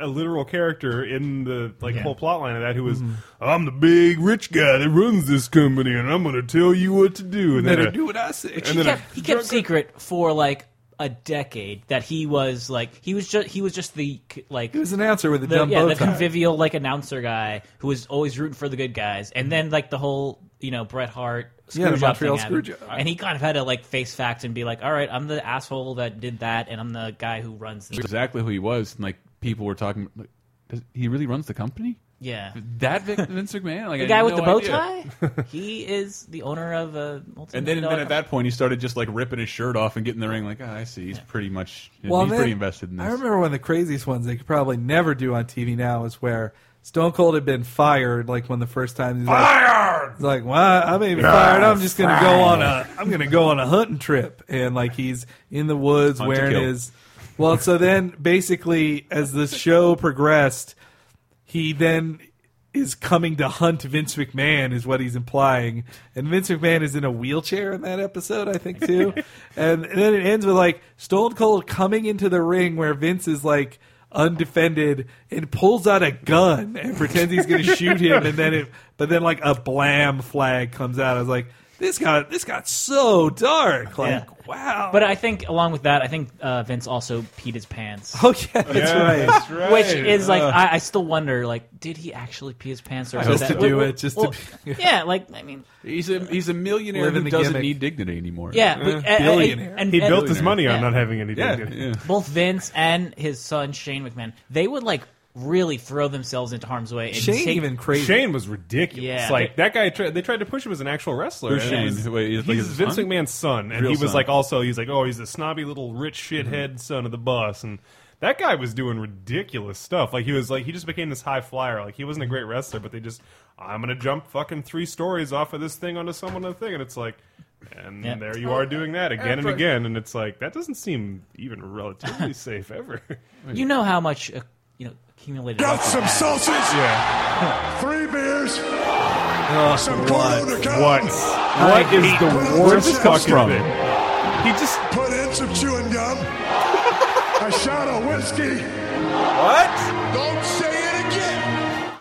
Speaker 4: a literal character in the like
Speaker 1: Yeah.
Speaker 4: whole plot line of that. Who was
Speaker 2: Mm-hmm.
Speaker 4: I'm the big rich guy that runs this company, and I'm going to tell you what to do. And then a-
Speaker 2: Which
Speaker 4: And
Speaker 2: he
Speaker 4: then a-
Speaker 2: kept, he kept secret for like a decade that he was like he was just he was just the c- like he
Speaker 5: was an announcer with a
Speaker 2: the,
Speaker 5: dumb
Speaker 2: yeah
Speaker 5: bow
Speaker 2: the
Speaker 5: tie.
Speaker 2: convivial like announcer guy who was always rooting for the good guys and then like the whole you know Bret Hart
Speaker 5: Yeah, the
Speaker 2: screw job
Speaker 5: Montreal
Speaker 2: thing happened.
Speaker 5: screw job.
Speaker 2: and he kind of had to like face facts and be like all right I'm the asshole that did that and I'm the guy who runs this
Speaker 1: exactly who he was, and like people were talking. Like, does, he really runs the company.
Speaker 2: yeah
Speaker 1: That Vic, Vince McMahon, like
Speaker 2: the
Speaker 1: I
Speaker 2: guy
Speaker 1: had
Speaker 2: with the bow
Speaker 1: no idea.
Speaker 2: tie he is the owner of a
Speaker 1: And then,
Speaker 2: multi-million
Speaker 1: then at
Speaker 2: dollar
Speaker 1: that point, he started just like ripping his shirt off and getting in the ring. Like, ah, I see, he's pretty much he's
Speaker 5: then-
Speaker 1: pretty invested in this.
Speaker 5: I remember one of the craziest ones they could probably never do on TV now is where Stone Cold had been fired. Like when the first time he's
Speaker 1: fired,
Speaker 5: he's like, "Well, I'm even
Speaker 1: You're
Speaker 5: fired. I'm just gonna go on a
Speaker 1: fired."
Speaker 5: I'm gonna go on a hunting trip." And like he's in the woods
Speaker 1: Hunt to
Speaker 5: wearing
Speaker 1: kill.
Speaker 5: his. Well, so then basically as the show progressed, he then is coming to hunt Vince McMahon is what he's implying, and Vince McMahon is in a wheelchair in that episode, I think too, and, and then it ends with like Stone Cold coming into the ring where Vince is like undefended and pulls out a gun and pretends he's going to shoot him, and then it, but then like a blam flag comes out. I was like, this got this got so dark, like. wow.
Speaker 2: But I think along with that, I think uh, Vince also peed his pants.
Speaker 5: Oh yeah, that's
Speaker 2: Yeah,
Speaker 5: right.
Speaker 2: that's
Speaker 5: right.
Speaker 2: Which is like
Speaker 5: Uh.
Speaker 2: I, I still wonder, like, did he actually pee his pants or was
Speaker 1: Just
Speaker 2: that,
Speaker 1: to do it, just to
Speaker 2: well,
Speaker 1: be-
Speaker 2: yeah, like I mean,
Speaker 1: he's a he's a millionaire who doesn't need dignity anymore.
Speaker 2: Yeah, but- Uh, and- billionaire. and-
Speaker 4: he
Speaker 2: and-
Speaker 4: built his money on
Speaker 2: Yeah.
Speaker 4: not having any
Speaker 1: Yeah,
Speaker 4: dignity.
Speaker 1: yeah.
Speaker 2: both Vince and his son Shane McMahon, they would like really throw themselves into harm's way. And take-
Speaker 4: Shane was ridiculous.
Speaker 2: Yeah.
Speaker 4: like that guy. Tra- they tried to push him as an actual wrestler.
Speaker 1: Who's
Speaker 4: and it
Speaker 1: Shane?
Speaker 4: was-
Speaker 1: Wait, he's
Speaker 4: he's
Speaker 1: like his
Speaker 4: Vince
Speaker 1: son?
Speaker 4: McMahon's son,
Speaker 1: Real
Speaker 4: and he was
Speaker 1: son. Mm-hmm.
Speaker 4: like also he's like oh he's the snobby little rich shithead son of the boss, and that guy was doing ridiculous stuff. Like he was like he just became this high flyer. Like he wasn't a great wrestler, but they just I'm gonna jump fucking three stories off of this thing onto someone other thing, and it's like. And
Speaker 1: Yeah.
Speaker 4: there you are doing that again and
Speaker 1: Effort.
Speaker 4: again, and it's like that doesn't seem even relatively safe ever.
Speaker 2: you know how much uh, you know accumulated.
Speaker 4: Got
Speaker 2: wealth is
Speaker 4: some
Speaker 2: bad.
Speaker 4: sausage?
Speaker 14: Three beers. some
Speaker 4: Oh, what?
Speaker 14: Corona
Speaker 4: What? What
Speaker 14: I
Speaker 4: is
Speaker 14: hate
Speaker 4: the
Speaker 14: Corona
Speaker 4: worst
Speaker 14: chips.
Speaker 4: fucking
Speaker 14: From?
Speaker 4: thing? He just
Speaker 14: put in some chewing gum, a shot of whiskey.
Speaker 1: What?
Speaker 14: Don't say it again.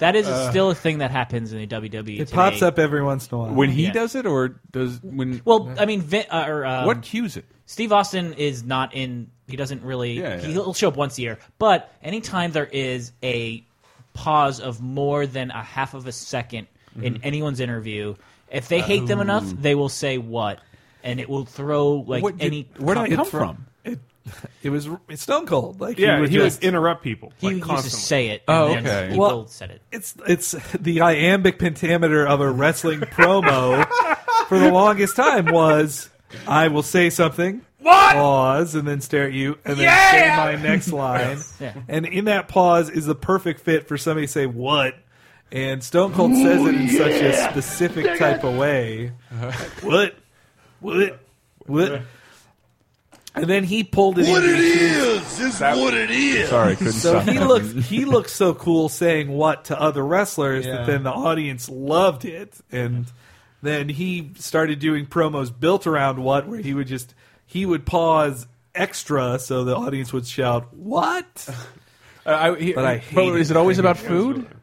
Speaker 2: That is
Speaker 5: Uh.
Speaker 2: still a thing that happens in the WWE.
Speaker 5: It pops
Speaker 2: today.
Speaker 5: up every once in a while
Speaker 1: When he
Speaker 2: Yeah.
Speaker 1: does it, or does when?
Speaker 2: Well, I mean, Vin, uh, or, um,
Speaker 1: What cues it?
Speaker 2: Steve Austin is not in. He doesn't really.
Speaker 1: Yeah, yeah.
Speaker 2: He'll show up once a year, but anytime there is a pause of more than a half of a 2nd in
Speaker 1: Mm-hmm.
Speaker 17: Mhm.
Speaker 2: anyone's interview, if they hate
Speaker 1: Oh.
Speaker 2: them enough,
Speaker 17: Ooh.
Speaker 2: they will say what, and it will throw like
Speaker 5: What did-
Speaker 2: any.
Speaker 5: where did
Speaker 2: com-
Speaker 5: it come from? It, it was it's Stone Cold. Like
Speaker 2: Yeah,
Speaker 5: would
Speaker 2: he would
Speaker 5: just- Oh,
Speaker 4: interrupt people.
Speaker 2: He used to say it. And then People
Speaker 5: Well,
Speaker 2: said it.
Speaker 5: It's it's the iambic pentameter of a wrestling promo for the longest time was I will say something.
Speaker 14: What?
Speaker 5: Pause and then stare at you and then
Speaker 14: Yeah!
Speaker 5: say my next line.
Speaker 14: Yeah.
Speaker 5: And in that pause is the perfect fit for somebody to say what. And Stone Cold says it in such a
Speaker 14: yeah.
Speaker 5: specific
Speaker 14: Dig
Speaker 5: type
Speaker 14: it. Uh-huh.
Speaker 5: of way. What? What? What? And then he pulled it.
Speaker 14: What
Speaker 5: in
Speaker 14: it is is what it is. Sorry, couldn't
Speaker 5: so
Speaker 14: stop
Speaker 5: he
Speaker 14: that.
Speaker 5: looked he looked so cool saying what to other wrestlers
Speaker 14: Yeah.
Speaker 5: that then the audience loved it, and then he started doing promos built around what, where he would just he would pause extra so the audience would shout what.
Speaker 1: Uh, I, he-
Speaker 5: but I
Speaker 1: but
Speaker 5: hate
Speaker 1: is it always about food?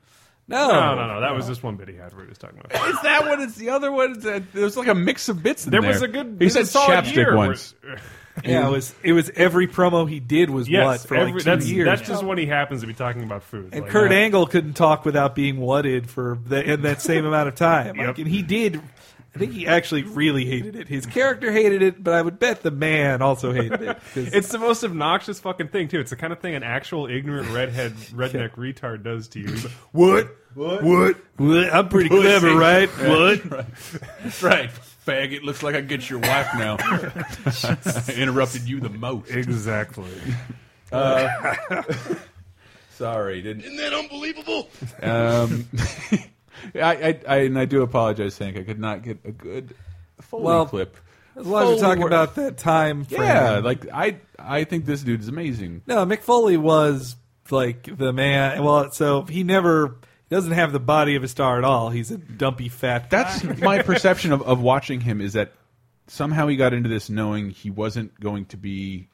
Speaker 5: No.
Speaker 4: no, no, no. That was just one bit he had. We were just talking about.
Speaker 1: Is that one? It's the other one. It's a, there's like a mix of bits. In
Speaker 4: There
Speaker 1: there,
Speaker 4: was a good-
Speaker 1: He
Speaker 4: it was
Speaker 1: said
Speaker 4: a solid
Speaker 1: chapstick
Speaker 4: year where-
Speaker 1: once.
Speaker 5: Yeah, it was it was every promo he did was
Speaker 4: Yes,
Speaker 5: what for
Speaker 4: every-
Speaker 5: like two
Speaker 4: that's,
Speaker 5: years.
Speaker 4: that's just when he happens to be talking about food.
Speaker 5: and
Speaker 4: Like,
Speaker 5: Kurt
Speaker 4: yeah.
Speaker 5: Angle couldn't talk without being whatted for the, in that same amount of time. Like, and he did. I think he actually really hated it. His character hated it, but I would bet the man also hated it. 'cause-
Speaker 4: It's the most obnoxious fucking thing too. It's the kind of thing an actual ignorant redhead redneck retard does to you. He's like, what?
Speaker 1: What?
Speaker 4: What?
Speaker 5: What? I'm pretty
Speaker 1: Pussy.
Speaker 5: clever, right?
Speaker 1: Yeah.
Speaker 5: What?
Speaker 1: Right. right. Faggot. Looks like I get your wife now. I interrupted you the most.
Speaker 4: Exactly.
Speaker 1: Uh, sorry, didn't.
Speaker 13: Isn't that unbelievable?
Speaker 1: Um, I, I, I and I do apologize, Hank. I could not get a good Foley
Speaker 5: Well,
Speaker 1: clip.
Speaker 5: as long as we're
Speaker 1: Foley
Speaker 5: talking
Speaker 1: wor-
Speaker 5: about that time frame.
Speaker 1: Yeah, like I I think this dude is amazing.
Speaker 5: No, Mick Foley was like the man. Well, so he never he doesn't have the body of a star at all. He's a dumpy fat. Guy.
Speaker 1: That's my perception of, of watching him is that somehow he got into this knowing he wasn't going to be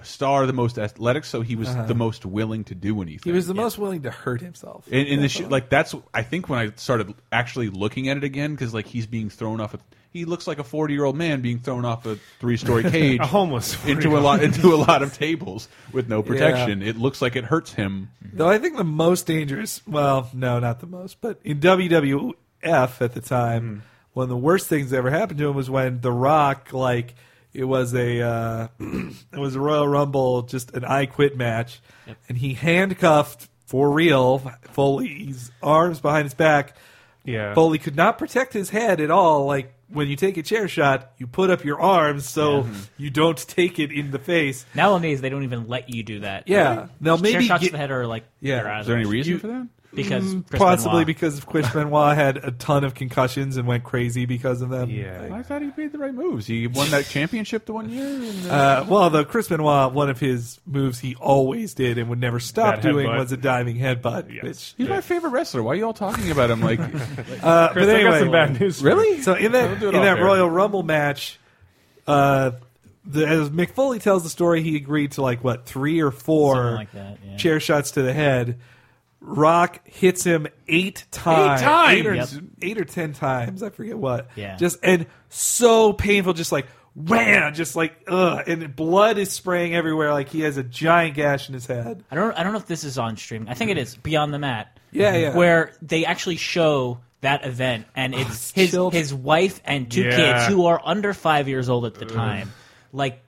Speaker 1: a star, the most athletic, so he was
Speaker 5: Uh-huh.
Speaker 1: the most willing to do anything.
Speaker 5: He was the most willing to hurt himself.
Speaker 1: In, in the sh like that's I think when I started actually looking at it again because like he's being thrown off. A, he looks like a forty year old man being thrown off a three story cage,
Speaker 4: A homeless
Speaker 1: into a
Speaker 4: 40-year-old.
Speaker 1: lot into a lot of tables with no
Speaker 5: Yeah.
Speaker 1: protection. It looks like it hurts him.
Speaker 5: Though I think the most dangerous, well, no, not the most, but in WWF at the time, one of the worst things that ever happened to him was when The Rock, like, it was a uh, it was a Royal Rumble, just an I Quit match, and he handcuffed for real Foley's arms behind his back.
Speaker 4: Yeah.
Speaker 5: Foley could not protect his head at all. Like when you take a chair shot, you put up your arms so
Speaker 2: Yeah.
Speaker 5: you don't take it in the face.
Speaker 2: Nowadays, they don't even let you do that.
Speaker 5: Yeah. They'll
Speaker 2: Chair
Speaker 5: maybe
Speaker 2: shots to
Speaker 5: get-
Speaker 2: the head are like
Speaker 5: Yeah.
Speaker 2: they're out of
Speaker 5: Is there
Speaker 2: the
Speaker 5: any
Speaker 2: question.
Speaker 5: reason
Speaker 2: You-
Speaker 5: for that?
Speaker 2: Because
Speaker 5: Mm,
Speaker 2: Chris
Speaker 5: possibly
Speaker 2: Benoit.
Speaker 5: because Chris Benoit had a ton of concussions and went crazy because of them.
Speaker 4: Yeah.
Speaker 1: I thought he made the right moves. He won that championship the one year. and, uh,
Speaker 5: Uh, well, though Chris Benoit, one of his moves he always did and would never stop
Speaker 1: That
Speaker 5: doing
Speaker 1: headbutt.
Speaker 5: was a diving headbutt. Which
Speaker 1: He's my favorite wrestler. Why are you all talking about him? Like,
Speaker 5: Uh, but anyway,
Speaker 1: Really?
Speaker 5: So in that in that Royal Rumble match, uh, the, as Mick Foley tells the story, he agreed to like what three or four
Speaker 2: Something like that, yeah.
Speaker 5: chair shots to the head. Rock hits him eight times,
Speaker 1: times!
Speaker 5: eight or,
Speaker 1: Yep.
Speaker 5: eight or ten times, I forget what.
Speaker 1: Yeah.
Speaker 5: just and so painful, just like wham, just like ugh, and blood is spraying everywhere. Like he has a giant gash in his head.
Speaker 2: I don't. I don't know if this is on streaming. I think it is Beyond the Mat.
Speaker 5: Yeah, yeah. Oh,
Speaker 2: Where they actually show that event, and it's his his wife and two
Speaker 5: Yeah.
Speaker 2: kids who are under five years old at the time. Like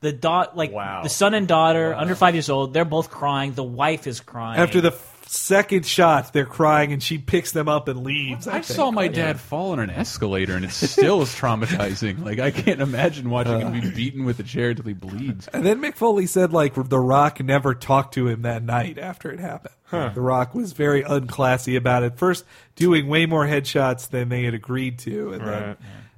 Speaker 2: the dot, like the son and daughter under five years old. They're both crying. The wife is crying
Speaker 5: After the f- second shot, they're crying, and she picks them up and leaves.
Speaker 1: I
Speaker 5: think.
Speaker 1: saw
Speaker 2: Oh,
Speaker 1: my dad fall on an escalator, and it still is traumatizing. Like I can't imagine watching him be beaten with a chair until he bleeds.
Speaker 5: Uh. And then Mick Foley said, like, The Rock never talked to him that night after it happened.
Speaker 1: Huh.
Speaker 5: The Rock was very unclassy about it. First, doing way more headshots than they had agreed to. And then,
Speaker 4: Right.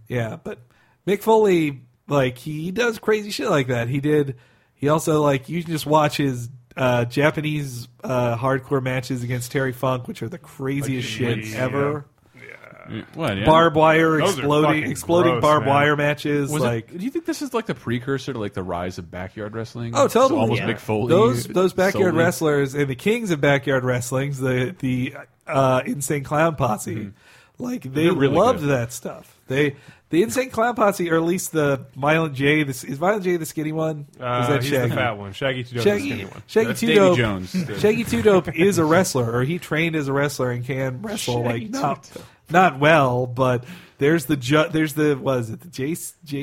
Speaker 5: yeah, but Mick Foley, like, he does crazy shit like that. He did, he also, like, you can just watch his uh, Japanese uh, hardcore matches against Terry Funk, which are the craziest
Speaker 1: Like,
Speaker 5: shit
Speaker 1: yeah.
Speaker 5: ever.
Speaker 1: Yeah. Mm, What, yeah?
Speaker 5: Barbed wire
Speaker 1: Those are
Speaker 5: exploding,
Speaker 1: fucking
Speaker 5: exploding
Speaker 1: gross,
Speaker 5: barbed
Speaker 1: man.
Speaker 5: wire matches.
Speaker 1: Was it-
Speaker 5: like,
Speaker 1: do you think this is like the precursor to like the rise of backyard wrestling?
Speaker 5: Oh, totally!
Speaker 1: It's almost Mick Foley.
Speaker 5: Those those backyard
Speaker 1: solely.
Speaker 5: wrestlers and the kings of backyard wrestlings, the the uh, insane clown posse,
Speaker 4: Mm-hmm.
Speaker 5: like they
Speaker 1: They're really
Speaker 5: loved
Speaker 1: good.
Speaker 5: that stuff. They the insane clown posse, or at least the Violent J. This is Violent J the skinny one.
Speaker 4: Uh,
Speaker 5: is that
Speaker 4: he's the
Speaker 5: Shaggy?
Speaker 4: fat one. Shaggy Two Dope's the
Speaker 5: Shaggy,
Speaker 4: skinny one.
Speaker 5: Shaggy
Speaker 4: That's
Speaker 5: Two
Speaker 4: Davy
Speaker 5: Dope.
Speaker 4: Jones.
Speaker 5: Shaggy Two Dope is a wrestler, or he trained as a wrestler and can wrestle
Speaker 4: Shaggy
Speaker 5: like not not well, but. There's the ju- there's the was it the J-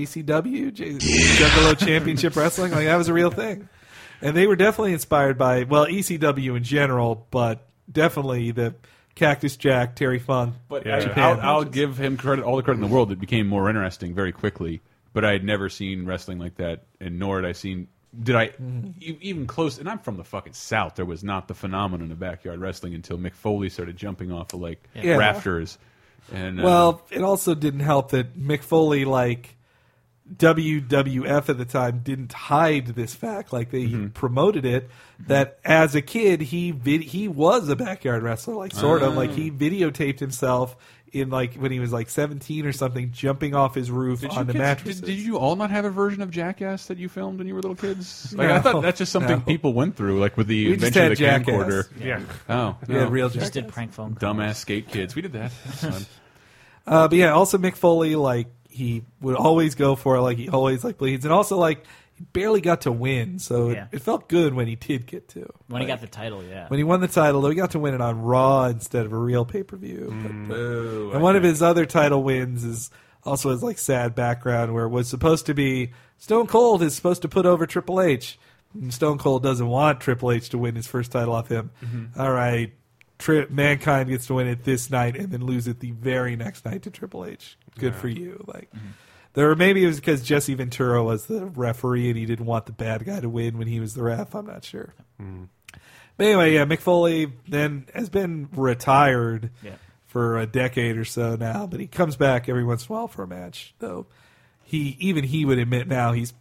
Speaker 5: JCW J- Juggalo Championship Wrestling like that was a real thing. And they were definitely inspired by well ECW in general, but definitely the Cactus Jack, Terry Funk,
Speaker 1: But
Speaker 5: yeah.
Speaker 1: I, I'll, I'll give him credit, all the credit in the world. It became more interesting very quickly. But I had never seen wrestling like that, and nor had I seen. Did I
Speaker 5: Mm-hmm.
Speaker 1: e- even close? And I'm from the fucking south. There was not the phenomenon of backyard wrestling until Mick Foley started jumping off of like
Speaker 5: Yeah.
Speaker 1: rafters. And uh,
Speaker 5: well, it also didn't help that Mick Foley, like WWF at the time, didn't hide this fact. Like they
Speaker 1: Mm-hmm.
Speaker 5: promoted it that as a kid he vid- he was a backyard wrestler, like sort of
Speaker 1: Ah.
Speaker 5: like he videotaped himself in like when he was like 17 or something, jumping off his roof
Speaker 1: did you
Speaker 5: on the
Speaker 1: kids-
Speaker 5: mattress.
Speaker 1: Did, did you all not have a version of Jackass that you filmed when you were little kids? Like I
Speaker 5: No.
Speaker 1: thought that's just something
Speaker 5: No.
Speaker 1: people went through, like with the
Speaker 5: We just
Speaker 1: invention of the
Speaker 5: had
Speaker 1: camcorder.
Speaker 5: Jackass. Yeah.
Speaker 1: Oh,
Speaker 5: We
Speaker 1: no.
Speaker 5: had real Just did Jackass.
Speaker 2: prank phone
Speaker 1: Dumbass skate kids. We did that. That's fun.
Speaker 5: Uh, but yeah, also Mick Foley, like he would always go for it, like he always like bleeds, and also like barely got to win, so
Speaker 2: Yeah.
Speaker 5: it, it felt good when he did get to.
Speaker 2: When he
Speaker 5: Like,
Speaker 2: got the title, yeah.
Speaker 5: When he won the title, though, he got to win it on Raw instead of a real pay per view. and one of his other title wins is also his like sad background, where it was supposed to be Stone Cold is supposed to put over Triple H. And Stone Cold doesn't want Triple H to win his first title off him.
Speaker 14: Mhm.
Speaker 5: All right, tri- Mankind gets to win it this night and then lose it the very next night to Triple H. Good
Speaker 14: Yeah.
Speaker 5: for you. Like there, maybe it was because Jesse Ventura was the referee and he didn't want the bad guy to win when he was the ref. I'm not sure.
Speaker 4: Hmm.
Speaker 5: But anyway, yeah, Mick Foley then has been retired
Speaker 14: Yeah.
Speaker 5: for a decade or so now, but he comes back every once in a while for a match. Though he even he would admit now he's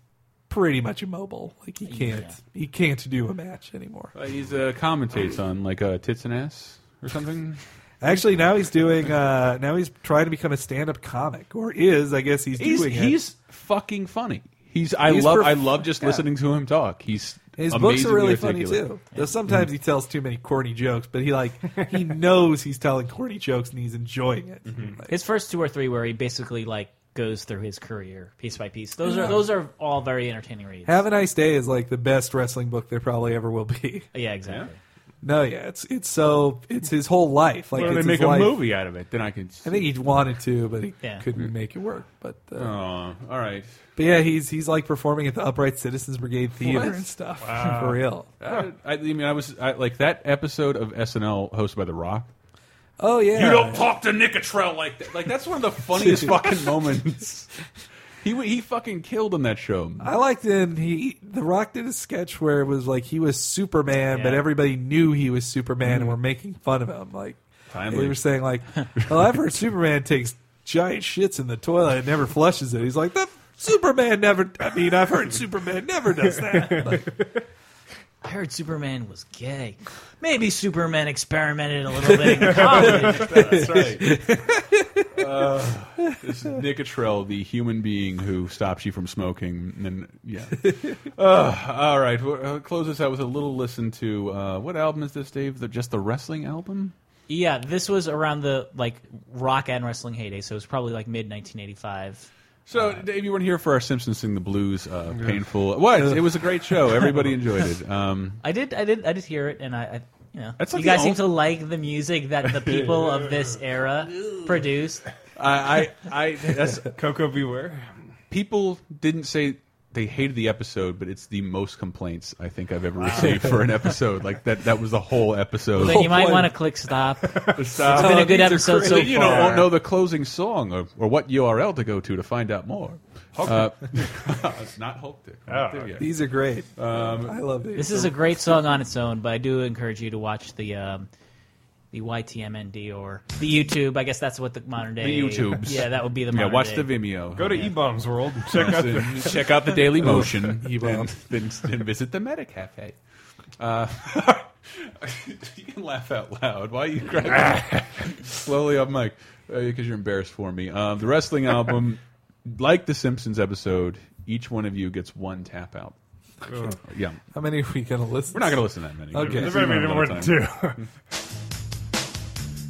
Speaker 5: pretty much immobile. Like he can't he can't do a match anymore.
Speaker 1: Uh, he's uh, commentates on like uh, tits and ass or something.
Speaker 5: Actually, now he's doing uh now he's trying to become a stand up comic or is I guess he's,
Speaker 1: He's
Speaker 5: doing it.
Speaker 1: he's fucking funny. He's I
Speaker 5: He's
Speaker 1: love
Speaker 5: perf-
Speaker 1: I love just
Speaker 5: yeah.
Speaker 1: listening to him talk. He's
Speaker 5: His books are
Speaker 1: amazingly
Speaker 5: really funny
Speaker 1: articulate. Mm.
Speaker 5: too. Though
Speaker 1: Mm-hmm.
Speaker 5: sometimes he tells too many corny jokes, but he like he knows he's telling corny jokes and he's enjoying it.
Speaker 1: Mm-hmm.
Speaker 2: His first two or three, where he basically like goes through his career piece by piece. Those
Speaker 5: Yeah.
Speaker 2: are those are all very entertaining reads.
Speaker 5: Have a nice day is like the best wrestling book there probably ever will be.
Speaker 2: Yeah, exactly.
Speaker 5: No, yeah, it's it's so it's his whole life. Like
Speaker 1: Why don't
Speaker 5: it's
Speaker 1: they
Speaker 5: his
Speaker 1: make a
Speaker 5: life.
Speaker 1: movie out of it? Then I can.
Speaker 5: I think he wanted to, but he
Speaker 1: Yeah.
Speaker 5: couldn't make it work. But uh,
Speaker 1: Aw, all right.
Speaker 5: But yeah, he's he's like performing at the Upright Citizens Brigade Theater
Speaker 1: What?
Speaker 5: and stuff
Speaker 1: Wow.
Speaker 5: for real.
Speaker 1: I, I mean, I was I, like that episode of SNL hosted by The Rock.
Speaker 5: Oh yeah,
Speaker 1: You don't talk to Nicotrell like that. Like that's one of the funniest fucking moments. He w- he fucking killed on that show.
Speaker 5: I liked him. He The Rock did a sketch where it was like he was Superman, but everybody knew he was Superman and
Speaker 1: Mhm.
Speaker 5: were making fun of him. Like
Speaker 1: Timely.
Speaker 5: they were saying, like, "Well, I've heard Superman takes giant shits in the toilet and never flushes it." He's like, "The Superman never." I mean, I've heard Superman never does that. Like,
Speaker 2: I heard Superman was gay. Maybe Superman experimented a little bit in college.
Speaker 1: That's right. uh, this is Nicotrell, the human being who stops you from smoking, and yeah. Uh, all right, we'll, uh, close this out with a little listen to uh, what album is this, Dave? The, just the wrestling album?
Speaker 2: Yeah, this was around the like rock and wrestling heyday, so it was probably like mid 1985.
Speaker 1: So, Uh, Dave, you weren't here for our Simpsons sing the blues. Uh, painful. It was. It was a great show. Everybody enjoyed it. Um,
Speaker 2: I did, I did, I did hear it, and I, I you know,
Speaker 1: That's like
Speaker 2: you
Speaker 1: the
Speaker 2: guys seem
Speaker 1: only-
Speaker 2: to like the music that the people of this era produced.
Speaker 1: I, I, I that's Coco Beware. People didn't say they hated the episode, but it's the most complaints I think I've ever received for an episode. Like that, that was the whole episode. uh,
Speaker 2: Well, then you might want to click stop.
Speaker 1: Stop.
Speaker 2: It's been a good episode so far.
Speaker 1: You know, won't know the closing song or, or what URL to go to to find out more. Uh,
Speaker 2: Hulk-
Speaker 1: Oh, it's not Hulk Dick. We're not there yet.
Speaker 5: These are great.
Speaker 1: Um,
Speaker 5: I love these.
Speaker 2: Oh, This is a great song on its own, but I do encourage you to watch the um, the YTMND or the YouTube. I guess that's what the modern day
Speaker 1: The YouTubes.
Speaker 2: Yeah, that would be the
Speaker 1: Yeah,
Speaker 2: modern
Speaker 1: watch
Speaker 2: day.
Speaker 1: the Vimeo.
Speaker 4: Go to
Speaker 1: Yeah.
Speaker 4: E-Bombs World. and Check out the, Oh.
Speaker 1: And check out the Oh. Daily Motion.
Speaker 4: E-Bomb.
Speaker 1: Then, then, then visit the Meta Cafe. Uh, you can laugh out loud. Why are you crying? Slowly off mic because you're embarrassed for me. Um, the wrestling album, like the Simpsons episode, each one of you gets one tap out.
Speaker 5: Oh.
Speaker 1: Yeah,
Speaker 5: How many are we gonna listen?
Speaker 1: we're not going to listen to that many.
Speaker 5: Okay,
Speaker 1: We're gonna listen to them another time.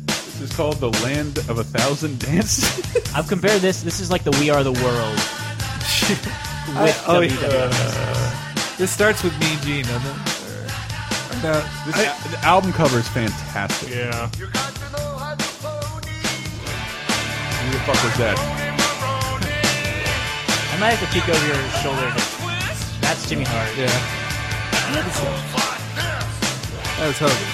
Speaker 1: This is called the Land of a Thousand Dances.
Speaker 2: I've compared this. This is like the We Are the World.
Speaker 5: I-
Speaker 2: with
Speaker 5: oh, yeah.
Speaker 2: WWF.
Speaker 5: This starts with Mean Gene, doesn't it? Or- no,
Speaker 1: This,
Speaker 5: I-
Speaker 1: the album cover is fantastic.
Speaker 4: Yeah.
Speaker 1: Who the fuck was that?
Speaker 2: I might have to peek over your shoulder. to- That's Jimmy Hart.
Speaker 5: Yeah. That was Hogan.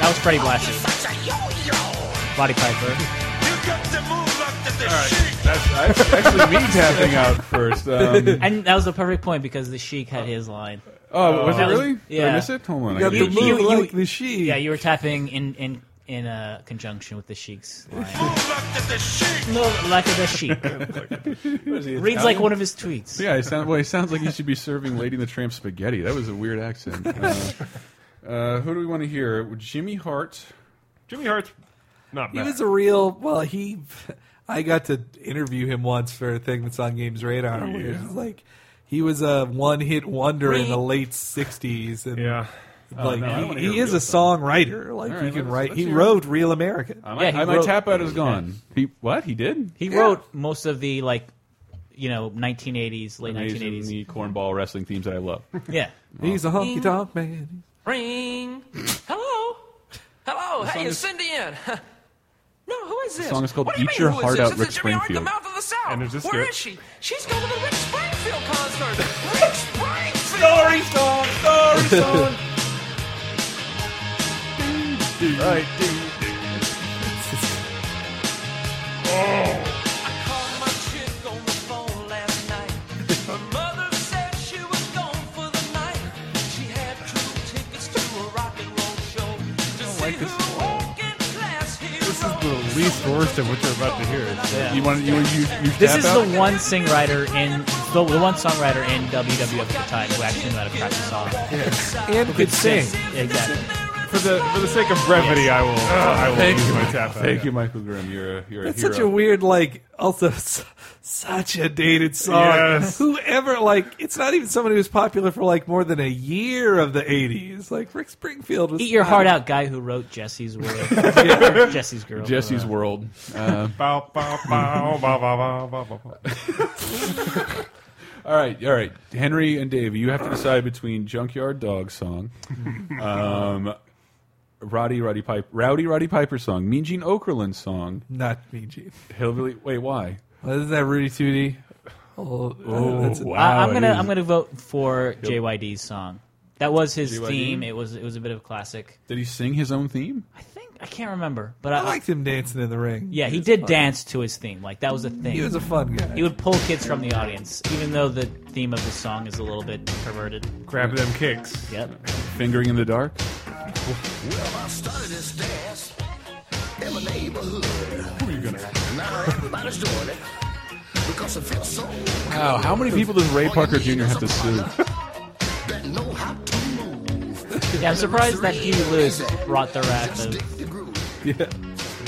Speaker 2: That was Freddie Blassie. Body Piper.
Speaker 1: That's actually me tapping out first. Um,
Speaker 2: and that was the perfect point because the Sheik had his line.
Speaker 1: Oh, was it
Speaker 2: That
Speaker 1: really? Did I
Speaker 2: yeah.
Speaker 1: miss it? Hold on, You I got gotta- the move like
Speaker 5: the Sheik.
Speaker 2: Yeah, you were tapping in in in uh, conjunction with the Sheik's line. Move like the Sheik.
Speaker 1: was he,
Speaker 2: Reads like
Speaker 1: Italian?
Speaker 2: one of his tweets.
Speaker 1: yeah, he sound, well, he sounds like he should be serving Lady and the Tramp spaghetti. That was a weird accent. Uh, uh, who do we want to hear? Jimmy Hart.
Speaker 4: Jimmy Hart's not
Speaker 5: He was a real. Well, he. I got to interview him once for a thing that's on Games Radar. where
Speaker 4: Oh, Yeah.
Speaker 5: he's like, he was a one-hit wonder in the late '60s, and
Speaker 4: Yeah. Oh,
Speaker 5: like
Speaker 1: no, I don't wanna
Speaker 5: he,
Speaker 1: hear
Speaker 5: he is a songwriter. Like
Speaker 1: All
Speaker 5: he
Speaker 1: right,
Speaker 5: can
Speaker 1: let's-
Speaker 5: write.
Speaker 1: let's
Speaker 5: He
Speaker 1: hear it.
Speaker 5: wrote "Real America."
Speaker 1: I might, I might tap out is gone. He what? He did.
Speaker 2: He wrote most of the like, you know, 1980s, late
Speaker 1: Amazing
Speaker 2: 1980s.
Speaker 1: the cornball wrestling themes that I love.
Speaker 2: Yeah.
Speaker 5: He's a honky tonk Oh, man.
Speaker 17: Ring. Hello. Hello.
Speaker 1: The song
Speaker 17: Hey, it's
Speaker 1: is-
Speaker 17: Cindy Ann. no, who is
Speaker 1: The
Speaker 17: this?
Speaker 1: song is called
Speaker 17: what do you mean,
Speaker 1: Eat Your
Speaker 17: who is
Speaker 1: Heart
Speaker 17: this?
Speaker 1: Out,
Speaker 17: It's
Speaker 1: Rick
Speaker 17: the Jimmy Hart, the
Speaker 1: Springfield.
Speaker 17: mouth of the South.
Speaker 1: And is this
Speaker 17: Where
Speaker 1: good?
Speaker 17: is she? She's going to the Rick Springfield concert. Rick Springfield.
Speaker 1: Story song. Story
Speaker 5: song.
Speaker 1: Right.
Speaker 17: Her mother said she was gone for the night. She had two tickets to a rock and roll show to see who walking class
Speaker 4: This is the least worst of what you're about to hear.
Speaker 1: You want you you, you
Speaker 2: This
Speaker 1: tap
Speaker 2: is
Speaker 1: out?
Speaker 2: the one sing writer in the, the one songwriter in WWF at the time who actually knew how to craft a song
Speaker 5: and
Speaker 2: Who
Speaker 5: could sing.
Speaker 2: Yeah, exactly.
Speaker 4: For the for the sake of brevity, I will I will
Speaker 1: Thank
Speaker 4: use
Speaker 1: you,
Speaker 4: my
Speaker 1: Michael.
Speaker 4: tap out.
Speaker 1: Thank you, Michael Grimm. You're a you're
Speaker 5: That's
Speaker 1: a hero.
Speaker 5: such a weird, like, also s- such a dated song.
Speaker 1: Yes.
Speaker 5: Whoever, like, it's not even someone who was popular for like more than a year of the '80s. Like Rick Springfield was.
Speaker 2: Eat your
Speaker 5: not-
Speaker 2: heart out, guy who wrote Jesse's World. Jesse's Girl.
Speaker 1: Jesse's World. Uh,
Speaker 4: Bow, bow, bow, bow, bow, bow, bow, bow.
Speaker 1: all right, all right. Henry and Dave, you have to decide between Junkyard Dog song, um, Roddy Roddy Piper, Rowdy Roddy Piper song, Mean Gene Okerlund song,
Speaker 5: Not Mean Gene.
Speaker 1: Hillbilly. Wait, why?
Speaker 5: Well, isn't that Rudy Tootie? Oh,
Speaker 1: Oh,
Speaker 5: that's-
Speaker 1: wow,
Speaker 2: I, am
Speaker 1: it
Speaker 2: gonna
Speaker 1: is.
Speaker 2: I'm gonna vote for JYD's song. That was his
Speaker 1: JYD?
Speaker 2: theme. It was it was a bit of a classic.
Speaker 1: Did he sing his own theme?
Speaker 2: I think I can't remember, but
Speaker 5: I liked him dancing in the ring.
Speaker 2: Yeah, he
Speaker 5: was
Speaker 2: did
Speaker 5: fun.
Speaker 2: dance to his theme. Like that was a thing.
Speaker 5: He was a fun guy.
Speaker 2: He would pull kids from the audience, even though the theme of the song is a little bit perverted.
Speaker 4: Grab them kicks.
Speaker 2: Yep.
Speaker 1: Fingering in the dark.
Speaker 14: Well, I started this dance in my neighborhood. Who are you gonna? Now everybody's doing it because it feels so.
Speaker 1: Wow, how many people does Ray Parker Jr. have to sue?
Speaker 2: Yeah, I'm surprised that Huey Lewis brought the wrath of
Speaker 1: Yeah.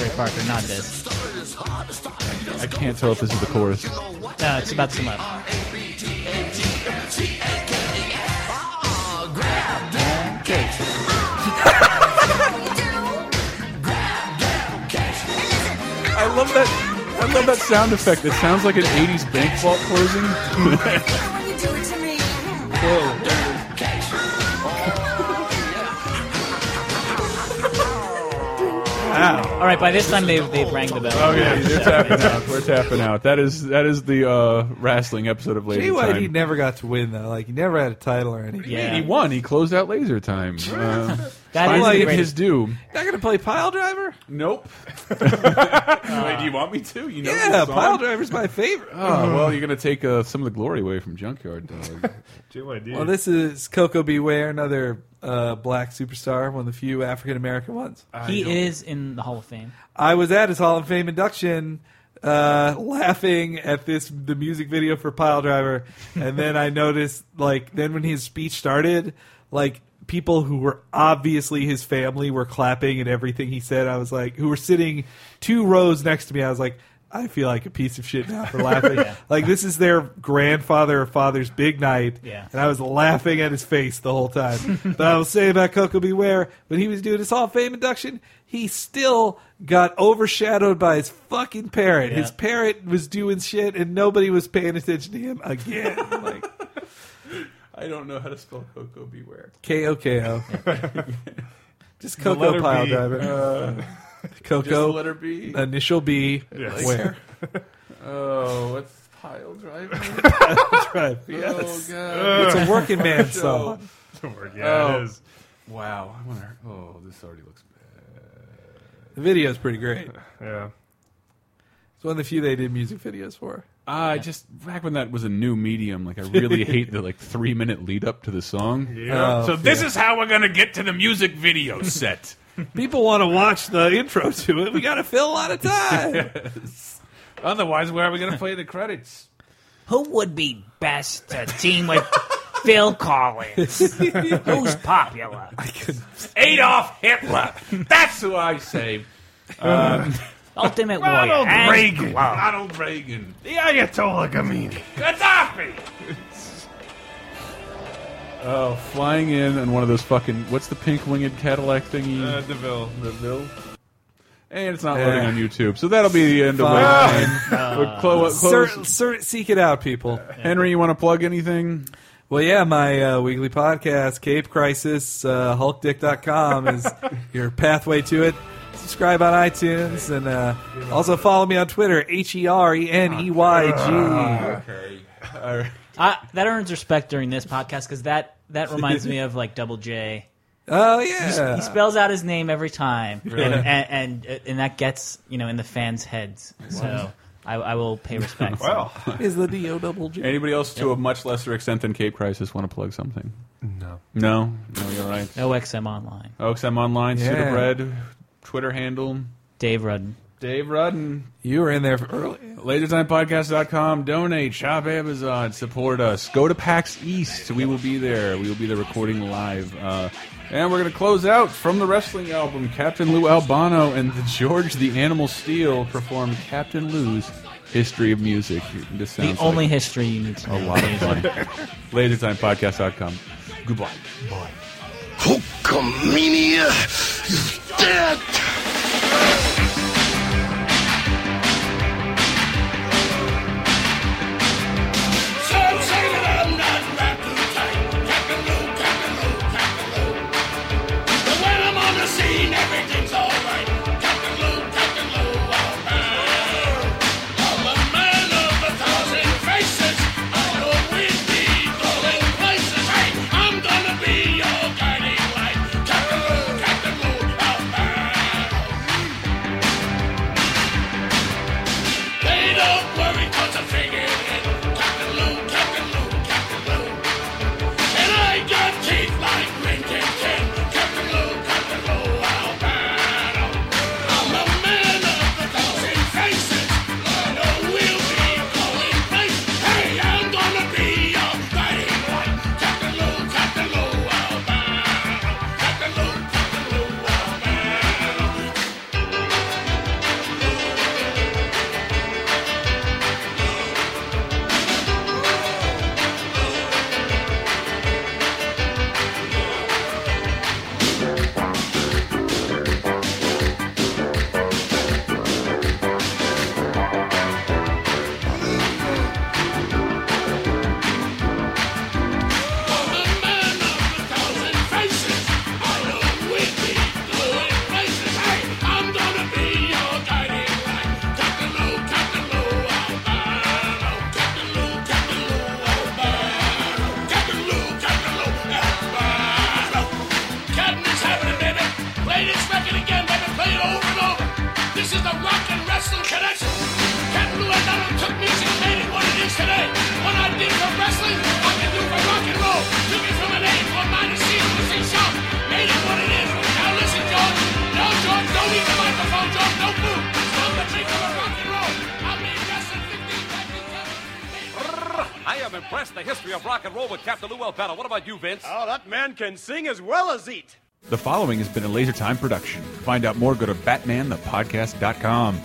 Speaker 2: Ray Parker, not this.
Speaker 1: I can't tell if this is the chorus.
Speaker 2: No, it's about some other.
Speaker 1: I love that. I love that sound effect. It sounds like an '80s bank vault closing.
Speaker 2: All right, by this time they've they've rang the bell.
Speaker 1: Oh yeah, we're tapping out. We're tapping out. That is that is the uh, wrestling episode of Laser
Speaker 5: JYD
Speaker 1: Time.
Speaker 5: never got to win though. Like he never had a title or anything.
Speaker 1: He won. He closed out Laser Time. Um,
Speaker 5: That
Speaker 1: finally
Speaker 5: is the
Speaker 1: gave
Speaker 5: greatest-
Speaker 1: his due.
Speaker 5: Not gonna play pile driver.
Speaker 1: Nope. Wait, do you want me to? You know
Speaker 5: Yeah,
Speaker 1: the song?
Speaker 5: pile driver's my favorite.
Speaker 1: Oh well, you're gonna take uh, some of the glory away from Junkyard Dog.
Speaker 4: JYD.
Speaker 5: Well, this is Coco Beware, another uh, black superstar, one of the few African American ones.
Speaker 2: He is in the Hall of Fame.
Speaker 5: I was at his Hall of Fame induction, uh, laughing at this the music video for Pile Driver, and then I noticed like then when his speech started, like people who were obviously his family were clapping at everything he said. I was like, who were sitting two rows next to me. I was like. I feel like a piece of shit now for laughing.
Speaker 2: Yeah.
Speaker 5: Like this is their grandfather or father's big night,
Speaker 2: Yeah.
Speaker 5: and I was laughing at his face the whole time. but I will say about Coco Beware, when he was doing his Hall of Fame induction, he still got overshadowed by his fucking parrot.
Speaker 2: Yeah.
Speaker 5: His parrot was doing shit, and nobody was paying attention to him again. like
Speaker 1: I don't know how to spell Coco. Beware.
Speaker 5: K O K O. Just
Speaker 1: The
Speaker 5: Coco
Speaker 1: letter
Speaker 5: pile
Speaker 1: B.
Speaker 5: driver.
Speaker 1: Uh,
Speaker 5: Coco.
Speaker 1: just the letter B.
Speaker 5: Initial B.
Speaker 1: Yes.
Speaker 5: Where?
Speaker 1: Oh, what's pile Oh, driver?
Speaker 5: Pile driver, yes. It's a working man
Speaker 1: Show.
Speaker 5: song.
Speaker 4: It's a work- yeah, it
Speaker 1: Oh,
Speaker 4: is.
Speaker 1: Wow, I wonder. Oh, this already looks
Speaker 5: The video's pretty great.
Speaker 4: Yeah.
Speaker 5: It's one of the few they did music videos for.
Speaker 1: Ah, I just back when that was a new medium, like I really hate the like three minute lead up to the song.
Speaker 5: Yeah. Oh, So this yeah.
Speaker 1: is how we're gonna get to the music video set.
Speaker 5: People want to watch the intro to it. We got to fill a lot of time.
Speaker 1: Otherwise, where are we gonna play the credits?
Speaker 2: Who would be best to team with Phil Collins? Who's popular?
Speaker 1: Adolf Hitler. That's who I say. Um,
Speaker 2: Ultimate
Speaker 1: Ronald
Speaker 2: Warrior. and
Speaker 1: Reagan.
Speaker 2: Glow.
Speaker 1: Ronald Reagan.
Speaker 4: The Ayatollah Khomeini.
Speaker 1: Gaddafi. Oh, flying in on one of those fucking what's the pink winged Cadillac thingy?
Speaker 18: Uh, Deville.
Speaker 1: Deville. And it's not
Speaker 5: Yeah.
Speaker 1: loading on YouTube, so that'll be the end of it.
Speaker 5: Fine.
Speaker 1: But Chloe,
Speaker 5: Sir-
Speaker 1: Chloe-
Speaker 5: sir- Ah. seek it out, people.
Speaker 1: Henry, you want to plug anything?
Speaker 5: Well, yeah, my uh, weekly podcast, Cape Crisis, uh, HulkDick.com is your pathway to it. Subscribe on iTunes and uh, also follow me on Twitter, H E R E N E Y G.
Speaker 2: I, that earns respect during this podcast because that that reminds me of like Double J.
Speaker 5: Oh,
Speaker 2: He-
Speaker 5: yeah.
Speaker 2: he, spells out his name every time,
Speaker 5: Really?
Speaker 2: and, and and and that gets you know in the fans' heads. So I, I will pay respect.
Speaker 5: Is the D O double G.
Speaker 1: Anybody else to a much lesser extent than Cape Crisis want to plug something?
Speaker 5: No.
Speaker 1: No? No, you're right.
Speaker 2: OXM Online.
Speaker 1: OXM Online,
Speaker 2: Yeah.
Speaker 1: Sudabred, Twitter handle.
Speaker 2: Dave Rudden.
Speaker 1: Dave Rudden.
Speaker 5: You were in there for early.
Speaker 1: LaserTimePodcast.com. Donate. Shop Amazon. Support us. Go to PAX East. We will be there. We will be there recording live. Uh, and we're going to close out from the wrestling album. Captain Lou Albano and the George the Animal Steel perform Captain Lou's History of Music. This
Speaker 2: The
Speaker 1: sounds like
Speaker 2: only history you need to know.
Speaker 1: a lot of fun. LaserTimePodcast.com. Goodbye. Bye.
Speaker 7: Hulkamania is dead. Some say that I'm not Captain Captain Lou, Captain Lou, Captain Lou. But when I'm on the scene, everything's all right. Captain Lou, Captain Lou, all right. I'm a man of a thousand faces. I'll always be going places. Hey, I'm gonna be your guiding light. Captain Lou, Captain Lou, all right. They don't worry 'cause I figured it. Captain Lou, Captain Lou, Captain Lou. And I got teeth like Lincoln Tin. Captain Lou, Captain Lou, I'll battle. I'm a man of a thousand faces. I know we'll be going places. Hey, I'm gonna be a fighting one. Captain Lou, Captain Lou, I'll battle. Captain Lou, Captain Lou, I'll battle.
Speaker 19: This is the rock and wrestling connection. Captain Lou and Donald took music and made it what it is today. What I did for wrestling, I can do for rock and roll. Took it from an A to a minor C to a C sharp. Made it what it is. Now listen, George. No, George, don't eat the microphone, George. No food. Stop the drink of a rock and roll. I mean, wrestling 15 back in
Speaker 20: I am impressed the history of rock and roll with Captain Lou Albano. What about you, Vince?
Speaker 21: Oh, that man can sing as well as eat.
Speaker 1: The following has been a Laser Time production. Find out more, go to BatmanThePodcast.com.